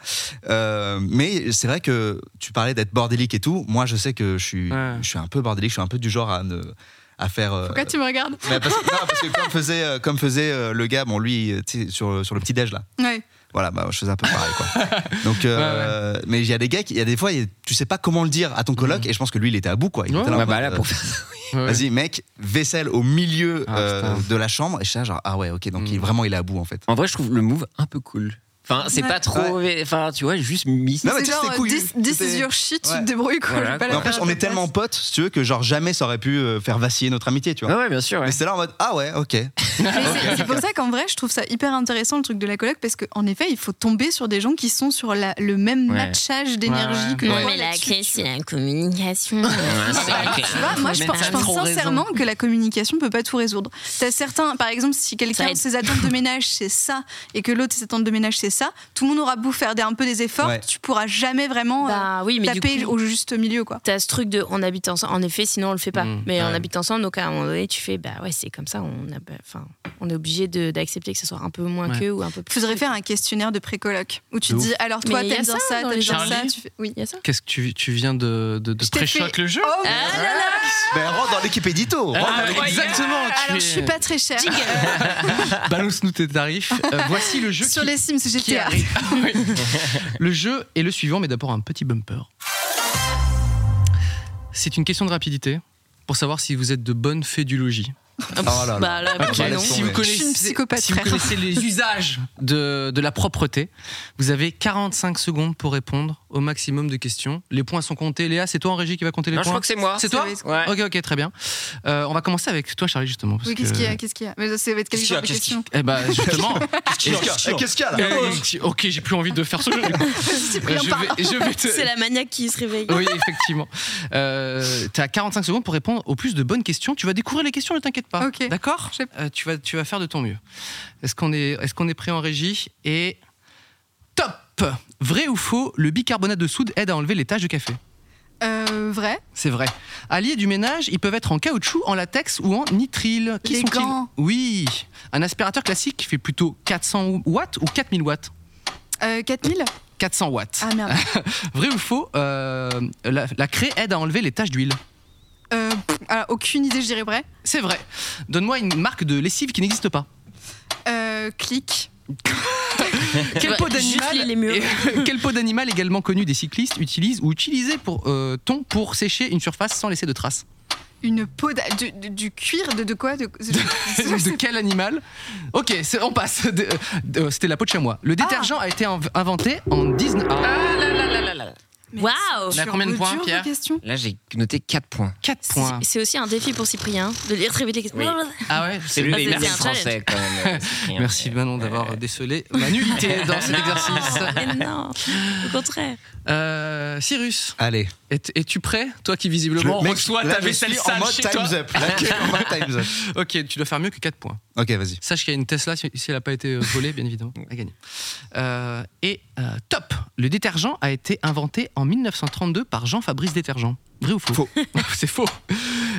Euh, mais c'est vrai que tu parlais d'être bordélique et tout. Moi, je sais que je suis, je suis un peu bordélique, je suis un peu du genre à ne à faire. euh,
Pourquoi tu me regardes
Bah,
mais parce, que- non, parce que comme faisait, euh, comme faisait euh, le gars, bon lui, euh, tu sais, sur, sur le petit déj là.
Ouais.
Voilà, bah, je faisais un peu pareil. Quoi. Donc, euh, mais il y a des gars, qui- il y a des fois, il y a- tu sais pas comment le dire à ton coloc, et je pense que lui, il était à bout, quoi. Il
Ouais.
était là, en
Ouais, bah,
mode,
là,
euh,
pour faire ça,
*laughs* Vas-y, mec, vaisselle au milieu euh,
putain.
de la chambre, et je suis là, genre, ah ouais, ok, donc il, vraiment, il est à bout, en fait.
En vrai, je trouve le move un peu cool. Enfin, c'est
Ouais.
pas trop. Enfin, tu vois, juste mis.
Non, mais tu sais, c'était couillu.
This
C'était-
is your shit, tu
Ouais.
te débrouilles quoi. je vais pas
Mais
Bah,
la
en
faire
plus,
à
on
ta
est tellement potes, si tu veux, que genre jamais ça aurait pu euh, faire vaciller notre amitié, tu vois.
Ouais, bien sûr.
Mais c'est là en mode, ah ouais, ok.
Mais
Ok.
c'est- c'est pour ça qu'en vrai, je trouve ça hyper intéressant le truc de la coloc parce qu'en effet, il faut tomber sur des gens qui sont sur la- le même
Ouais.
matchage d'énergie que
Non,
toi
mais la
là-dessus.
clé, c'est la communication.
Tu vois, moi, je pense, je pense sincèrement que la communication peut pas tout résoudre. T'as certains, par exemple, si
Ça
quelqu'un
aide.
ses attentes de ménage c'est ça et que l'autre ses attentes de ménage c'est ça, tout le monde aura beau faire des, un peu des efforts,
Ouais.
tu pourras jamais vraiment euh,
Bah oui, mais du
taper
coup,
au juste milieu quoi.
T'as ce truc de on habite ensemble. En effet, sinon on le fait pas.
Mm,
mais on
ouais.
habite ensemble, donc à un moment donné, tu fais bah ouais, c'est comme ça. On a, bah, enfin, on est obligé de- d'accepter que ce soit un peu moins
Ouais.
que ou un peu plus.
Faudrait faire un questionnaire de précoloc où tu
De
dis
ouf.
alors toi
Mais y a
t'aimes bien
ça
ça,
dans
t'aimes
les
*laughs* bien ça,
Charlie
tu fais oui.
Il y a ça.
*laughs* Qu'est-ce que tu, tu viens de, de, de
t'ai
pré-choc
fait-
le jeu
Oh, Ah là là.
Ben, rentre dans l'équipe édito. rentre dans
Ah,
l'équipe-
exactement, tu
Alors
es-
je suis pas très chère. *laughs*
*laughs* Balance-nous tes tarifs. Euh, voici le jeu
sur
qui-
les Sims
qui
GTA.
arrive. Oui. Le jeu est le suivant, mais d'abord un petit bumper. C'est une question de rapidité pour savoir si vous êtes de bonnes fédulogie.
Ah,
Oh là là. Bah là,
Ok,
bah non.
Si vous
Je suis une
connaissez,
psychopathe,
si vous
frère.
connaissez les usages de, de la propreté, vous avez 45 secondes pour répondre au maximum de questions. Les points sont comptés. Léa, c'est toi en régie qui va compter les
Non, je
points
crois que c'est moi.
C'est toi
C'est- ouais.
Ok, ok, très bien. Euh, on va commencer avec toi, Charlie, justement. parce
Oui, qu'est-ce
que-
qu'il y a Qu'est-ce qu'il y a Mais ça va être quel genre de question
Eh ben justement.
Qu'est-ce qu'il y a Eh, qu'est-ce qu'il y a, là
Eh, Ok, j'ai plus envie de faire ce
*laughs*
jeu. du coup.
Pris
Euh,
en
je
par-
vais- je vais te-
C'est la maniaque qui se réveille.
Oui, effectivement. Euh, tu as 45 secondes pour répondre au plus de bonnes questions. Tu vas découvrir les questions, ne t'inquiète pas. D'accord Euh, tu, vas, tu vas faire de ton mieux. Est-ce qu'on est, est, qu'on est prêt en régie Et top Vrai ou faux, le bicarbonate de soude aide à enlever les taches de café
Euh, vrai
C'est vrai. Alliés du ménage, ils peuvent être en caoutchouc, en latex ou en nitrile. Qui
Les
sont-ils
gants.
Oui. Un aspirateur classique fait plutôt 400 watts ou 4000 watts
Euh, 4000
400 watts.
Ah merde.
*laughs* Vrai ou faux, euh, la, la craie aide à enlever les taches d'huile
Euh, pff, alors, aucune idée, je dirais vrai.
C'est vrai. Donne-moi une marque de lessive qui
*laughs*
n'existe pas.
Euh, clic.
Quel pot d'animal *laughs* Quel pot d'animal également connu des cyclistes utilise ou utilisé pour euh, ton pour sécher une surface sans laisser de traces
Une peau d'a- de- de- du cuir de, de quoi de,
*laughs* De quel animal Ok, c'est- on passe. De- de- euh, C'était la peau de chamois. Le détergent a été inv- inventé en 19. Ah.
Oh
Waouh
On a combien de points, Pierre
Là, j'ai noté 4 points.
4 points.
C'est aussi un défi pour Cyprien de lire très vite les questions.
Oui.
*laughs*
Ah ouais,
C'est le meilleur français, quand
euh,
même.
Merci Manon d'avoir décelé ma *laughs* nullité dans cet
Non,
*laughs* exercice.
*laughs* mais non, au contraire.
Euh, Cyrus.
Allez.
Es-tu prêt Toi qui visiblement
Je- mec,
reçois
là,
ta
je
vaisselle
suis en
sale
mode
chez
time's
toi.
up. Là, je suis en mode time's up.
*laughs* Ok, tu dois faire mieux que 4 points.
Ok, vas-y.
Sache qu'il y a une Tesla, si si elle n'a pas été euh, volée,
*laughs*
bien évidemment, à gagner. Euh, et euh, top Le détergent a été inventé en 1932 par Jean-Fabrice Détergent. Vrai ou faux *laughs* C'est faux.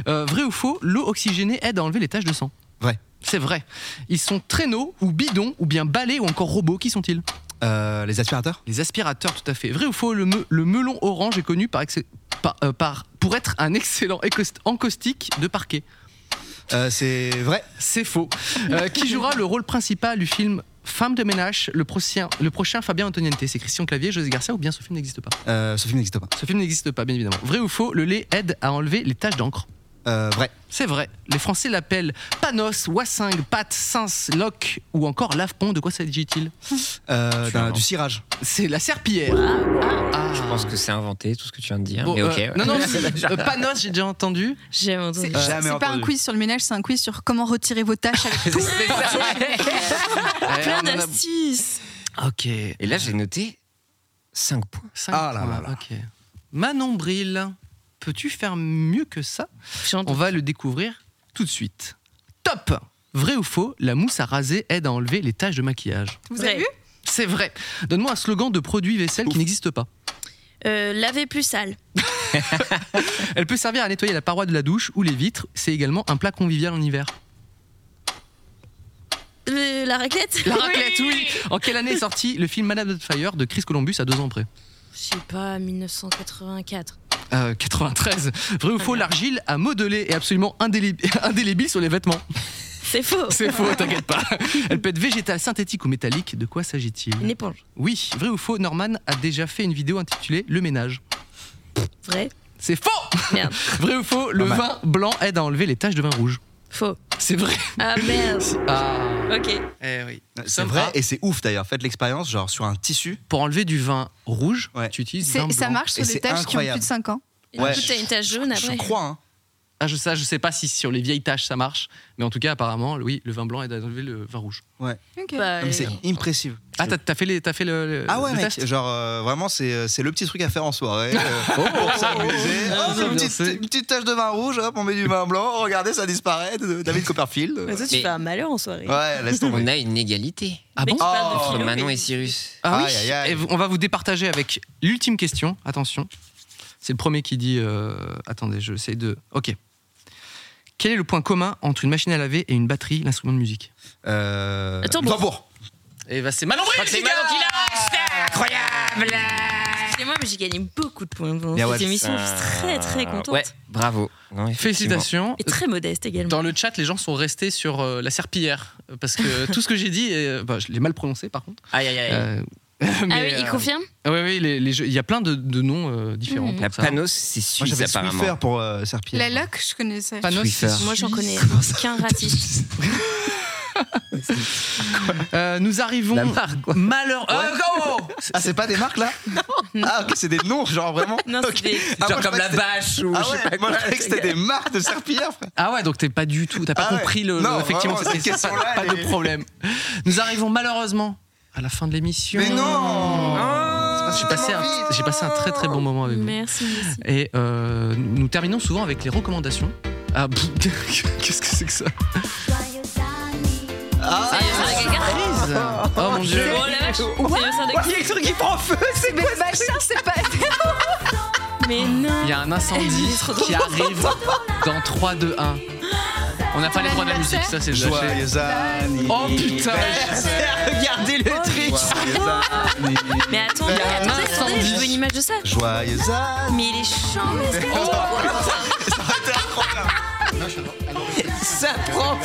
Euh, vrai ou faux L'eau oxygénée aide à enlever les taches de sang.
Vrai.
C'est vrai. Ils sont traîneaux ou bidons ou bien balais ou encore robots. Qui sont-ils
Euh, les aspirateurs
Les aspirateurs, tout à fait. Vrai ou faux Le, me- le melon orange est connu par, excès- par- euh, par- pour être un excellent écos- encaustique de parquet.
Euh, C'est vrai
C'est faux. Euh, qui jouera le rôle principal du film Femme de ménage, le prochain, le prochain Fabien Antoniente, c'est Christian Clavier, José Garcia ou bien ce film n'existe pas
Euh, ce film n'existe pas.
Ce film n'existe pas, bien évidemment. Vrai ou faux, le lait aide à enlever les taches d'encre
Euh, vrai.
C'est vrai. Les Français l'appellent panos, wassing, pâte, sens, loc ou encore lave-pont. De quoi s'agit-il
Euh, d'un- du cirage.
C'est la serpillière.
Ah, Je pense que c'est inventé, tout ce que tu viens de dire.
Bon,
mais
euh,
ok. ouais.
non,
*laughs*
non, euh, panos, j'ai déjà entendu.
J'ai entendu.
C'est c'est pas un quiz sur le ménage, c'est un quiz sur comment retirer vos tâches avec tout.
Plein
on en a-
d'astuces.
Ok.
Et là, j'ai noté 5 points.
Cinq
Ah là là
points,
là.
ok. Manon Bril, peux-tu faire mieux que ça On va le découvrir tout de suite. Top Vrai ou faux, la mousse à raser aide à enlever les taches de maquillage
Vous avez
Vrai.
vu
C'est vrai. Donne-moi un slogan de produit vaisselle qui n'existe pas.
Euh, laver plus sale.
Elle peut servir à nettoyer la paroi de la douche ou les vitres. C'est également un plat convivial
*laughs*
en hiver.
Euh, la raclette
La raclette, oui En quelle année est sorti le film Madame Fire de Chris Columbus à deux ans près
Je sais pas, 1984.
Euh, 93. Vrai ou faux, l'argile à modeler est absolument indélé- *laughs* indélébile sur les vêtements.
C'est faux.
C'est faux,
*laughs*
t'inquiète pas. Elle peut être végétale, synthétique ou métallique. De quoi s'agit-il
Une éponge.
Oui, vrai ou faux, Norman a déjà fait une vidéo intitulée Le ménage.
Vrai.
C'est faux
Merde.
*laughs* Vrai ou faux, le
Pas mal.
vin blanc aide à enlever les taches de vin rouge.
Faux.
C'est vrai.
Ah merde.
Ah,
Ok.
eh oui.
C'est
Somme
vrai
A.
et c'est ouf d'ailleurs. Faites l'expérience, genre sur un tissu.
Pour enlever du vin rouge,
Ouais.
tu utilises
C'est-
vin
Ça
blanc.
marche sur
Et
les
c'est
tâches qui ont plus
incroyable.
de 5 ans.
Et
Ouais.
Du coup, t'as une tache jaune
Je
après.
crois. hein.
Ah, je, ça, je sais pas si sur les vieilles taches ça marche, mais en tout cas, apparemment, oui, le vin blanc aide à enlever le vin rouge.
Bah,
Non, mais c'est
euh,
impressive.
Ah, t'as t'as fait, les- t'as fait le, le-
Ah ouais,
le
mec,
test
genre euh, vraiment, c'est c'est le petit truc à faire en
*laughs*
soirée. euh, pour s'amuser.
oh,
Hop,
bien
une, petite,
sûr.
une petite tache de vin rouge, hop, on met du vin blanc, regardez, ça disparaît. de- de David Copperfield.
mais
Bah,
euh.
toi, tu
Mais-
fais un malheur en soirée.
Ouais, laisse tomber.
On a une égalité
Ah
Dès
bon
que tu parles de
Oh.
entre
philo,
Manon
mais-
et Cyrus.
Ah oui
Aïe, aïe, aïe.
Et vous- on va vous départager avec l'ultime question. Attention. C'est le premier qui dit. euh, Attendez, je sais de. Ok. Quel est le point commun entre une machine à laver et une batterie, l'instrument de musique
Euh,
Attends, bon.
Tambour.
Et bah
Ah
c'est Manon Bril qui gagne
Incroyable
Excusez-moi, mais j'ai gagné beaucoup de points Ah pendant
Bien
cette
ouais.
émission. Je suis très très contente.
Ouais, bravo. Non, effectivement.
Félicitations.
Et très modeste également.
Dans le chat, les gens sont restés sur euh, la serpillière euh, parce
*laughs*
que tout ce que j'ai dit, est- bah, je l'ai mal prononcé par contre.
Aïe, aïe, aïe.
Euh, *laughs*
Ah
mais,
oui, il
euh,
confirme
ah ouais, oui, les- les jeux- il y a plein de, de noms euh, différents.
Mhm.
pour
La
ça.
panos, c'est
Mmh. Moi,
suisse
j'avais Swiffer
apparemment.
pour euh, Serpillère.
La loc, je connaissais.
Panos,
Swiffer.
c'est-
Moi, j'en connais qu'un ratis.
*laughs*
Euh, nous arrivons.
La marque, quoi.
Malheur. Euh, go
Ah, c'est pas des marques là Ah, ok, c'est des noms, genre vraiment
Non,
Ok.
c'est des-
Ah,
Genre
moi,
comme
je croyais
la
que c'était-
bâche ou
Ah
je sais
ouais,
pas
moi
quoi.
je croyais que c'était des marques de serpillère, frère.
Ah ouais, donc t'es pas du tout, t'as pas
Ah ouais.
compris le.
Non,
effectivement,
vraiment,
c'est-
cette
c'est pas,
question-là,
pas
elle
de
est-
problème. Nous arrivons malheureusement à la fin de l'émission.
Mais non
J'ai passé, un, j'ai passé un très très bon moment avec vous.
Merci, merci.
Et euh, nous terminons souvent avec les recommandations. Ah, pff, *laughs* qu'est-ce que c'est que ça
Ah,
Ah, il y a ça de Gaga.
Prise
*laughs*
Oh mon dieu
Oh la vache Il y a ça de Gaga.
Mais le machin, Ah, c'est pas.
Mais non
Il y a un incendie qui arrive dans 3 2 1. On n'a pas les droits de la musique, ça c'est déjà fait.
Joyeux anniversaire
Oh putain
Regardez le truc
Mais attendez,
Il y a un
attendez, attendez,
incendie.
je veux une image de ça.
Joyeux anniversaire
Mais il est chiant, mais c'est-
Oh.
Ça prend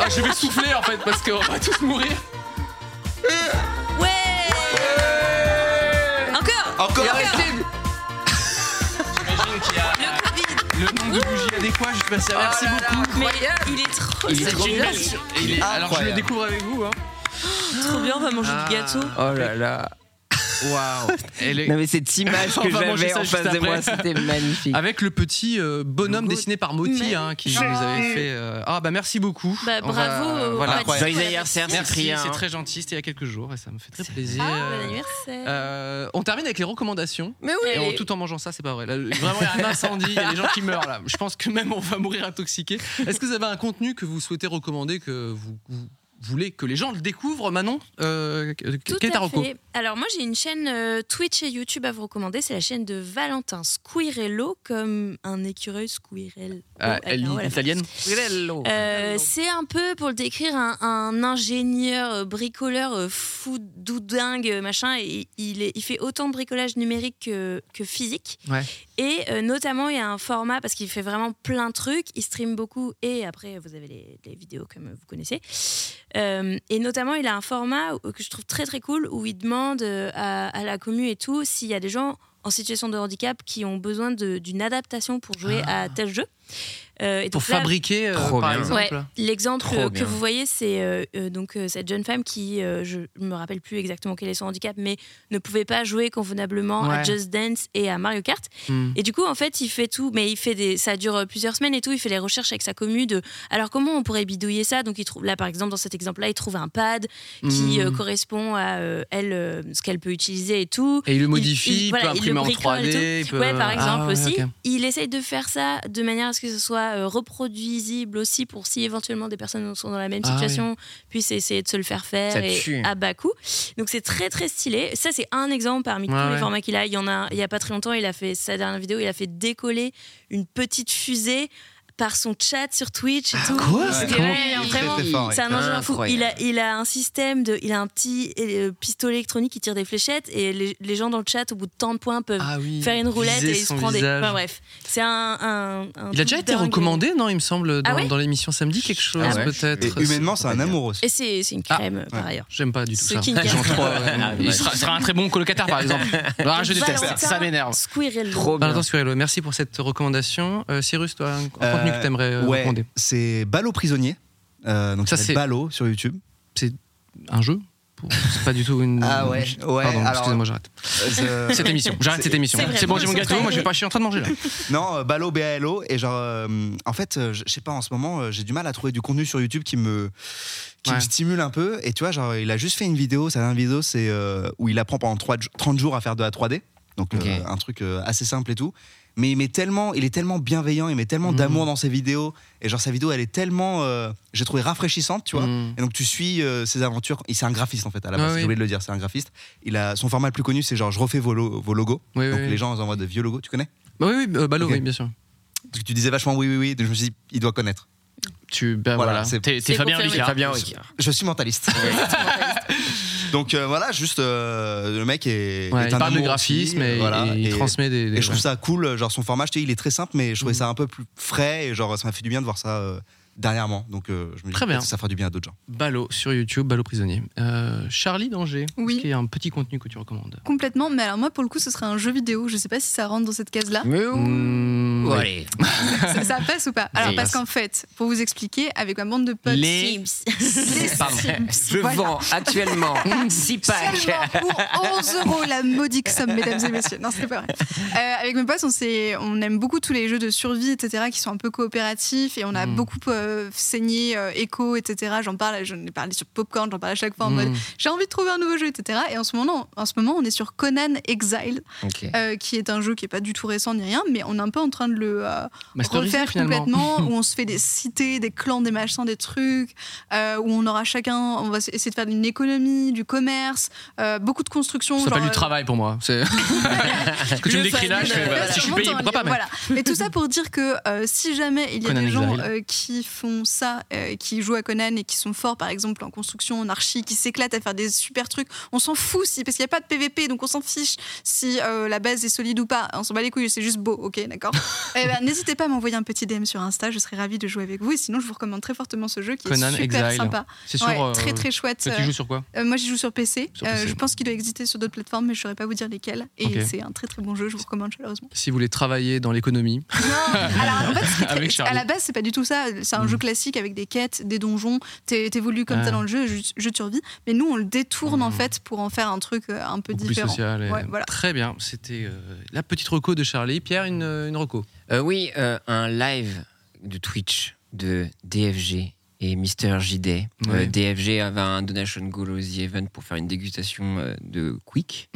Ah, je vais souffler en fait parce qu'on va tous mourir.
Ouais Encore
Encore
Le Covid
Le nombre de bougies adéquats, je suis passé à merci beaucoup.
Oh Mais il est trop
Il est
c'est
trop
génial.
bien. Il est- Alors je le
Incroyable.
découvre avec vous. Hein.
Oh, Trop bien, on va manger
Ah.
du gâteau.
Oh là là.
Waouh Ah. *laughs* Elle est-
Ah. Non, mais cette image
On
que
va manger
j'avais
ça
en
juste
face de
après.
moi, c'était magnifique.
Avec le petit euh, bonhomme dessiné par Moti hein, qui nous avait fait. euh, Ah bah merci beaucoup.
Bah
On va- euh,
bravo au
voilà.
Patrick
Joyeux
pour la
anniversaire,
petite.
Merci,
Cyprien.
c'est très gentil. C'était il y a quelques jours et ça me fait très plaisir.
Ah, bon anniversaire
Euh, on termine avec les recommandations.
Mais
Et on-
oui
tout en mangeant ça, c'est pas vrai. Là, vraiment, il y a un incendie, il y a des gens qui meurent là. Je pense que même on va mourir intoxiqués. Est-ce que vous avez un contenu que vous souhaitez recommander, que vous, vous voulez que les gens le découvrent, Manon Euh, que-
Tout
Quelle est ta
à
reco
fait. Alors moi j'ai une chaîne euh, Twitch et YouTube à vous recommander, c'est la chaîne de Valentin Squirello comme un écureuil Squirello.
Ah, elle
Alors, voilà.
italienne Oh,
Euh, c'est un peu pour le décrire un, un ingénieur euh, bricoleur euh, fou doudingue euh, machin et il, est- il fait autant de bricolage numérique que, que physique
Ouais.
et euh, notamment il y a un format parce qu'il fait vraiment plein de trucs il stream beaucoup et après vous avez les, les vidéos comme vous connaissez Euh, et notamment il a un format où- que je trouve très très cool où il demande euh, à, à la commu et tout s'il y a des gens en situation de handicap qui ont besoin de- d'une adaptation pour jouer à tel jeu Euh, et
Pour
donc là-
fabriquer, euh, Ah. Trop par bien. exemple.
Ouais, L'exemple
Trop
euh, que
bien.
vous voyez, c'est euh, euh, donc euh, cette jeune femme qui, euh, je ne me rappelle plus exactement quel est son handicap, mais ne pouvait pas jouer convenablement à
Ouais.
Just Dance et à Mario Kart.
Hmm.
Et du coup, en fait, il fait tout, mais il fait des, ça dure euh, plusieurs semaines et tout. Il fait les recherches avec sa commu de. Alors comment on pourrait bidouiller ça Donc il trouve là, par exemple, dans cet exemple-là, il trouve un pad qui
Hmm.
euh, correspond à euh, elle, euh, ce qu'elle peut utiliser et tout.
Et il le modifie, il peut
le
imprimer en
bricole et
3D,
tout.
il peut-
Ouais, par
Ah,
exemple
ouais,
aussi.
ok.
Il essaye de faire ça de manière à ce que ce soit euh, reproduisible aussi pour si éventuellement des personnes sont dans la même
Ah
situation, puissent essayer de se le faire faire
Ça
et
tue.
à bas coût. Donc c'est très très stylé. Ça c'est un exemple parmi
Ouais,
tous
ouais.
les formats qu'il a. Il y en a il y a pas très longtemps, il a fait sa dernière vidéo, il a fait décoller une petite fusée par son chat sur Twitch et tout.
Ah, quoi
C'était-
Comment
ouais,
il-
vraiment,
Très, très fort,
c'est un
ouais. Ah,
engin fou. Il
Incroyable.
a, il a un système de, il a un petit euh, pistolet électronique qui tire des fléchettes et les, les gens dans le chat au bout de tant de points peuvent
Ah oui,
faire une roulette
viser
et il se
son
prend des.
visage.
Enfin, bref, c'est un, un- un
Il
truc
a déjà été
dingue.
recommandé, non, il me semble, dans,
Ah ouais
dans l'émission samedi, quelque chose
Ah ouais.
peut-être. Ah,
Et humainement, c'est un amour aussi.
Et c'est c'est une crème euh, par ailleurs.
J'aime pas du tout
Ce
ça.
King Cat.
J'en crois, euh,
Ah,
il
ouais.
sera, sera un très bon colocataire, par exemple. Ah, je déteste ça,
Valentin
ça m'énerve.
Squirrel.
Valentin Squirello, merci pour cette recommandation. Euh, Cyrus, toi, un
Euh,
contenu que t'aimerais euh,
ouais,
recommander
C'est Ballot prisonnier. Euh, donc
Ça,
ça
c'est-
c'est Ballot sur YouTube.
C'est un jeu C'est pas du tout une.
*laughs* Ah ouais, ouais,
Pardon,
alors-
excusez-moi, j'arrête.
Euh,
Cette émission, j'arrête
c'est-
cette émission.
c'est vrai.
C'est bon, j'ai mon gâteau, moi je, vais pas, je suis en train de manger là.
*laughs* Non, euh, Balo, B-A-L-O. Et genre, euh, en fait, euh, je je sais pas, en ce moment, euh, j'ai du mal à trouver du contenu sur YouTube qui me, qui me
Ouais.
stimule un peu. Et tu vois, genre, il a juste fait une vidéo, sa dernière vidéo, c'est euh, où il apprend pendant trois- 30 jours à faire de la 3D. Donc, euh,
Ok.
un truc euh, assez simple et tout. Mais il, met tellement, il est tellement bienveillant, il met tellement
Hmm.
d'amour dans ses vidéos. Et genre, sa vidéo, elle est tellement, euh, j'ai trouvé rafraîchissante, tu vois. Et donc, tu suis euh, ses aventures. Il C'est un graphiste, en fait, à la
Ah
base.
Hmm. oui.
J'ai oublié de le dire, c'est un graphiste. Il a, son format le plus connu, c'est genre, je refais vos, lo- vos logos.
Oui,
donc,
oui, oui.
les gens, ils envoient de vieux logos, tu connais
Bah oui, oui, euh, Ballot,
Ok.
oui, bien sûr.
parce que tu disais vachement oui, oui, oui. donc je me suis dit, il doit connaître.
Tu, ben voilà. T'es- t'es C'est Fabien confirmé. Ricard. Fabien Ricard.
Je suis mentaliste. donc euh, voilà, juste euh, le mec est.
Ouais,
est
il
un
parle de
amour
graphisme
aussi,
et- et il transmet des- Mm. des-
Et je trouve
ouais.
ça cool, genre son format, je te dis, il est très simple, mais je trouvais ça un peu plus frais et genre ça m'a fait du bien de voir ça euh, dernièrement. Donc euh, je me dis,
Très bien.
peut-être que ça fera du bien à d'autres gens.
Ballot sur YouTube, Ballot prisonnier. Euh, Charlie Danger, est-ce qu'il y a un petit contenu que tu recommandes
Complètement, mais alors moi pour le coup ce serait un jeu vidéo, je sais pas si ça rentre dans cette case-là.
Mmh, ouais.
ça, ça passe ou pas Alors
Oui.
parce qu'en fait, pour vous expliquer, avec ma bande de potes...
Les- *laughs* Pardon. Je
Voilà.
vends actuellement 6 packs.
Seulement pour 11 euros la modique somme, mesdames et messieurs. Non, c'est pas vrai. Euh, avec mes potes, on, s'est- on aime beaucoup tous les jeux de survie, etc., qui sont un peu coopératifs. Et on a
Mm.
beaucoup euh, saigné euh, Echo, etc. J'en parle, j'en ai parlé sur Popcorn, j'en parle à chaque fois en
Mm.
mode j'ai envie de trouver un nouveau jeu, etc. Et en ce moment, en ce moment on est sur Conan Exile,
Ok.
euh, qui est un jeu qui est pas du tout récent ni rien, mais on est un peu en train de le euh,
Masteriser,
refaire
finalement.
*laughs*
complètement, où on se fait des cités, des clans, des machins, des trucs, euh, où on aura chacun, on va essayer de faire une économie, du commerce, euh, beaucoup de construction.
Ça
genre,
s'appelle du
euh,
travail pour moi.
*laughs*
C'est... Ce que tu me décris là, je fais, bah, si je suis payé, pourquoi pas mais...
euh, voilà. Mais tout ça pour dire que euh, si jamais il y a
Conan
des gens
Exile.
euh, qui font ça, euh, qui jouent à Conan et qui sont forts, par exemple, en construction, en archi, qui s'éclatent à faire des super trucs, on s'en fout si, parce qu'il n'y a pas de PVP, donc on s'en fiche si euh, la base est solide ou pas. Hein, On s'en bat les couilles, c'est juste beau, ok,
*laughs*
d'accord Eh ben, N'hésitez pas à m'envoyer un petit DM sur Insta, je serais ravie de jouer avec vous. Et sinon, je vous recommande très fortement ce jeu qui
Conan
est super
Exile.
sympa.
C'est sûr,
Ouais,
euh,
très très chouette.
toi, tu joues sur quoi
Euh, Moi, j'y joue sur PC.
Sur
Euh,
PC.
je pense qu'il doit exister sur d'autres plateformes, mais je ne saurais pas vous dire lesquelles. Et
Ok.
c'est un très très bon jeu, je vous recommande chaleureusement.
Si vous voulez travailler dans l'économie. *laughs* Avec
À
Charlie. Mm.
la base, c'est pas du tout ça. C'est un jeu classique avec des quêtes, des donjons. T'é- T'évolues comme
Ouais.
t'as dans le jeu, jeu, jeu de survie. Mais nous, on le détourne en fait pour en faire un truc euh, un peu
Beaucoup plus
différent.
social. et-
Ouais, voilà.
Très bien. C'était euh, la petite reco de Charlie. Pierre, une, une reco.
Euh, oui, euh, un live de Twitch de DFG et Mister JD. Euh,
Ouais.
DFG avait un donation goal aux The Event pour faire une dégustation euh, de
*laughs*
Quick.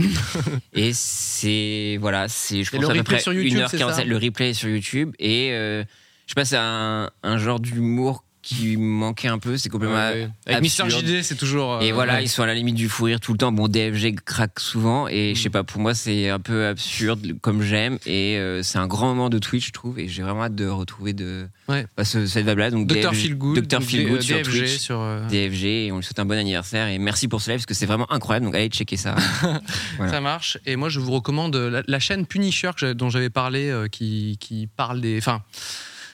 et c'est voilà, c'est je
Et
pense
le
à peu
replay
près
sur YouTube, c'est
1h45.
ça
Le replay est sur YouTube et euh, je sais pas, c'est un, un genre d'humour qui manquait un peu, c'est complètement
Ouais, ouais. Avec Mister
absurde.
JD, c'est toujours, euh,
Et voilà,
ouais.
ils sont à la limite du fou rire tout le temps. Bon, DFG craque souvent, et
Mm.
je sais pas, pour moi, c'est un peu absurde comme j'aime, et euh, c'est un grand moment de Twitch, je trouve, et j'ai vraiment hâte de retrouver de
Ouais.
bah, ce- cette vibe-là. Donc,
Dr.
DFG
Feelgood,
Dr.
donc,
Feelgood
D-
sur
DFG
Twitch,
sur, euh,
DFG, et on lui souhaite un bon anniversaire, et merci pour ce live, parce que c'est vraiment incroyable, donc allez checker
*laughs*
ça. Voilà.
Ça marche. Et moi, je vous recommande euh, la, la chaîne Punisher que j'a- dont j'avais parlé, euh, qui, qui parle des, enfin,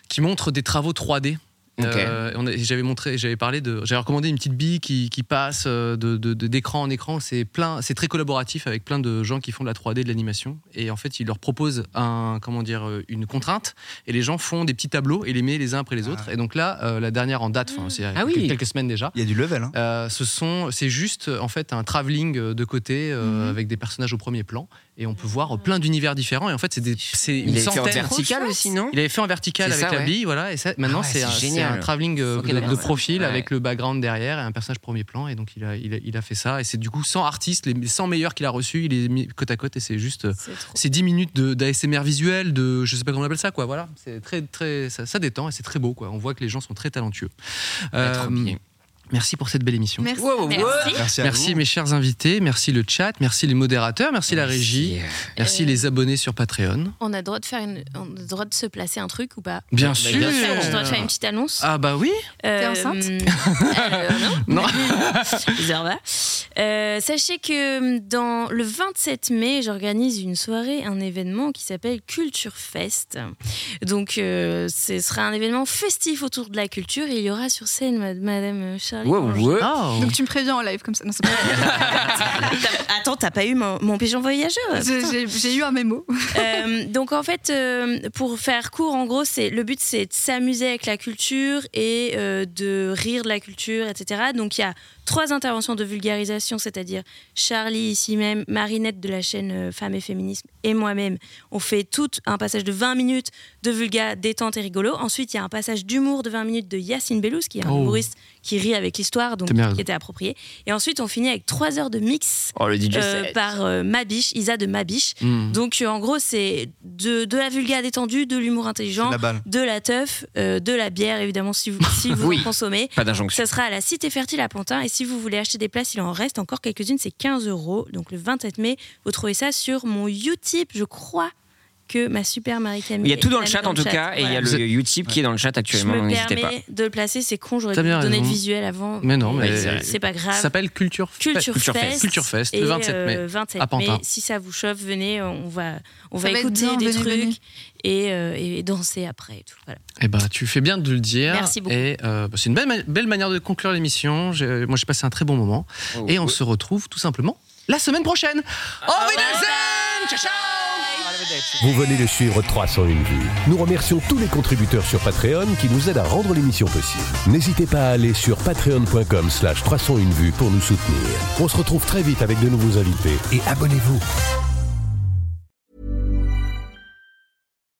qui montre des travaux 3D.
Ok.
Euh, on a- j'avais montré, j'avais parlé de, j'avais recommandé une petite bille qui, qui passe euh, de, de- de- d'écran en écran. C'est plein, c'est très collaboratif avec plein de gens qui font de la 3D, de l'animation. Et en fait, ils leur proposent un, comment dire, euh, une contrainte. Et les gens font des petits tableaux et les mettent les uns après les autres. Et donc là, euh, la dernière en date, enfin, c'est il y a
Ah oui.
quelques- quelques semaines déjà.
Il y a du level. hein.
Euh, ce sont, c'est juste en fait un travelling euh, de côté euh,
Mhm.
avec des personnages au premier plan et on peut voir euh, plein d'univers différents et en fait c'est des- c'est une
Il est fait en
centaine.
vertical aussi, non
Il avait fait en vertical
C'est
avec
ça,
la
ouais.
bille, voilà, et ça, maintenant
Ah ouais,
c'est
c'est
un, c'est
génial.
un travelling euh,
Ok,
de,
d'accord,
de
ouais.
profil
Ouais.
avec le background derrière et un personnage premier plan, et donc il a, il a, il a fait ça, et c'est du coup 100 artistes, les 100 meilleurs qu'il a reçus, il est mis côte à côte, et c'est juste. euh, C'est 10 minutes de- d'ASMR visuel, de je sais pas comment on appelle ça, quoi, voilà, c'est très, très, ça, ça détend et c'est très beau, quoi, on voit que les gens sont très talentueux.
Bah,
Euh, merci pour cette belle émission.
Merci.
Merci à
Merci
vous.
mes chers invités, merci le chat, merci les modérateurs, merci, la régie, merci les abonnés sur Patreon.
On a droit de faire une, on a droit de se placer un truc ou pas Bah,
Bien
On a
sûr.
droit de faire- Je dois te faire une petite annonce.
Ah bah oui
Euh,
enceinte
euh,
*laughs*
*laughs*
Non
Zerba. Euh, sachez que dans le 27 mai, j'organise une soirée, un événement qui s'appelle Culture Fest. Donc, euh, ce sera un événement festif autour de la culture et il y aura sur scène ma- Madame Charlie.
Wow,
Granger.
wow.
Oh.
Donc tu me préviens en live comme ça. Non, c'est
*laughs*
pas vrai.
T'as- Attends, t'as pas eu mon, mon pigeon voyageur
J'ai-
putain.
j'ai- J'ai eu un mémo.
Euh, donc en fait, euh, pour faire court, en gros, c'est le but, c'est de s'amuser avec la culture et euh, de rire de la culture, etc. Donc il y a trois interventions de vulgarisation, c'est-à-dire Charlie ici même, Marinette de la chaîne euh, Femmes et Féminisme et moi-même. On fait tout un passage de 20 minutes de vulga détente et rigolo. Ensuite, il y a un passage d'humour de 20 minutes de Yacine Bellouz, qui est un
Oh.
humoriste qui rit avec l'histoire, donc
T'as bien raison.
qui était approprié. Et ensuite, on finit avec trois heures de mix.
Oh, le DJ
euh,
set. Hmm.
par euh, Mabiche, Isa de Mabiche.
Mm.
Donc euh, en gros, c'est de, de la vulga détendue, de l'humour intelligent,
La balle.
de la teuf, euh, de la bière évidemment si vous, si
*laughs*
vous
Oui.
en consommez.
Pas d'injonction.
Ça sera à la Cité Fertile à Pantin et si vous voulez acheter des places, il en reste encore quelques-unes, c'est 15 euros. Donc le 27 mai, vous trouvez ça sur mon Utip, je crois que ma super Marie-Camille.
Il y a tout dans
est
le chat en tout cas, et il y a
Voilà.
le Utip qui est dans le chat
Je
actuellement, donc
me
n'hésitez pas.
permets de le placer, c'est con, j'aurais
T'as
dû
bien
donner le
raison.
visuel avant.
Mais non, mais- euh,
c'est pas grave.
Ça s'appelle Culture, Fe-
Culture, Fest.
Culture Fest, le
Et,
27 mai.
euh, 27
à Pantin.
mai, si ça vous chauffe, venez, on va, on
Ça
va,
va être
écouter
bien,
des
venez,
trucs
venez.
Et, euh, et danser après. Et tout. Voilà.
Eh ben, tu fais bien de le dire.
Merci beaucoup.
Et euh, bah, c'est une belle, ma- belle manière de conclure l'émission. J'ai- Moi, j'ai passé un très bon moment. et on se retrouve tout simplement la semaine prochaine. Au
Ah,
revoir, Ciao, ciao
Vous venez de suivre 301 vues. Nous remercions tous les contributeurs sur Patreon qui nous aident à rendre l'émission possible. N'hésitez pas à aller sur patreon.com slash 301 vues pour nous soutenir. On se retrouve très vite avec de nouveaux invités et abonnez-vous.